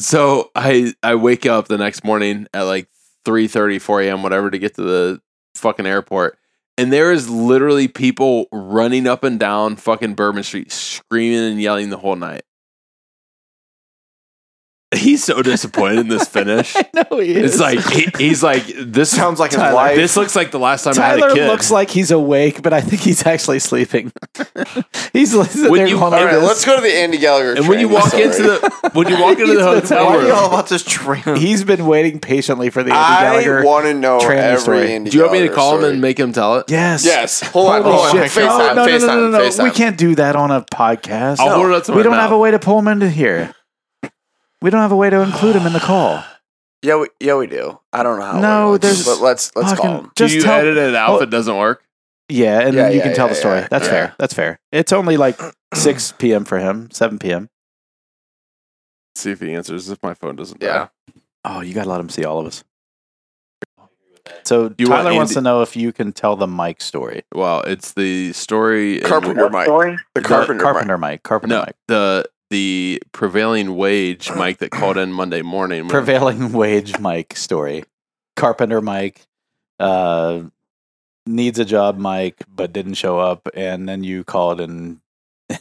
[SPEAKER 2] So I I wake up the next morning at like 3 4 a.m., whatever, to get to the fucking airport. And there is literally people running up and down fucking Bourbon Street, screaming and yelling the whole night. he's so disappointed in this finish.
[SPEAKER 4] no, he
[SPEAKER 2] It's like he, he's like this
[SPEAKER 5] Sounds like his
[SPEAKER 4] Tyler,
[SPEAKER 5] wife.
[SPEAKER 2] This looks like the last time I had
[SPEAKER 4] Tyler
[SPEAKER 2] a kid.
[SPEAKER 4] looks like he's awake, but I think he's actually sleeping. he's sitting
[SPEAKER 2] When
[SPEAKER 4] there
[SPEAKER 2] you-
[SPEAKER 4] going
[SPEAKER 2] all
[SPEAKER 4] like
[SPEAKER 1] All right,
[SPEAKER 4] this.
[SPEAKER 1] let's go to the Andy Gallagher.
[SPEAKER 2] and when you
[SPEAKER 1] train,
[SPEAKER 2] walk
[SPEAKER 1] sorry.
[SPEAKER 2] into the when you walk into the
[SPEAKER 4] He's been
[SPEAKER 2] hotel
[SPEAKER 5] Why are
[SPEAKER 2] room,
[SPEAKER 5] you all about this train?
[SPEAKER 4] He's been waiting patiently for the Andy
[SPEAKER 1] I
[SPEAKER 4] Gallagher.
[SPEAKER 1] want to know
[SPEAKER 4] train
[SPEAKER 1] every
[SPEAKER 4] story.
[SPEAKER 1] Andy.
[SPEAKER 2] do you want me to
[SPEAKER 1] Gallagher
[SPEAKER 2] call him
[SPEAKER 1] story.
[SPEAKER 2] and make him tell it?
[SPEAKER 4] yes.
[SPEAKER 1] Yes. Hold on.
[SPEAKER 4] Holy
[SPEAKER 1] Hold on.
[SPEAKER 4] shit.
[SPEAKER 1] FaceTime.
[SPEAKER 4] no, no, no,
[SPEAKER 1] FaceTime.
[SPEAKER 4] no, no, no.
[SPEAKER 1] FaceTime.
[SPEAKER 4] We can't do that on a podcast.
[SPEAKER 2] I'll hold it up to my
[SPEAKER 4] we don't
[SPEAKER 2] mouth.
[SPEAKER 4] have a way to pull him into here. We don't have a way to include him in the call.
[SPEAKER 1] Yeah, we, yeah, we do. I don't know how.
[SPEAKER 4] No,
[SPEAKER 1] it works,
[SPEAKER 4] there's
[SPEAKER 1] But let's let's call
[SPEAKER 4] Fucking-
[SPEAKER 1] him.
[SPEAKER 2] Do
[SPEAKER 4] Just
[SPEAKER 2] you
[SPEAKER 4] tell,
[SPEAKER 2] edit it out
[SPEAKER 4] Oh.
[SPEAKER 2] if it doesn't work?
[SPEAKER 4] Yeah, and
[SPEAKER 1] Yeah,
[SPEAKER 4] then you
[SPEAKER 1] yeah,
[SPEAKER 4] can tell
[SPEAKER 1] yeah,
[SPEAKER 4] the story.
[SPEAKER 1] yeah.
[SPEAKER 4] That's
[SPEAKER 1] Yeah.
[SPEAKER 4] fair. That's fair. It's only like 6 p.m. for him, 7 p.m.
[SPEAKER 2] See if he answers. If my phone doesn't.
[SPEAKER 1] Yeah.
[SPEAKER 2] die.
[SPEAKER 4] Oh, you gotta let him see all of us. So
[SPEAKER 2] You want
[SPEAKER 4] Tyler wants
[SPEAKER 2] Andy-
[SPEAKER 4] to know if you can tell the Mike story.
[SPEAKER 2] Well, it's the story. in-
[SPEAKER 1] Carpenter Mike. The Carpenter, Mike.
[SPEAKER 4] Carpenter Mike. Carpenter
[SPEAKER 2] No,
[SPEAKER 4] Mike.
[SPEAKER 2] the the prevailing wage Mike that called in Monday morning.
[SPEAKER 4] Prevailing wage Mike story. Carpenter Mike uh, needs a job Mike, but didn't show up, and then you called and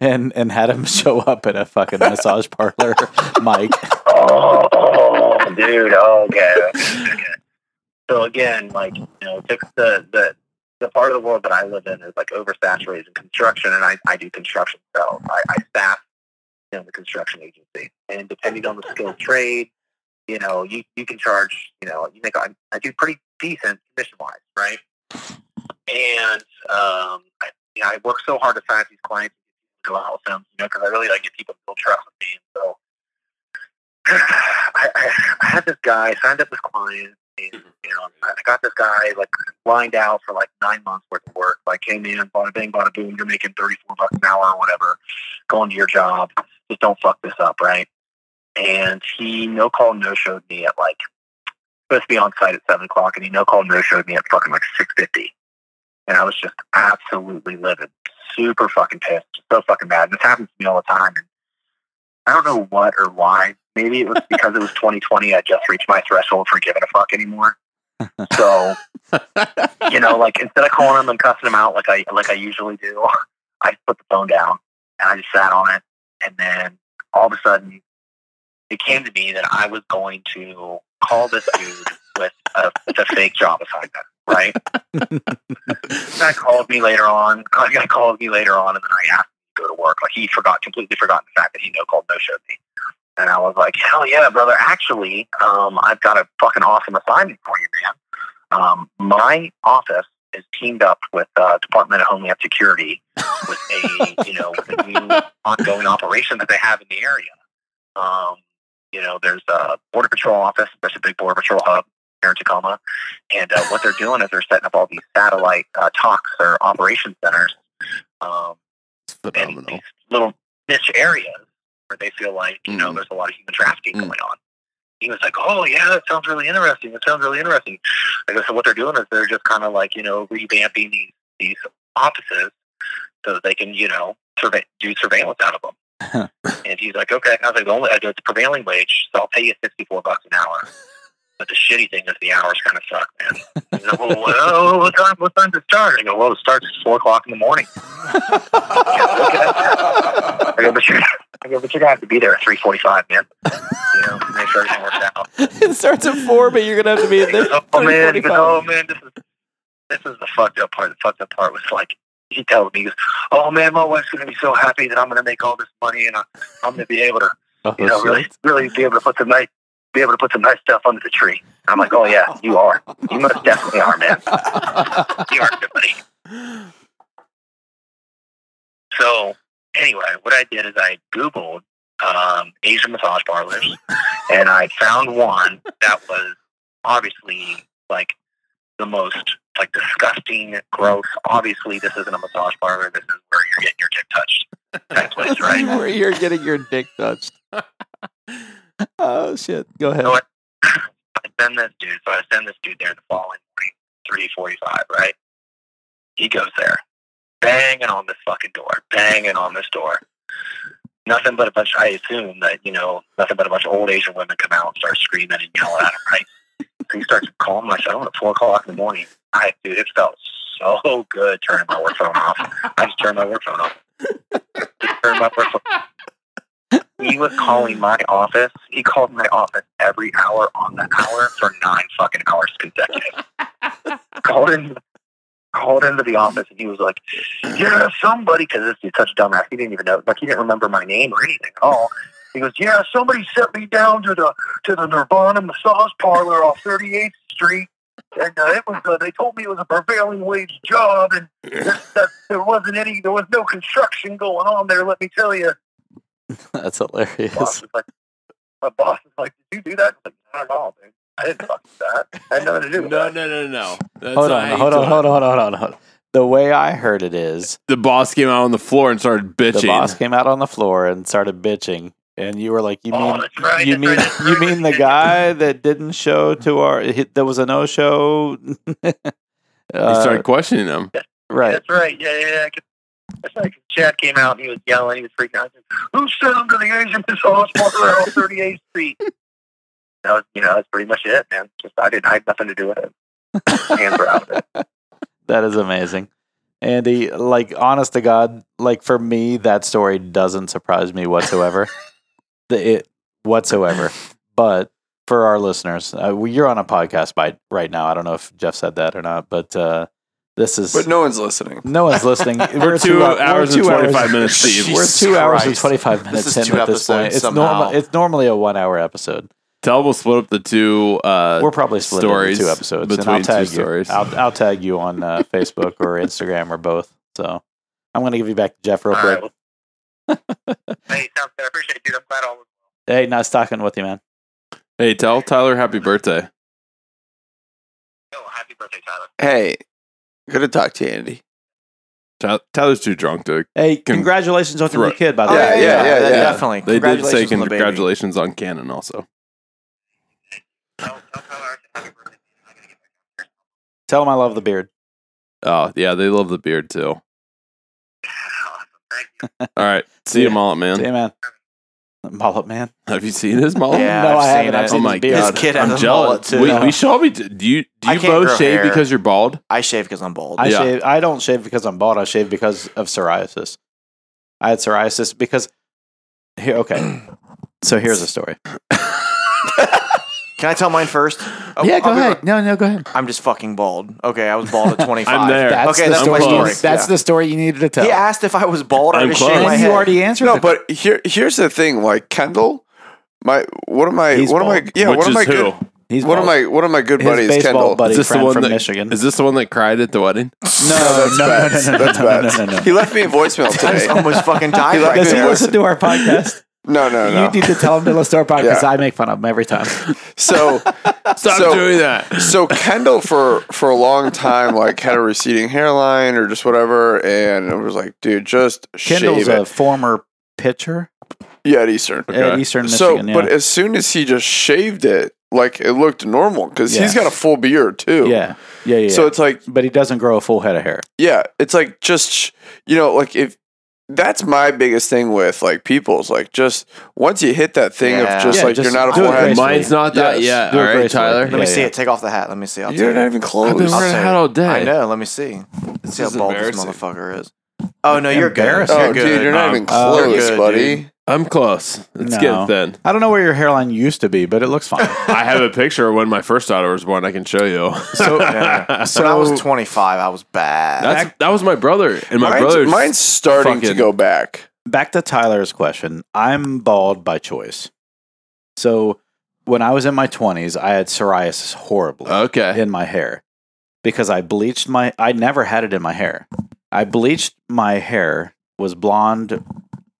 [SPEAKER 4] and and had him show up at a fucking massage parlor, Mike.
[SPEAKER 6] Oh, dude. oh, okay. okay. So again, like you know, took the the the part of the world that I live in is like oversaturated in construction, and I I do construction myself. I, I staff you know the construction agency, and depending on the skilled trade, you know, you you can charge. You know, you make I, I do pretty decent commission wise, right? And um, I, you know, I work so hard to find these clients to go out with them, you know, because I really like to get people to build trust with me, and so. I, I, I had this guy signed up with clients, and you know, I I got this guy like lined out for like nine months worth of work. Like, hey man, bada bing, bada boom, you're making thirty four bucks an hour or whatever. Go into your job. Just don't fuck this up, right? And he no call no showed me at like supposed to be on site at seven o'clock, and he no call no showed me at fucking like six fifty. And I was just absolutely livid, super fucking pissed, so fucking mad. This happens to me all the time. I don't know what or why. Maybe it was because it was 2020. I just reached my threshold for giving a fuck anymore. So, you know, like instead of calling him and cussing him out like I like I usually do, I just put the phone down and I just sat on it. And then all of a sudden, it came to me that I was going to call this dude with a, with a fake job assignment, right? That called me later on. I got called me later on, and then I asked go to work. Like he forgot, completely forgotten the fact that he no called, no showed me. And I was like, hell yeah, brother. Actually, um, I've got a fucking awesome assignment for you, man. Um, my office is teamed up with uh, Department of Homeland Security with a you know with a new ongoing operation that they have in the area. Um, you know, there's a border patrol office. There's a big border patrol hub here in Tacoma, and uh, what they're doing is they're setting up all these satellite uh, talks or operation centers. Um,
[SPEAKER 2] It's
[SPEAKER 6] and
[SPEAKER 2] phenomenal.
[SPEAKER 6] these little niche areas where they feel like you know
[SPEAKER 2] Mhm.
[SPEAKER 6] there's a lot of human trafficking
[SPEAKER 2] Mm.
[SPEAKER 6] going on. He was like, "Oh yeah, that sounds really interesting. That sounds really interesting." I go, "So what they're doing is they're just kind of like you know revamping these these offices so that they can you know survey do surveillance out of them." and he's like, "Okay." I was like, "The only I go, it's prevailing wage, so I'll pay you sixty four bucks an hour." But the shitty thing is the hours kind of suck, man. He's like, well, well, what time? What time does it start? I go, well, it starts at four o'clock in the morning. I go, but you're, I go, but you're gonna have to be there at three forty-five, man. You know, make sure everything works out.
[SPEAKER 4] it starts at four, but you're gonna have to be
[SPEAKER 6] He goes, oh man, he goes, oh man, this is this is the fucked up part. The fucked up part was like he tells me, he goes, oh man, my wife's gonna be so happy that I'm gonna make all this money and I, I'm gonna be able to,
[SPEAKER 4] Oh,
[SPEAKER 6] you know, really, really be able to put some nice, be able to put some nice stuff under the tree. I'm like, oh yeah, you are. You most definitely are, man. you are somebody. So anyway, what I did is I Googled um, Asian massage parlors, and I found one that was obviously like the most like disgusting, gross. Obviously, this isn't a massage parlor. This is where you're getting your dick touched. That place, right?
[SPEAKER 4] Where you're getting your dick touched. oh shit. Go ahead.
[SPEAKER 6] So I send this dude. So I send this dude there the following morning, three forty-five. Right? He goes there, banging on this fucking door, banging on this door. Nothing but a bunch. I assume that you know nothing but a bunch of old Asian women come out and start screaming and yelling at him. Right? So he starts calling my phone at four o'clock in the morning. I dude, it felt so good turning my work phone off. I just turned my work phone off. Just turned my work phone. He was calling my office. He called my office every hour on the hour for nine fucking hours consecutive. called in, called into the office, and he was like, "Yeah, somebody," because this dude's such a dumbass. He didn't even know, like, he didn't remember my name or anything at all. He goes, "Yeah, somebody sent me down to the to the Nirvana massage parlor off 38th Street." And uh, it was. Uh, they told me it was a prevailing wage job, and that, that there wasn't any, there was no construction going on there. Let me tell you,
[SPEAKER 4] That's
[SPEAKER 6] my boss
[SPEAKER 4] hilarious.
[SPEAKER 6] was like, my boss was like, did you do that? I was like, not at all, dude. I didn't fucking do that. I had nothing to do with
[SPEAKER 2] No,
[SPEAKER 6] that.
[SPEAKER 2] no, no, no. That's not
[SPEAKER 4] Hold on,
[SPEAKER 2] how you
[SPEAKER 4] hold
[SPEAKER 2] do
[SPEAKER 4] on,
[SPEAKER 2] it.
[SPEAKER 4] hold on, hold on, hold on. The way I heard it is
[SPEAKER 2] The boss came out on the floor and started bitching.
[SPEAKER 4] the boss came out on the floor and started bitching, and you were like, "You
[SPEAKER 6] Oh,
[SPEAKER 4] mean
[SPEAKER 6] that's right,
[SPEAKER 4] you
[SPEAKER 6] that's
[SPEAKER 4] mean
[SPEAKER 6] right, that's
[SPEAKER 4] you
[SPEAKER 6] right,
[SPEAKER 4] mean the
[SPEAKER 6] that's
[SPEAKER 4] guy that didn't show to our? he- There was a no show."
[SPEAKER 2] he
[SPEAKER 4] uh,
[SPEAKER 2] started questioning him.
[SPEAKER 4] right.
[SPEAKER 6] That's right. Yeah, yeah, yeah. I could- That's like Chad came out and he was yelling, he was freaking out. He said, Who sent him to the Asian massage parlor on 38th Street? That was, you know, that's pretty much it, man. Just I didn't, I had nothing to do with it. Hands were out of it.
[SPEAKER 4] That is amazing. Andy, like, honest to God, like for me, that story doesn't surprise me whatsoever. the, it whatsoever. But for our listeners, uh, we, you're on a podcast by right now. I don't know if Jeff said that or not, but uh, this is
[SPEAKER 1] But no one's listening.
[SPEAKER 4] no one's listening.
[SPEAKER 2] We're two
[SPEAKER 4] hou-
[SPEAKER 2] hours
[SPEAKER 4] we're
[SPEAKER 2] and
[SPEAKER 4] two hours-
[SPEAKER 2] 25 minutes, Steve.
[SPEAKER 1] Jesus
[SPEAKER 4] We're two hours and
[SPEAKER 1] Christ.
[SPEAKER 4] twenty five minutes
[SPEAKER 1] is
[SPEAKER 4] in
[SPEAKER 1] two
[SPEAKER 4] at this
[SPEAKER 1] episodes
[SPEAKER 4] point. It's
[SPEAKER 1] somehow.
[SPEAKER 4] normal. It's normally a one hour episode.
[SPEAKER 2] Tell them we'll split up the two. Uh,
[SPEAKER 4] We're probably split
[SPEAKER 2] stories
[SPEAKER 4] into two episodes. and
[SPEAKER 2] between
[SPEAKER 4] I'll
[SPEAKER 2] two
[SPEAKER 4] tag you.
[SPEAKER 2] stories.
[SPEAKER 4] I'll, I'll tag you on uh, Facebook or Instagram or both. So I'm going to give you back to Jeff real
[SPEAKER 6] All
[SPEAKER 4] quick.
[SPEAKER 6] right. Well, hey, sounds good. I appreciate it, dude. I'm glad all was
[SPEAKER 4] Hey, nice talking with you, man.
[SPEAKER 2] hey, tell Tyler happy birthday.
[SPEAKER 6] well. Oh, happy birthday, Tyler.
[SPEAKER 1] Hey, good to talk to you, Andy.
[SPEAKER 2] Ty- Tyler's too drunk to.
[SPEAKER 4] Hey,
[SPEAKER 2] Con-
[SPEAKER 4] congratulations on your
[SPEAKER 2] throw-
[SPEAKER 4] new kid, by the
[SPEAKER 1] Yeah,
[SPEAKER 4] way.
[SPEAKER 1] yeah, yeah, yeah, yeah.
[SPEAKER 5] definitely.
[SPEAKER 2] They did say
[SPEAKER 5] Congratulations on the baby.
[SPEAKER 2] congratulations on Canon also.
[SPEAKER 6] Tell, tell Tyler I said happy birthday. I'm gonna get back.
[SPEAKER 4] Tell him I love the beard.
[SPEAKER 2] Oh, yeah, they love the beard too. All
[SPEAKER 6] Awesome. Thank you.
[SPEAKER 2] right. See
[SPEAKER 4] Yeah.
[SPEAKER 2] you, Mullet Man.
[SPEAKER 4] Hey, man. Mullet man.
[SPEAKER 2] Have you seen his mullet?
[SPEAKER 5] Yeah,
[SPEAKER 4] no,
[SPEAKER 5] I've
[SPEAKER 4] I
[SPEAKER 5] seen
[SPEAKER 4] haven't.
[SPEAKER 5] it.
[SPEAKER 4] I've seen
[SPEAKER 2] Oh my
[SPEAKER 4] his beard.
[SPEAKER 5] His
[SPEAKER 2] god,
[SPEAKER 5] kid has
[SPEAKER 2] I'm
[SPEAKER 5] a mullet,
[SPEAKER 2] jealous.
[SPEAKER 5] too.
[SPEAKER 2] We, we should all be. Do you do
[SPEAKER 5] I
[SPEAKER 2] you
[SPEAKER 5] can't
[SPEAKER 2] both
[SPEAKER 5] grow
[SPEAKER 2] shave
[SPEAKER 5] hair.
[SPEAKER 2] because you're bald?
[SPEAKER 5] I shave because I'm bald.
[SPEAKER 4] I
[SPEAKER 2] Yeah.
[SPEAKER 4] shave. I don't shave because I'm bald. I shave because of psoriasis. I had psoriasis because here. Okay, so here's a story.
[SPEAKER 5] Can I tell mine first? Oh, I'll be right-
[SPEAKER 4] No, no, go ahead.
[SPEAKER 5] I'm just fucking bald. Okay, I was bald at 25.
[SPEAKER 2] I'm there.
[SPEAKER 4] That's
[SPEAKER 5] Okay,
[SPEAKER 4] the
[SPEAKER 5] that's
[SPEAKER 4] story.
[SPEAKER 5] my
[SPEAKER 4] you-
[SPEAKER 5] story.
[SPEAKER 4] That's
[SPEAKER 5] Yeah.
[SPEAKER 4] the story you needed to tell.
[SPEAKER 5] He asked if I was bald or
[SPEAKER 2] I'm
[SPEAKER 5] just shaved
[SPEAKER 2] close.
[SPEAKER 5] my
[SPEAKER 4] and you
[SPEAKER 5] head.
[SPEAKER 4] already answered.
[SPEAKER 1] No,
[SPEAKER 4] the-
[SPEAKER 1] but here here's the thing. Like Kendall, my one of my
[SPEAKER 4] He's
[SPEAKER 1] one of my
[SPEAKER 4] bald.
[SPEAKER 1] yeah
[SPEAKER 2] Which
[SPEAKER 1] one of
[SPEAKER 2] is
[SPEAKER 1] my
[SPEAKER 2] who?
[SPEAKER 1] good
[SPEAKER 4] he's
[SPEAKER 1] one of
[SPEAKER 4] bald.
[SPEAKER 1] my one of my good
[SPEAKER 4] His
[SPEAKER 1] buddies.
[SPEAKER 4] baseball
[SPEAKER 1] Kendall.
[SPEAKER 4] buddy
[SPEAKER 2] Is this the
[SPEAKER 4] friend
[SPEAKER 2] one
[SPEAKER 4] from
[SPEAKER 2] that-
[SPEAKER 4] Michigan.
[SPEAKER 2] Is this the one that cried at the wedding?
[SPEAKER 4] no, no, no, no,
[SPEAKER 1] That's
[SPEAKER 4] no,
[SPEAKER 1] bad.
[SPEAKER 4] no,
[SPEAKER 1] That's
[SPEAKER 4] no, no,
[SPEAKER 1] bad.
[SPEAKER 4] no, no, no.
[SPEAKER 1] He left me a voicemail
[SPEAKER 5] I
[SPEAKER 1] today.
[SPEAKER 5] just almost fucking died
[SPEAKER 1] He
[SPEAKER 5] right
[SPEAKER 1] likes
[SPEAKER 4] Does he
[SPEAKER 1] Yeah.
[SPEAKER 5] there.
[SPEAKER 4] listen to our podcast?
[SPEAKER 1] No, no, no.
[SPEAKER 4] You need to tell him to listen to our podcast.
[SPEAKER 1] Yeah.
[SPEAKER 4] I make fun of him every time.
[SPEAKER 1] so
[SPEAKER 2] Stop
[SPEAKER 1] So-
[SPEAKER 2] doing that.
[SPEAKER 1] so Kendall for for a long time like had a receding hairline or just whatever, and it was like, dude, just
[SPEAKER 4] Kendall's
[SPEAKER 1] shave
[SPEAKER 4] a
[SPEAKER 1] it.
[SPEAKER 4] former pitcher
[SPEAKER 1] Yeah, at Eastern.
[SPEAKER 4] at
[SPEAKER 2] Okay.
[SPEAKER 4] Eastern
[SPEAKER 1] So,
[SPEAKER 4] Michigan.
[SPEAKER 1] but
[SPEAKER 4] yeah.
[SPEAKER 1] as soon as he just shaved it, like it looked normal because
[SPEAKER 4] Yeah.
[SPEAKER 1] he's got a full beard too.
[SPEAKER 4] yeah, yeah, yeah.
[SPEAKER 1] So it's like,
[SPEAKER 4] but he doesn't grow a full head of hair.
[SPEAKER 1] yeah, it's like just sh- you know, like if that's my biggest thing with like people's like just once you hit that thing
[SPEAKER 5] Yeah.
[SPEAKER 1] of just
[SPEAKER 4] Yeah,
[SPEAKER 1] like
[SPEAKER 4] just
[SPEAKER 1] you're not a
[SPEAKER 4] do it
[SPEAKER 1] full head.
[SPEAKER 4] gracefully.
[SPEAKER 2] Mine's not that
[SPEAKER 1] Yes.
[SPEAKER 2] yet.
[SPEAKER 4] Do it
[SPEAKER 2] All right,
[SPEAKER 4] gracefully.
[SPEAKER 2] Tyler.
[SPEAKER 5] Let me
[SPEAKER 4] Yeah,
[SPEAKER 5] see
[SPEAKER 4] yeah.
[SPEAKER 5] it. Take off the hat. Let me see. I'll
[SPEAKER 1] You're
[SPEAKER 5] take
[SPEAKER 1] not
[SPEAKER 5] it.
[SPEAKER 1] even
[SPEAKER 2] I've been
[SPEAKER 1] close.
[SPEAKER 5] I'll
[SPEAKER 2] wearing a
[SPEAKER 5] say
[SPEAKER 2] hat
[SPEAKER 5] it.
[SPEAKER 2] all day.
[SPEAKER 5] I know. Let me see.
[SPEAKER 2] This
[SPEAKER 5] see how
[SPEAKER 2] is
[SPEAKER 5] bald this
[SPEAKER 2] embarrassing.
[SPEAKER 5] motherfucker is. Oh no, you're good.
[SPEAKER 4] Embarrassing.
[SPEAKER 5] You're
[SPEAKER 1] Oh,
[SPEAKER 5] good.
[SPEAKER 1] dude, you're not
[SPEAKER 5] Mom.
[SPEAKER 1] even
[SPEAKER 4] Oh,
[SPEAKER 1] close,
[SPEAKER 5] you're good,
[SPEAKER 1] buddy.
[SPEAKER 5] dude.
[SPEAKER 2] I'm close. Let's
[SPEAKER 4] No.
[SPEAKER 2] get thin.
[SPEAKER 4] I don't know where your hairline used to be, but it looks fine.
[SPEAKER 2] I have a picture of when my first daughter was born. I can show you.
[SPEAKER 5] So, yeah, yeah.
[SPEAKER 2] So
[SPEAKER 5] when I was 25, I was bad.
[SPEAKER 2] that's, that was my brother, and my brother.
[SPEAKER 1] Mine's, mine's starting to
[SPEAKER 2] fucking-
[SPEAKER 1] go back.
[SPEAKER 4] Back to Tyler's question. I'm bald by choice. So when I was in my 20s, I had psoriasis horribly
[SPEAKER 2] okay.
[SPEAKER 4] in my hair because I bleached my. I never had it in my hair. I bleached my hair. Was blonde.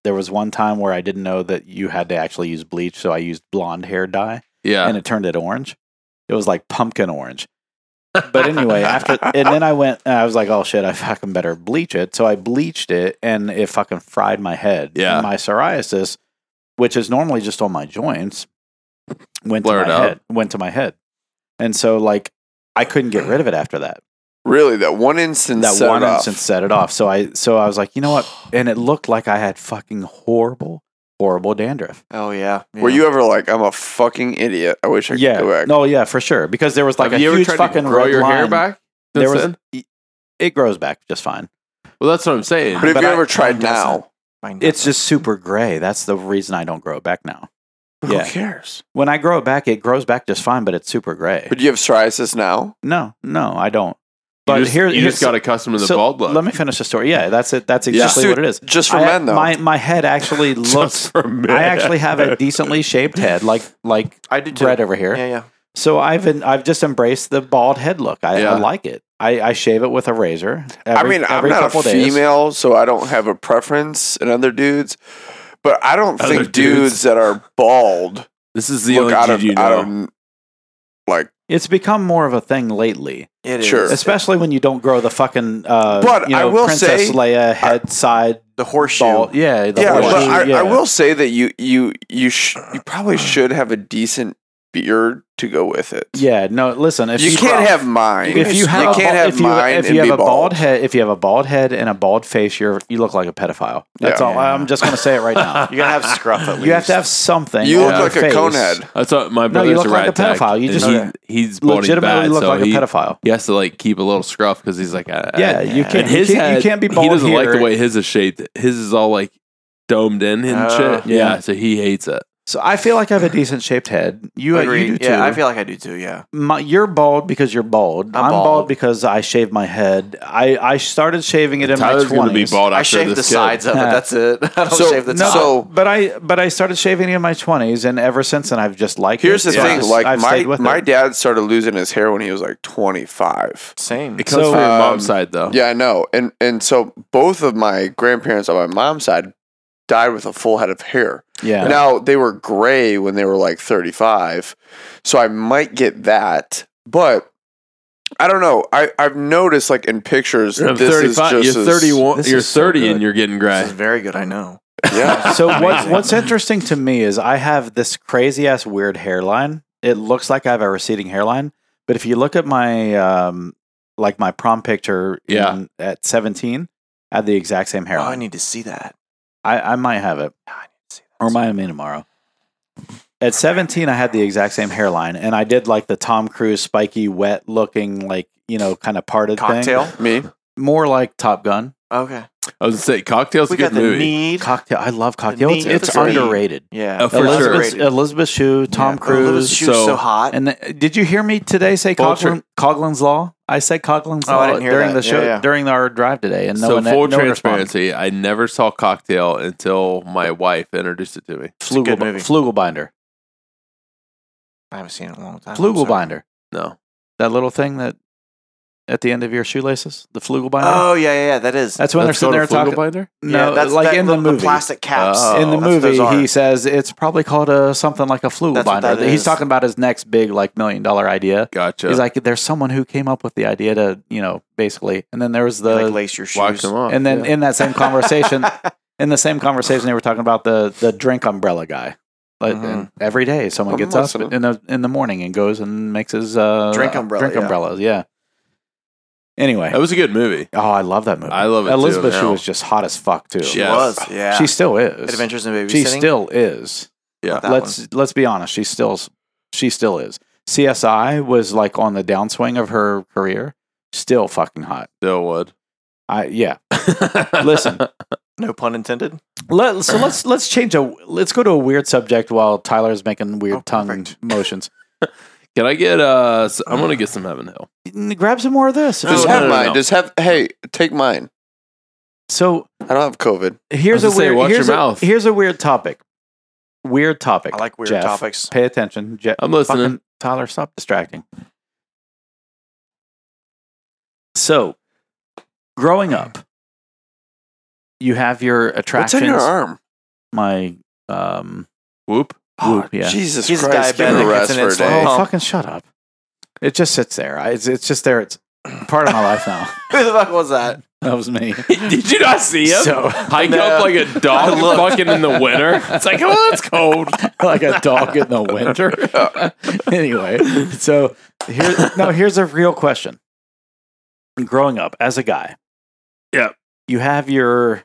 [SPEAKER 4] There was one time where I didn't know that you had to actually use bleach, so I used blonde hair dye.
[SPEAKER 2] Yeah.
[SPEAKER 4] and it turned it orange. It was like pumpkin orange. But anyway, after and then I went and I was like, oh shit, I fucking better bleach it. So I bleached it and it fucking fried my head.
[SPEAKER 2] Yeah.
[SPEAKER 4] And my psoriasis, which is normally just on my joints, went
[SPEAKER 2] Blurred
[SPEAKER 4] to my
[SPEAKER 2] out.
[SPEAKER 4] head. Went to my head. And so like I couldn't get rid of it after that.
[SPEAKER 1] Really, that one instance.
[SPEAKER 4] That
[SPEAKER 1] set
[SPEAKER 4] one
[SPEAKER 1] it off.
[SPEAKER 4] instance set it off. So I so I was like, you know what? And it looked like I had fucking horrible, horrible dandruff.
[SPEAKER 5] oh yeah. yeah.
[SPEAKER 1] Were you ever like, I'm a fucking idiot. I wish I could
[SPEAKER 4] yeah.
[SPEAKER 1] go back.
[SPEAKER 4] No, yeah, for sure. Because there was like
[SPEAKER 2] have
[SPEAKER 4] a
[SPEAKER 2] you ever
[SPEAKER 4] huge
[SPEAKER 2] tried
[SPEAKER 4] fucking
[SPEAKER 2] to grow
[SPEAKER 4] red
[SPEAKER 2] your hair
[SPEAKER 4] line.
[SPEAKER 2] back?
[SPEAKER 4] There
[SPEAKER 2] since
[SPEAKER 4] was- e,
[SPEAKER 2] then?
[SPEAKER 4] it grows back just fine.
[SPEAKER 2] Well, that's what I'm saying.
[SPEAKER 1] but have
[SPEAKER 4] but
[SPEAKER 1] you
[SPEAKER 4] I-
[SPEAKER 1] ever tried
[SPEAKER 4] mine doesn't.
[SPEAKER 1] now?
[SPEAKER 5] I can-
[SPEAKER 4] It's just super gray. That's the reason I don't grow it back now. Yeah.
[SPEAKER 1] Who cares?
[SPEAKER 4] When I grow it back, it grows back just fine, but it's super gray.
[SPEAKER 1] But do you have psoriasis now?
[SPEAKER 4] no, no, I don't.
[SPEAKER 2] But
[SPEAKER 4] But
[SPEAKER 2] you just,
[SPEAKER 4] here-
[SPEAKER 2] you
[SPEAKER 4] here's-
[SPEAKER 2] just got accustomed to the
[SPEAKER 4] So,
[SPEAKER 2] bald look.
[SPEAKER 4] Let me finish the story. Yeah, that's it. That's
[SPEAKER 2] Yeah.
[SPEAKER 4] exactly
[SPEAKER 1] Just
[SPEAKER 4] what
[SPEAKER 1] do-
[SPEAKER 4] it is.
[SPEAKER 1] Just for
[SPEAKER 4] I-
[SPEAKER 1] men, though.
[SPEAKER 4] My my head actually looks.
[SPEAKER 2] Just for men.
[SPEAKER 4] I actually have a decently shaped head, like like
[SPEAKER 5] I do too.
[SPEAKER 4] Brett over here.
[SPEAKER 5] Yeah, yeah.
[SPEAKER 4] So I've en- I've just embraced the bald head look. I,
[SPEAKER 1] Yeah.
[SPEAKER 4] I like it. I, I shave it with a razor.
[SPEAKER 1] I
[SPEAKER 4] every-
[SPEAKER 1] mean, I'm
[SPEAKER 4] every
[SPEAKER 1] not
[SPEAKER 4] couple
[SPEAKER 1] a
[SPEAKER 4] days.
[SPEAKER 1] female, so I don't have a preference in other dudes. But I don't
[SPEAKER 2] Other
[SPEAKER 1] think
[SPEAKER 2] dudes.
[SPEAKER 1] dudes. that are bald
[SPEAKER 2] This is the
[SPEAKER 1] look
[SPEAKER 2] only
[SPEAKER 1] out
[SPEAKER 2] dude
[SPEAKER 1] of,
[SPEAKER 2] you know.
[SPEAKER 1] out of like.
[SPEAKER 4] It's become more of a thing lately,
[SPEAKER 5] It is.
[SPEAKER 1] Sure.
[SPEAKER 4] especially when you don't grow the fucking. Uh,
[SPEAKER 1] But
[SPEAKER 4] you
[SPEAKER 1] I
[SPEAKER 4] know,
[SPEAKER 1] will
[SPEAKER 4] Princess
[SPEAKER 1] say-
[SPEAKER 4] Leia head side
[SPEAKER 5] The horseshoe.
[SPEAKER 4] bald. Yeah, the
[SPEAKER 1] yeah,
[SPEAKER 4] horseshoe,
[SPEAKER 1] but I,
[SPEAKER 4] yeah. Uh.
[SPEAKER 1] I will say that you you you sh- you probably should have a decent beard to go with it.
[SPEAKER 4] Yeah, no. Listen, if
[SPEAKER 1] you, can't have mine.
[SPEAKER 4] if you have a
[SPEAKER 1] can't
[SPEAKER 4] bald-
[SPEAKER 1] have
[SPEAKER 4] if you,
[SPEAKER 1] mine
[SPEAKER 4] if
[SPEAKER 1] and
[SPEAKER 4] you have
[SPEAKER 1] be
[SPEAKER 4] a bald.
[SPEAKER 1] bald
[SPEAKER 4] head if you have a bald head and a bald face you're you look like a pedophile that's
[SPEAKER 1] Yeah.
[SPEAKER 4] all I'm just gonna say it right now
[SPEAKER 5] You gotta have scruff at least.
[SPEAKER 4] you have to have something
[SPEAKER 1] You look
[SPEAKER 4] on your
[SPEAKER 1] like a
[SPEAKER 4] face.
[SPEAKER 1] cone head.
[SPEAKER 2] That's what my
[SPEAKER 4] No,
[SPEAKER 2] brother's
[SPEAKER 4] you look
[SPEAKER 2] a rat
[SPEAKER 4] like a pedophile. You
[SPEAKER 2] and
[SPEAKER 4] just-
[SPEAKER 2] he-
[SPEAKER 4] Okay.
[SPEAKER 2] he's balding
[SPEAKER 4] legitimately
[SPEAKER 2] bad,
[SPEAKER 4] look
[SPEAKER 2] so
[SPEAKER 4] like
[SPEAKER 2] he,
[SPEAKER 4] a pedophile
[SPEAKER 2] he has to like keep a little scruff because he's like, I, I-
[SPEAKER 4] yeah you
[SPEAKER 2] And
[SPEAKER 4] can't
[SPEAKER 2] his
[SPEAKER 4] you, can't,
[SPEAKER 2] head,
[SPEAKER 4] you can't be bald
[SPEAKER 2] He doesn't
[SPEAKER 4] here.
[SPEAKER 2] like the way his is shaped. His is all like domed in and
[SPEAKER 5] Oh,
[SPEAKER 2] shit. Yeah.
[SPEAKER 4] yeah.
[SPEAKER 2] so he hates it.
[SPEAKER 4] so I feel like I have a decent shaped head you,
[SPEAKER 5] Agreed.
[SPEAKER 4] you do too
[SPEAKER 5] yeah, I feel like I do too. Yeah.
[SPEAKER 4] My, you're bald because you're bald
[SPEAKER 5] I'm
[SPEAKER 4] I'm bald.
[SPEAKER 5] bald.
[SPEAKER 4] because I shaved my head I I started shaving it in
[SPEAKER 2] Tyler's
[SPEAKER 4] my
[SPEAKER 2] gonna be
[SPEAKER 4] 20s
[SPEAKER 2] bald after
[SPEAKER 5] I shave the
[SPEAKER 2] this kid.
[SPEAKER 5] sides of it.
[SPEAKER 4] Yeah.
[SPEAKER 5] That's it. I don't
[SPEAKER 1] So-
[SPEAKER 5] shave the
[SPEAKER 4] no,
[SPEAKER 5] top.
[SPEAKER 1] So-
[SPEAKER 4] but I but I started shaving it in my twenties, and ever since then I've just liked.
[SPEAKER 1] Here's
[SPEAKER 4] it.
[SPEAKER 1] the
[SPEAKER 4] So I've
[SPEAKER 1] thing:
[SPEAKER 4] just-
[SPEAKER 1] like
[SPEAKER 4] I've
[SPEAKER 1] my
[SPEAKER 4] stayed with
[SPEAKER 1] my
[SPEAKER 4] it.
[SPEAKER 1] dad started losing his hair when he was like 25.
[SPEAKER 5] Same.
[SPEAKER 2] It comes
[SPEAKER 4] So,
[SPEAKER 2] from your mom's
[SPEAKER 1] um,
[SPEAKER 2] side though.
[SPEAKER 4] Oh.
[SPEAKER 1] Yeah, I know. And and so both of my grandparents on my mom's side died with a full head of hair.
[SPEAKER 4] yeah.
[SPEAKER 1] Now they were gray when they were like 35. So I might get that, but I don't know. I I've noticed like in pictures
[SPEAKER 2] I'm
[SPEAKER 1] this is
[SPEAKER 2] 35.
[SPEAKER 1] just
[SPEAKER 2] You're
[SPEAKER 1] as-
[SPEAKER 2] 31.
[SPEAKER 4] this
[SPEAKER 2] You're
[SPEAKER 4] is so
[SPEAKER 2] 30
[SPEAKER 4] good.
[SPEAKER 2] and you're getting
[SPEAKER 5] This
[SPEAKER 2] gray.
[SPEAKER 5] is very good. I know.
[SPEAKER 1] Yeah.
[SPEAKER 4] So what,
[SPEAKER 5] Amazing.
[SPEAKER 4] what's interesting to me is I have this crazy ass weird hairline. It looks like I have a receding hairline, but if you look at my um like my prom picture in-
[SPEAKER 2] Yeah.
[SPEAKER 4] at 17, I had the exact same
[SPEAKER 5] Oh, I
[SPEAKER 4] hairline.
[SPEAKER 5] need to see that.
[SPEAKER 4] I, I might have it.
[SPEAKER 5] Yeah, Ah, I need to see that.
[SPEAKER 4] Or might me tomorrow. At 17 I had the exact same hairline and I did like the Tom Cruise spiky wet looking like, you know, kind of parted
[SPEAKER 5] cocktail.
[SPEAKER 4] thing.
[SPEAKER 1] me.
[SPEAKER 4] More like Top Gun.
[SPEAKER 5] Okay.
[SPEAKER 2] I was gonna say cocktails a
[SPEAKER 5] we
[SPEAKER 2] good
[SPEAKER 5] got the
[SPEAKER 2] movie.
[SPEAKER 5] need.
[SPEAKER 4] Cocktail. I love cocktail. It's,
[SPEAKER 5] need
[SPEAKER 4] it's
[SPEAKER 5] for speed.
[SPEAKER 4] underrated.
[SPEAKER 5] yeah.
[SPEAKER 2] Oh, for sure.
[SPEAKER 4] Elizabeth,
[SPEAKER 5] Underrated.
[SPEAKER 4] Elizabeth Shue, Tom
[SPEAKER 5] Yeah.
[SPEAKER 4] Cruise.
[SPEAKER 5] Elizabeth Shue's so,
[SPEAKER 2] so-
[SPEAKER 5] hot.
[SPEAKER 4] And the, did you hear me today say
[SPEAKER 2] Vulture.
[SPEAKER 4] Coughlin, Coughlin's Law? I said Coughlin's
[SPEAKER 5] Oh, I
[SPEAKER 4] Law
[SPEAKER 5] didn't hear
[SPEAKER 4] during
[SPEAKER 5] that.
[SPEAKER 4] the
[SPEAKER 5] Yeah,
[SPEAKER 4] show
[SPEAKER 5] yeah.
[SPEAKER 4] during our drive today, and no
[SPEAKER 2] so
[SPEAKER 4] one
[SPEAKER 2] full
[SPEAKER 4] no one responded.
[SPEAKER 2] transparency, I never saw Cocktail until my wife introduced it to me.
[SPEAKER 5] a good
[SPEAKER 4] Flugel,
[SPEAKER 5] movie.
[SPEAKER 4] Flugelbinder,
[SPEAKER 5] I haven't seen it in a long time. I'm sorry.
[SPEAKER 4] Flugelbinder,
[SPEAKER 2] No,
[SPEAKER 4] that little thing that at the end of your shoelaces, the Flugelbinder.
[SPEAKER 5] Oh yeah, yeah, yeah. That is.
[SPEAKER 4] that's when
[SPEAKER 2] That's
[SPEAKER 4] they're sitting there
[SPEAKER 2] called a
[SPEAKER 4] talking.
[SPEAKER 2] Flugelbinder?
[SPEAKER 4] No,
[SPEAKER 5] yeah, that's
[SPEAKER 4] like
[SPEAKER 5] that
[SPEAKER 4] in the
[SPEAKER 5] little-
[SPEAKER 4] movie.
[SPEAKER 5] plastic caps.
[SPEAKER 2] Oh.
[SPEAKER 4] in the
[SPEAKER 5] That's what
[SPEAKER 4] movie,
[SPEAKER 5] those are.
[SPEAKER 4] he says it's probably called a something like a
[SPEAKER 5] what
[SPEAKER 4] Flugelbinder.
[SPEAKER 5] that
[SPEAKER 4] He's
[SPEAKER 5] is.
[SPEAKER 4] talking about his next big like million dollar idea.
[SPEAKER 2] Gotcha.
[SPEAKER 4] He's like, there's someone who came up with the idea to, you know, basically. And then there was
[SPEAKER 5] You,
[SPEAKER 4] the
[SPEAKER 5] like lace your
[SPEAKER 2] Wash
[SPEAKER 5] shoes.
[SPEAKER 2] them off.
[SPEAKER 4] and then
[SPEAKER 2] yeah.
[SPEAKER 4] in that same conversation, in the same conversation, they were talking about the the drink umbrella guy. Like
[SPEAKER 5] Mhm.
[SPEAKER 4] and every day, someone
[SPEAKER 5] Oh,
[SPEAKER 1] I'm
[SPEAKER 4] gets up
[SPEAKER 1] listening.
[SPEAKER 4] in the in the morning and goes and makes his uh,
[SPEAKER 5] Drink umbrella,
[SPEAKER 4] Drink
[SPEAKER 5] yeah.
[SPEAKER 4] umbrellas, yeah. Anyway,
[SPEAKER 2] that was a good movie.
[SPEAKER 4] oh, I love that movie.
[SPEAKER 2] I love it too
[SPEAKER 4] Elizabeth, she
[SPEAKER 2] now.
[SPEAKER 4] was just hot as fuck too.
[SPEAKER 5] She
[SPEAKER 2] Yeah.
[SPEAKER 5] was. Yeah.
[SPEAKER 4] She still is.
[SPEAKER 5] Adventures in Babysitting.
[SPEAKER 4] she still is.
[SPEAKER 2] Yeah.
[SPEAKER 5] That
[SPEAKER 4] let's let's be honest. She still she still is. CSI was like on the downswing of her career. Still fucking hot.
[SPEAKER 2] Still would.
[SPEAKER 4] I yeah. Listen,
[SPEAKER 5] No pun intended.
[SPEAKER 4] Let, so let's let's change a let's go to a weird subject while Tyler's making weird
[SPEAKER 5] Oh,
[SPEAKER 4] tongue
[SPEAKER 5] perfect.
[SPEAKER 4] motions.
[SPEAKER 2] Can I get uh? s- I'm gonna get some Heaven Hill.
[SPEAKER 4] N- Grab some more of this. Oh,
[SPEAKER 1] Just
[SPEAKER 2] no,
[SPEAKER 1] have
[SPEAKER 2] no,
[SPEAKER 1] mine.
[SPEAKER 2] no.
[SPEAKER 1] Just have hey, take mine.
[SPEAKER 4] So
[SPEAKER 1] I don't have COVID.
[SPEAKER 4] here's
[SPEAKER 2] I
[SPEAKER 4] a
[SPEAKER 2] was gonna say,
[SPEAKER 4] weird
[SPEAKER 2] watch
[SPEAKER 4] here's
[SPEAKER 2] your
[SPEAKER 4] a,
[SPEAKER 2] mouth.
[SPEAKER 4] here's a weird topic. Weird topic.
[SPEAKER 5] I like weird
[SPEAKER 4] Jeff.
[SPEAKER 5] topics.
[SPEAKER 4] Pay attention, Jeff.
[SPEAKER 2] I'm listening.
[SPEAKER 4] fucking Tyler, stop distracting. So, growing up, you have your
[SPEAKER 1] What's on
[SPEAKER 4] attractions.
[SPEAKER 1] your arm?
[SPEAKER 4] My um,
[SPEAKER 2] Whoop.
[SPEAKER 5] Oh,
[SPEAKER 4] whoop, yeah.
[SPEAKER 1] Jesus
[SPEAKER 5] He's
[SPEAKER 1] Christ! Give it a
[SPEAKER 5] diabetic.
[SPEAKER 1] rest
[SPEAKER 5] It's an
[SPEAKER 1] for a
[SPEAKER 5] insulin
[SPEAKER 1] day.
[SPEAKER 4] Oh,
[SPEAKER 5] pump.
[SPEAKER 4] fucking shut up. It just sits there. I, it's, it's just there. It's part of my life now.
[SPEAKER 5] Who the fuck was that?
[SPEAKER 4] That was me.
[SPEAKER 2] Did you not see him?
[SPEAKER 4] So-
[SPEAKER 2] Hike
[SPEAKER 5] No.
[SPEAKER 2] up like a dog fucking in the winter. It's like, oh, that's cold.
[SPEAKER 4] like a dog in the winter. anyway, so here, no, here's a real question. Growing up as a guy,
[SPEAKER 2] Yeah.
[SPEAKER 4] you have your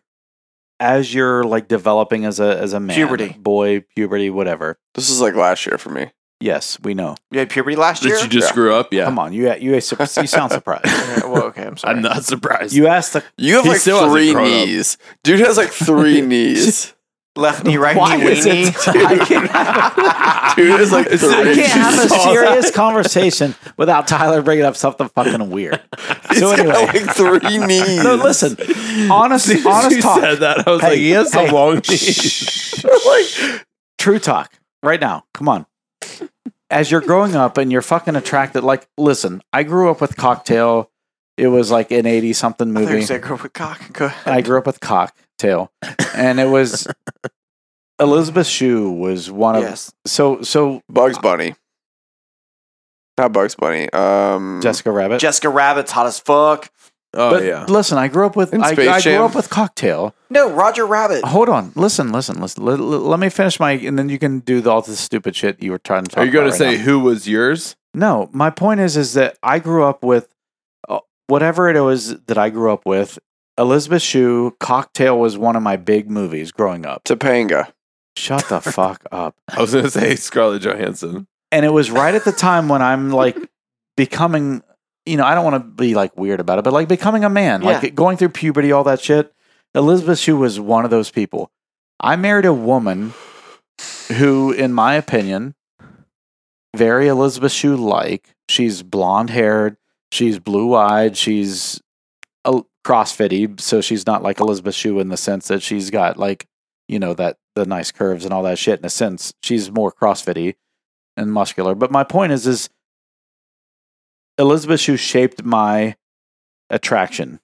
[SPEAKER 4] as you're like developing as a as a man,
[SPEAKER 5] Puberty.
[SPEAKER 4] boy, puberty, whatever.
[SPEAKER 1] This is like last year for me.
[SPEAKER 4] Yes, we know.
[SPEAKER 5] You had puberty last year.
[SPEAKER 2] Did you just
[SPEAKER 1] Yeah.
[SPEAKER 2] screw up? Yeah.
[SPEAKER 4] Come on, you you, you sound surprised.
[SPEAKER 5] Yeah, well, okay. I'm sorry.
[SPEAKER 2] I'm not surprised.
[SPEAKER 4] You asked the
[SPEAKER 1] You have
[SPEAKER 2] He
[SPEAKER 1] like
[SPEAKER 2] still hasn't
[SPEAKER 1] three
[SPEAKER 2] grown up.
[SPEAKER 1] knees. Dude has like three knees.
[SPEAKER 5] Left knee, right
[SPEAKER 4] Why
[SPEAKER 5] knee,
[SPEAKER 4] is
[SPEAKER 5] weenie.
[SPEAKER 4] it- I can't have,
[SPEAKER 1] Dude has like three
[SPEAKER 4] I can't have a
[SPEAKER 1] knees.
[SPEAKER 4] serious conversation without Tyler bringing up something fucking weird.
[SPEAKER 1] He's
[SPEAKER 4] So
[SPEAKER 1] got,
[SPEAKER 4] anyway,
[SPEAKER 1] like three knees.
[SPEAKER 4] no, listen, honest,
[SPEAKER 2] As soon as
[SPEAKER 4] honest
[SPEAKER 2] you
[SPEAKER 4] talk.
[SPEAKER 2] said that, I was
[SPEAKER 4] Hey,
[SPEAKER 2] like, he has
[SPEAKER 4] hey.
[SPEAKER 2] the long
[SPEAKER 4] Shh. True talk, right now. Come on. As you're growing up and you're fucking attracted, like, listen, I grew up with Cocktail. It was like an 80 something
[SPEAKER 5] I thought you
[SPEAKER 4] movie.
[SPEAKER 5] said go with cock. Go ahead.
[SPEAKER 4] I grew up with Cocktail. And it was Elizabeth Shue was one of.
[SPEAKER 5] yes.
[SPEAKER 4] So, so
[SPEAKER 1] Bugs Bunny. Not Bugs Bunny. Um,
[SPEAKER 4] Jessica Rabbit.
[SPEAKER 5] Jessica Rabbit's hot as fuck.
[SPEAKER 2] Oh
[SPEAKER 4] but
[SPEAKER 2] yeah.
[SPEAKER 4] listen, I grew up with
[SPEAKER 1] In
[SPEAKER 4] I,
[SPEAKER 1] Space
[SPEAKER 4] I
[SPEAKER 1] Jam.
[SPEAKER 4] grew up with cocktail.
[SPEAKER 5] No, Roger Rabbit.
[SPEAKER 4] Hold on, listen, listen, listen. Let, let, let me finish my, and then you can do the, all the stupid shit you were trying to. Talk
[SPEAKER 2] Are you going
[SPEAKER 4] about
[SPEAKER 2] to
[SPEAKER 4] right
[SPEAKER 2] say
[SPEAKER 4] now.
[SPEAKER 2] who was yours?
[SPEAKER 4] No, my point is, is that I grew up with uh, whatever it was that I grew up with. Elizabeth Shue, Cocktail was one of my big movies growing up.
[SPEAKER 1] Topanga.
[SPEAKER 4] Shut the fuck up.
[SPEAKER 2] I was going to say Scarlett Johansson.
[SPEAKER 4] And it was right at the time when I'm like becoming, you know, I don't want to be like weird about it, but like becoming a man,
[SPEAKER 5] Yeah.
[SPEAKER 4] like going through puberty, all that shit. Elizabeth Shue was one of those people. I married a woman who, in my opinion, very Elizabeth Shue like. She's blonde haired, she's blue eyed, she's a crossfitty, so she's not like Elizabeth Shue in the sense that she's got like, you know, that the nice curves and all that shit. In a sense, she's more crossfitty and muscular. But my point is is Elizabeth Shue shaped my attraction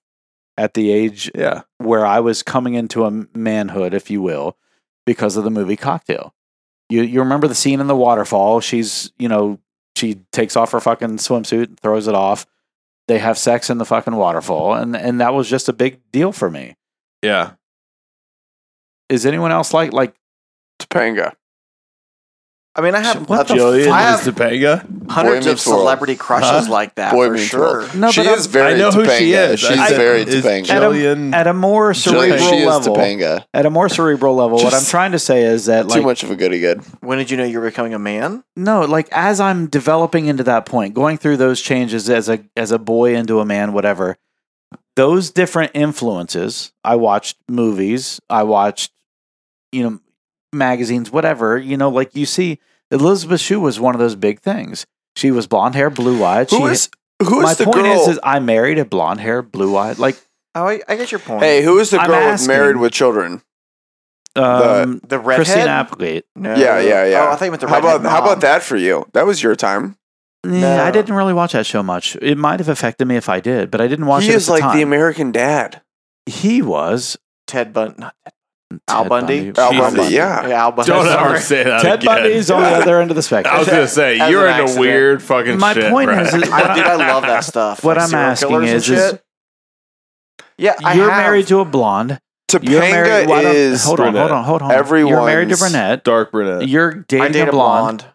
[SPEAKER 4] at the age
[SPEAKER 2] Yeah.
[SPEAKER 4] where I was coming into a manhood, if you will, because of the movie Cocktail. You you remember the scene in the waterfall? She's you know she takes off her fucking swimsuit and throws it off. They have sex in the fucking waterfall, and and that was just a big deal for me.
[SPEAKER 2] Yeah.
[SPEAKER 4] Is anyone else like like
[SPEAKER 1] Topanga.
[SPEAKER 5] I mean, I have,
[SPEAKER 4] What the
[SPEAKER 5] I
[SPEAKER 2] Jillian
[SPEAKER 5] have
[SPEAKER 2] is Topanga.
[SPEAKER 5] hundreds
[SPEAKER 1] Boy
[SPEAKER 5] of
[SPEAKER 1] Meets World.
[SPEAKER 5] celebrity crushes
[SPEAKER 2] Huh?
[SPEAKER 5] like that
[SPEAKER 1] Boy
[SPEAKER 5] for
[SPEAKER 1] Meets
[SPEAKER 5] sure.
[SPEAKER 1] World.
[SPEAKER 4] No,
[SPEAKER 1] she
[SPEAKER 4] but
[SPEAKER 1] is very
[SPEAKER 2] I know who she
[SPEAKER 1] Topanga.
[SPEAKER 2] is.
[SPEAKER 1] She's
[SPEAKER 2] I-
[SPEAKER 1] very
[SPEAKER 2] is
[SPEAKER 1] Topanga.
[SPEAKER 2] Jillian.
[SPEAKER 4] at a more
[SPEAKER 2] Jillian,
[SPEAKER 4] cerebral
[SPEAKER 1] she is
[SPEAKER 4] level?
[SPEAKER 1] Topanga.
[SPEAKER 4] At a more cerebral level, what I'm
[SPEAKER 1] Just
[SPEAKER 4] trying to say is that
[SPEAKER 1] Too
[SPEAKER 4] like
[SPEAKER 1] much of a goody good.
[SPEAKER 5] When did you know you were becoming a man?
[SPEAKER 4] no like as i'm developing into that point going through those changes as a as a boy into a man whatever those different influences i watched movies i watched you know magazines whatever you know like you see elizabeth shue was one of those big things she was blonde hair blue eyed
[SPEAKER 1] Who is who
[SPEAKER 4] my
[SPEAKER 1] is the
[SPEAKER 4] point
[SPEAKER 1] girl?
[SPEAKER 4] is, is i married a blonde hair blue eyed like
[SPEAKER 5] Oh, I, I get your point.
[SPEAKER 1] hey, who is the
[SPEAKER 4] I'm
[SPEAKER 1] girl with
[SPEAKER 4] asking.
[SPEAKER 1] married with children?
[SPEAKER 4] um
[SPEAKER 5] the redhead.
[SPEAKER 4] christine applegate
[SPEAKER 5] No.
[SPEAKER 1] Yeah, yeah, yeah.
[SPEAKER 5] Oh, I thought you meant the
[SPEAKER 1] How
[SPEAKER 5] redhead
[SPEAKER 1] about how
[SPEAKER 5] mom.
[SPEAKER 1] about that for you? That was your time.
[SPEAKER 4] yeah, i
[SPEAKER 5] No.
[SPEAKER 4] didn't really watch that show much it might have affected me if i did but i didn't watch
[SPEAKER 1] he
[SPEAKER 4] it
[SPEAKER 1] is
[SPEAKER 4] at
[SPEAKER 1] like
[SPEAKER 4] the,
[SPEAKER 1] the
[SPEAKER 4] time.
[SPEAKER 1] American Dad.
[SPEAKER 4] he was
[SPEAKER 5] Ted Bundy? Al
[SPEAKER 4] Ted
[SPEAKER 5] Bundy?
[SPEAKER 1] Al
[SPEAKER 2] Jesus.
[SPEAKER 1] Bundy, yeah.
[SPEAKER 5] Yeah, Al Bundy.
[SPEAKER 2] Don't ever
[SPEAKER 5] Sorry.
[SPEAKER 2] say that
[SPEAKER 4] Ted
[SPEAKER 2] again.
[SPEAKER 4] Bundy's on the other end of the spectrum.
[SPEAKER 2] I was going to say
[SPEAKER 5] As
[SPEAKER 2] you're
[SPEAKER 5] an
[SPEAKER 2] into
[SPEAKER 5] accident.
[SPEAKER 2] weird fucking
[SPEAKER 4] My
[SPEAKER 2] shit.
[SPEAKER 4] point
[SPEAKER 2] Brad.
[SPEAKER 4] is- is-
[SPEAKER 5] I, dude, I love that stuff.
[SPEAKER 4] What
[SPEAKER 5] Like
[SPEAKER 4] I'm
[SPEAKER 5] serial
[SPEAKER 4] asking
[SPEAKER 5] killers and
[SPEAKER 4] is- is-
[SPEAKER 5] shit. yeah, I
[SPEAKER 4] you're
[SPEAKER 5] have.
[SPEAKER 4] married to a blonde. You're
[SPEAKER 1] Topanga
[SPEAKER 4] married. why don't-
[SPEAKER 1] is
[SPEAKER 4] hold on, hold
[SPEAKER 2] brunette.
[SPEAKER 4] on, hold on. You're married to
[SPEAKER 1] Everyone's-
[SPEAKER 4] brunette.
[SPEAKER 2] dark brunette.
[SPEAKER 4] You're
[SPEAKER 5] I
[SPEAKER 4] dating
[SPEAKER 5] date
[SPEAKER 4] a blonde.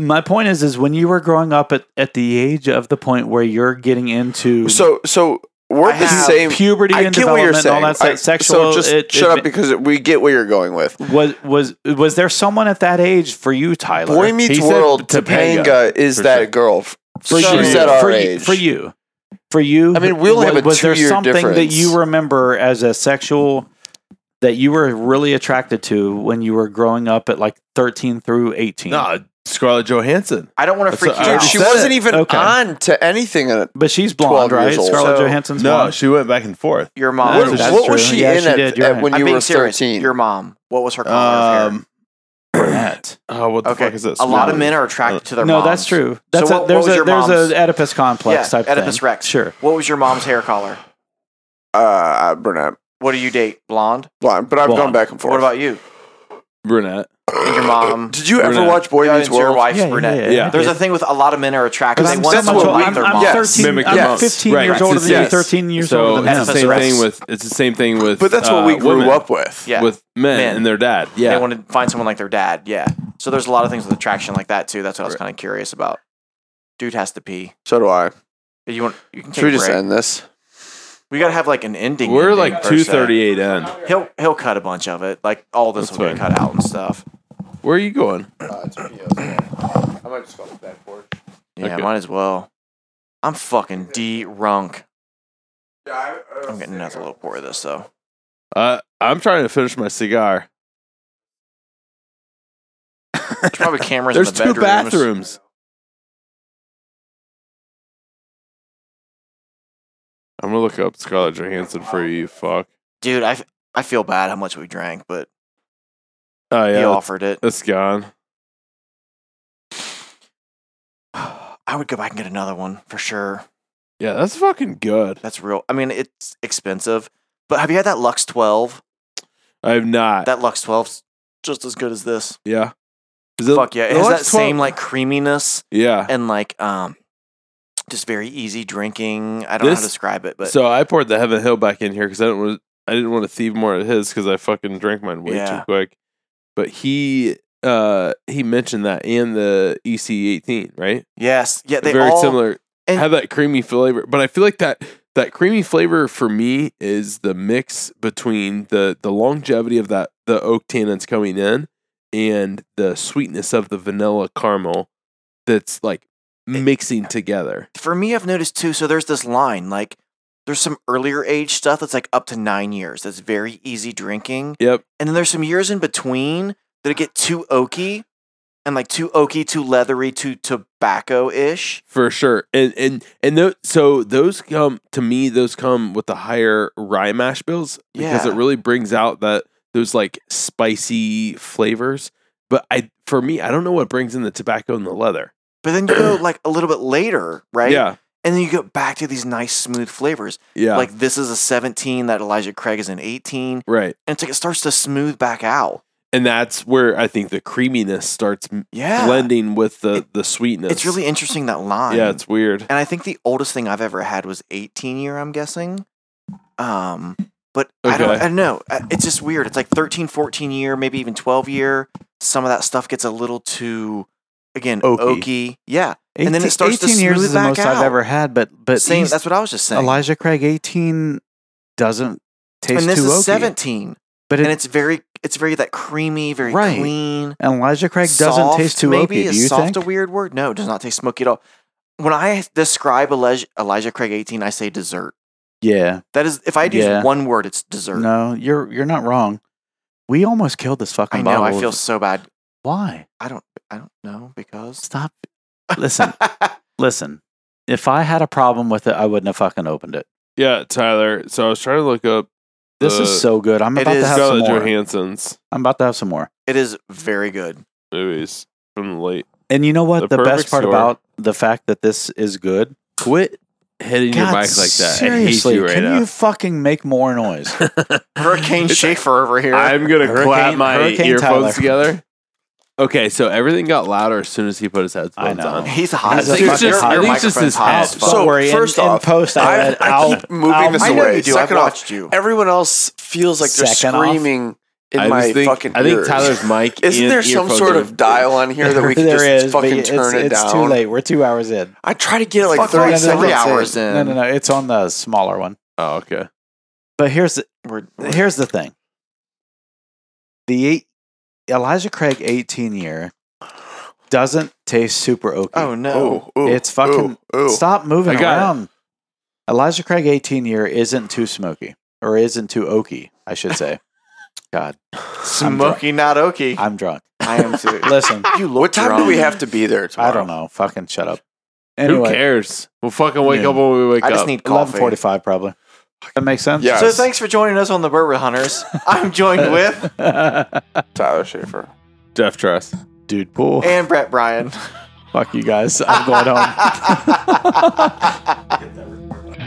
[SPEAKER 4] My point is, is when you were growing up at, at the age of the point where you're getting into
[SPEAKER 1] So so we're
[SPEAKER 5] I
[SPEAKER 1] the
[SPEAKER 5] have
[SPEAKER 1] same.
[SPEAKER 4] puberty
[SPEAKER 1] I
[SPEAKER 4] and
[SPEAKER 1] get what
[SPEAKER 4] development
[SPEAKER 1] you're
[SPEAKER 4] and all
[SPEAKER 1] saying.
[SPEAKER 4] that stuff,
[SPEAKER 1] I-
[SPEAKER 4] sexual.
[SPEAKER 1] so just
[SPEAKER 4] it-
[SPEAKER 1] shut
[SPEAKER 4] it-
[SPEAKER 1] up because we get what you're going with.
[SPEAKER 4] was was was there someone at that age for you, Tyler?
[SPEAKER 1] Boy Meets
[SPEAKER 2] He said
[SPEAKER 1] World,
[SPEAKER 2] Topanga,
[SPEAKER 1] Topanga, is
[SPEAKER 2] for
[SPEAKER 1] that
[SPEAKER 2] sure.
[SPEAKER 1] girl. f-
[SPEAKER 4] for
[SPEAKER 1] she's
[SPEAKER 4] you,
[SPEAKER 1] at our
[SPEAKER 4] for you,
[SPEAKER 1] age.
[SPEAKER 4] for you, for you.
[SPEAKER 1] I mean, we only
[SPEAKER 4] was,
[SPEAKER 1] have a
[SPEAKER 4] was there
[SPEAKER 1] two-year
[SPEAKER 4] something that
[SPEAKER 1] difference.
[SPEAKER 4] you remember as a sexual that you were really attracted to when you were growing up at like thirteen through eighteen?
[SPEAKER 2] Nah, Scarlett Johansson.
[SPEAKER 5] I don't want to
[SPEAKER 2] That's
[SPEAKER 5] freak
[SPEAKER 2] what
[SPEAKER 5] you
[SPEAKER 2] I
[SPEAKER 1] Dude,
[SPEAKER 5] out.
[SPEAKER 2] already
[SPEAKER 1] she
[SPEAKER 2] said
[SPEAKER 1] wasn't
[SPEAKER 2] it.
[SPEAKER 1] even
[SPEAKER 4] Okay.
[SPEAKER 1] on to anything. in it.
[SPEAKER 4] but she's
[SPEAKER 1] 12
[SPEAKER 4] blonde,
[SPEAKER 1] years
[SPEAKER 4] right?
[SPEAKER 1] old.
[SPEAKER 4] Scarlett
[SPEAKER 5] So-
[SPEAKER 4] Johansson's
[SPEAKER 2] No,
[SPEAKER 4] blonde.
[SPEAKER 2] she went back and forth.
[SPEAKER 5] Your mom.
[SPEAKER 1] What,
[SPEAKER 4] That's- Uh, that's
[SPEAKER 1] what
[SPEAKER 4] true.
[SPEAKER 1] was she
[SPEAKER 4] Yeah,
[SPEAKER 1] in
[SPEAKER 4] she
[SPEAKER 1] at,
[SPEAKER 4] did, you're
[SPEAKER 1] at
[SPEAKER 4] right.
[SPEAKER 1] when
[SPEAKER 5] I'm
[SPEAKER 1] you
[SPEAKER 5] being
[SPEAKER 1] were
[SPEAKER 5] serious.
[SPEAKER 1] 13?
[SPEAKER 5] Your mom. What Oh, was her color of hair?
[SPEAKER 2] Um,
[SPEAKER 4] brunette.
[SPEAKER 2] oh, what the
[SPEAKER 5] Okay,
[SPEAKER 2] fuck is this?
[SPEAKER 5] a lot of men are attracted to their
[SPEAKER 4] No,
[SPEAKER 5] moms.
[SPEAKER 4] that's true. That's
[SPEAKER 5] So
[SPEAKER 4] a,
[SPEAKER 5] what-
[SPEAKER 4] there's
[SPEAKER 5] what was
[SPEAKER 4] a
[SPEAKER 5] your
[SPEAKER 4] there's
[SPEAKER 5] mom's-
[SPEAKER 4] a Oedipus complex
[SPEAKER 5] yeah,
[SPEAKER 4] type
[SPEAKER 5] Oedipus
[SPEAKER 4] thing.
[SPEAKER 5] Rex.
[SPEAKER 4] Sure.
[SPEAKER 5] What was your mom's hair color?
[SPEAKER 1] uh, brunette,
[SPEAKER 5] What do you date? Blonde.
[SPEAKER 1] blonde. But I've
[SPEAKER 4] Blonde.
[SPEAKER 1] gone back and forth.
[SPEAKER 5] What about you?
[SPEAKER 2] brunette.
[SPEAKER 5] And your mom.
[SPEAKER 1] Did you ever
[SPEAKER 2] Brunette.
[SPEAKER 1] watch Boy
[SPEAKER 5] Yeah,
[SPEAKER 1] Meets
[SPEAKER 5] it's your
[SPEAKER 1] World?
[SPEAKER 5] wife's
[SPEAKER 4] Yeah, yeah,
[SPEAKER 5] brunette.
[SPEAKER 4] yeah,
[SPEAKER 2] Yeah.
[SPEAKER 4] I
[SPEAKER 5] There's
[SPEAKER 4] did.
[SPEAKER 5] a thing with a lot of men are attracted.
[SPEAKER 4] But
[SPEAKER 5] They
[SPEAKER 4] I'm
[SPEAKER 5] want
[SPEAKER 4] so
[SPEAKER 1] that's
[SPEAKER 4] much
[SPEAKER 5] someone
[SPEAKER 1] what
[SPEAKER 4] older.
[SPEAKER 1] we-
[SPEAKER 5] like
[SPEAKER 4] I'm,
[SPEAKER 5] their
[SPEAKER 4] I'm
[SPEAKER 5] mom.
[SPEAKER 1] Yes.
[SPEAKER 4] 13.
[SPEAKER 2] Mimic
[SPEAKER 4] I'm
[SPEAKER 1] your mom's.
[SPEAKER 4] 15
[SPEAKER 2] Right.
[SPEAKER 4] uh, years older than you.
[SPEAKER 1] Yes.
[SPEAKER 4] 13 years
[SPEAKER 2] So
[SPEAKER 4] older
[SPEAKER 2] it's
[SPEAKER 4] than him.
[SPEAKER 2] the
[SPEAKER 5] Oedipus
[SPEAKER 2] same
[SPEAKER 5] Rex.
[SPEAKER 2] thing with it's the same thing with.
[SPEAKER 1] But that's what
[SPEAKER 2] uh,
[SPEAKER 1] we grew
[SPEAKER 2] women,
[SPEAKER 1] up with.
[SPEAKER 5] Yeah.
[SPEAKER 2] with men,
[SPEAKER 5] Men.
[SPEAKER 2] and their dad. Yeah,
[SPEAKER 5] They want to find someone like their dad. Yeah. So there's a lot of things with attraction like that too. That's what I was kind of curious about. Dude has to pee.
[SPEAKER 1] So do I.
[SPEAKER 5] You want? You can take
[SPEAKER 1] Should we
[SPEAKER 5] a
[SPEAKER 1] just
[SPEAKER 5] break.
[SPEAKER 1] end this?
[SPEAKER 5] We gotta have like an ending.
[SPEAKER 2] we're
[SPEAKER 5] ending,
[SPEAKER 2] like
[SPEAKER 5] per
[SPEAKER 2] two
[SPEAKER 5] se.
[SPEAKER 2] thirty eight in.
[SPEAKER 5] He'll he'll cut a bunch of it. Like all this
[SPEAKER 2] That's
[SPEAKER 5] will get
[SPEAKER 2] fine.
[SPEAKER 5] cut out and stuff.
[SPEAKER 2] Where are you going?
[SPEAKER 1] Uh, I might just go off that porch.
[SPEAKER 5] Yeah,
[SPEAKER 2] Okay.
[SPEAKER 5] might as well. I'm fucking drunk. I'm getting another little pour of this though.
[SPEAKER 2] Uh, I'm trying to finish my cigar.
[SPEAKER 5] There's probably cameras
[SPEAKER 2] There's
[SPEAKER 5] in the
[SPEAKER 2] two
[SPEAKER 5] bedrooms.
[SPEAKER 2] bathrooms. I'm gonna look up Scarlett Johansson for you. you Fuck.
[SPEAKER 5] Dude, I, f- I feel bad how much we drank, but
[SPEAKER 2] Oh
[SPEAKER 5] he
[SPEAKER 2] yeah,
[SPEAKER 5] offered it.
[SPEAKER 2] it's gone.
[SPEAKER 5] I would go back and get another one for sure.
[SPEAKER 2] Yeah, that's fucking good.
[SPEAKER 5] That's real. I mean, it's expensive, but have you had that Lux 12?
[SPEAKER 2] I have not.
[SPEAKER 5] That Lux 12's just as good as this.
[SPEAKER 2] yeah. Is it-
[SPEAKER 5] Fuck yeah. It
[SPEAKER 2] the
[SPEAKER 5] has that
[SPEAKER 2] Lux 12
[SPEAKER 5] same like creaminess
[SPEAKER 2] Yeah.
[SPEAKER 5] and like um just very easy drinking. I don't know how
[SPEAKER 2] This-
[SPEAKER 5] to describe it, but
[SPEAKER 2] so I poured the Heaven Hill back in here because I didn't want I didn't want to thieve more of his because I fucking drank mine way
[SPEAKER 5] Yeah.
[SPEAKER 2] too quick. But he uh he mentioned that and the EC18 right
[SPEAKER 5] yes. Yeah, they
[SPEAKER 2] very
[SPEAKER 5] all
[SPEAKER 2] similar
[SPEAKER 5] and-
[SPEAKER 2] have that creamy flavor but I feel like that that creamy flavor for me is the mix between the the longevity of that the oak tannins coming in and the sweetness of the vanilla caramel that's like mixing together
[SPEAKER 5] for me, I've noticed too. So there's this line like there's some earlier age stuff that's like up to nine years. That's very easy drinking,
[SPEAKER 2] yep
[SPEAKER 5] and then there's some years in between that get too oaky and like too oaky, too leathery, too tobacco ish.
[SPEAKER 2] for sure and and and tho- so those come to me those come with the higher rye mash bills because
[SPEAKER 5] Yeah.
[SPEAKER 2] it really brings out that those like spicy flavors but i for me i don't know what brings in the tobacco and the leather
[SPEAKER 5] But then you go like a little bit later, right?
[SPEAKER 2] yeah
[SPEAKER 5] And then you go back to these nice smooth flavors.
[SPEAKER 2] yeah
[SPEAKER 5] Like this is a 17 that Elijah Craig is an 18, and
[SPEAKER 2] right
[SPEAKER 5] it's like it starts to smooth back out.
[SPEAKER 2] and that's where i think the creaminess starts m
[SPEAKER 5] Yeah,
[SPEAKER 2] blending with the
[SPEAKER 5] It-
[SPEAKER 2] the sweetness
[SPEAKER 5] It's really interesting that line.
[SPEAKER 2] yeah it's weird
[SPEAKER 5] and I think the oldest thing I've ever had was 18 year. I'm guessing. Um, but I don't.
[SPEAKER 2] Okay.
[SPEAKER 5] I don't know. I- It's just weird. It's like 13, 14 year, maybe even 12 year. Some of that stuff gets a little too, again,
[SPEAKER 4] Oaky.
[SPEAKER 5] oaky. Yeah, And then it starts to
[SPEAKER 4] years
[SPEAKER 5] smooth
[SPEAKER 4] is the
[SPEAKER 5] back
[SPEAKER 4] most
[SPEAKER 5] out.
[SPEAKER 4] I've ever had, but but
[SPEAKER 5] same.
[SPEAKER 4] he's-
[SPEAKER 5] that's what I was just saying.
[SPEAKER 4] Elijah Craig 18 doesn't taste
[SPEAKER 5] and this
[SPEAKER 4] too
[SPEAKER 5] is
[SPEAKER 4] oaky,
[SPEAKER 5] 17,
[SPEAKER 4] But
[SPEAKER 5] and
[SPEAKER 4] it,
[SPEAKER 5] it's very, it's very that creamy, very
[SPEAKER 4] Right.
[SPEAKER 5] clean.
[SPEAKER 4] and Elijah Craig doesn't
[SPEAKER 5] soft,
[SPEAKER 4] taste too
[SPEAKER 5] maybe.
[SPEAKER 4] oaky.
[SPEAKER 5] Is
[SPEAKER 4] Do you
[SPEAKER 5] soft
[SPEAKER 4] think?
[SPEAKER 5] a weird word? No, it does not taste smoky at all. When I describe Elijah, Elijah Craig 18, I say dessert.
[SPEAKER 4] yeah.
[SPEAKER 5] That is, if I had to
[SPEAKER 4] Yeah.
[SPEAKER 5] use one word, it's dessert.
[SPEAKER 4] No, you're you're not wrong. We almost killed this fucking
[SPEAKER 5] I know. I
[SPEAKER 4] bottle
[SPEAKER 5] feel
[SPEAKER 4] of-
[SPEAKER 5] so bad.
[SPEAKER 4] Why?
[SPEAKER 5] I don't I don't know because
[SPEAKER 4] Stop. Listen, listen. If I had a problem with it, I wouldn't have fucking opened it.
[SPEAKER 2] yeah tyler so i was trying to look up
[SPEAKER 4] This
[SPEAKER 2] Uh,
[SPEAKER 4] is so good. I'm
[SPEAKER 5] it
[SPEAKER 4] about to
[SPEAKER 5] is
[SPEAKER 4] have some
[SPEAKER 2] scarlett
[SPEAKER 4] more.
[SPEAKER 2] johansson's
[SPEAKER 4] I'm about to have some more.
[SPEAKER 5] it is very good.
[SPEAKER 2] movies from the late
[SPEAKER 4] And you know what?
[SPEAKER 2] The
[SPEAKER 4] The,
[SPEAKER 2] perfect
[SPEAKER 4] best part
[SPEAKER 2] store.
[SPEAKER 4] about the fact that this is good.
[SPEAKER 2] quit hitting your mic like that
[SPEAKER 4] seriously,
[SPEAKER 2] i hate you right
[SPEAKER 4] can
[SPEAKER 2] now
[SPEAKER 4] you fucking make more noise?
[SPEAKER 5] Hurricane
[SPEAKER 2] It's-
[SPEAKER 5] Schaefer over here.
[SPEAKER 2] I'm gonna
[SPEAKER 4] Hurricane-
[SPEAKER 2] clap my
[SPEAKER 4] Hurricane
[SPEAKER 2] earphones
[SPEAKER 4] Tyler.
[SPEAKER 2] together. Okay, so everything got louder as soon as he put his
[SPEAKER 4] I
[SPEAKER 2] headphones
[SPEAKER 4] know.
[SPEAKER 2] on.
[SPEAKER 5] He's hot.
[SPEAKER 4] He's
[SPEAKER 5] as
[SPEAKER 4] a
[SPEAKER 5] fuck.
[SPEAKER 4] fucking
[SPEAKER 5] Your-
[SPEAKER 4] hot-
[SPEAKER 5] your
[SPEAKER 4] I
[SPEAKER 2] think it's just
[SPEAKER 5] microphone's
[SPEAKER 2] his
[SPEAKER 5] hot
[SPEAKER 2] head.
[SPEAKER 5] as fuck.
[SPEAKER 4] Don't
[SPEAKER 1] So,
[SPEAKER 4] worry. in-
[SPEAKER 1] first
[SPEAKER 4] in,
[SPEAKER 1] off,
[SPEAKER 4] post, I,
[SPEAKER 1] I,
[SPEAKER 4] read,
[SPEAKER 1] I
[SPEAKER 4] I'll-
[SPEAKER 1] keep moving
[SPEAKER 4] I'll-
[SPEAKER 1] this
[SPEAKER 5] I know
[SPEAKER 1] away.
[SPEAKER 5] you do.
[SPEAKER 1] Second
[SPEAKER 5] I've
[SPEAKER 1] off,
[SPEAKER 5] watched you.
[SPEAKER 1] everyone else feels like they're
[SPEAKER 4] Second off,
[SPEAKER 1] screaming in
[SPEAKER 2] I
[SPEAKER 1] my
[SPEAKER 2] just think,
[SPEAKER 1] fucking
[SPEAKER 2] I think
[SPEAKER 1] ears.
[SPEAKER 2] Tyler's mic.
[SPEAKER 1] Isn't
[SPEAKER 2] and
[SPEAKER 1] there some
[SPEAKER 2] earphones
[SPEAKER 1] sort
[SPEAKER 2] are-
[SPEAKER 1] of dial on here that we can
[SPEAKER 4] There
[SPEAKER 1] just
[SPEAKER 4] is, but
[SPEAKER 1] fucking
[SPEAKER 4] it's-
[SPEAKER 1] turn it
[SPEAKER 4] it's
[SPEAKER 1] down?
[SPEAKER 4] too late. We're two hours in.
[SPEAKER 1] I try to get it like
[SPEAKER 5] Fuck,
[SPEAKER 1] thirty
[SPEAKER 5] no, no, no,
[SPEAKER 1] seconds.
[SPEAKER 5] three
[SPEAKER 1] in.
[SPEAKER 5] hours in.
[SPEAKER 4] No, no, no. It's on the smaller one.
[SPEAKER 2] Oh, okay.
[SPEAKER 4] But here's the,
[SPEAKER 5] We're- we're-
[SPEAKER 4] here's the thing. The eight, Elijah Craig 18 year doesn't taste super oaky.
[SPEAKER 5] oh no.
[SPEAKER 1] Oh, ooh,
[SPEAKER 4] It's fucking-
[SPEAKER 1] ooh, ooh.
[SPEAKER 4] Stop moving
[SPEAKER 2] I got it.
[SPEAKER 4] around. Elijah Craig 18 year isn't too smoky or isn't too oaky, I should say. God,
[SPEAKER 5] Smoky not oaky.
[SPEAKER 4] I'm drunk.
[SPEAKER 5] I am too.
[SPEAKER 4] Listen,
[SPEAKER 5] You look
[SPEAKER 1] What time do
[SPEAKER 5] drunk.
[SPEAKER 1] we have to be there tomorrow?
[SPEAKER 4] I don't know. Fucking shut up.
[SPEAKER 2] Who
[SPEAKER 4] Anyway,
[SPEAKER 2] cares? We'll fucking wake
[SPEAKER 4] Yeah.
[SPEAKER 2] up when we wake
[SPEAKER 5] I just
[SPEAKER 2] up.
[SPEAKER 5] need coffee.
[SPEAKER 4] 11:45 probably. That makes sense.
[SPEAKER 1] Yeah.
[SPEAKER 5] So thanks for joining us on the Bourbon Hunters. I'm joined with
[SPEAKER 1] Tyler Schaefer.
[SPEAKER 2] Jeff Trust.
[SPEAKER 4] Dude, pool.
[SPEAKER 5] and Brett Bryan.
[SPEAKER 4] Fuck you guys. I'm going home.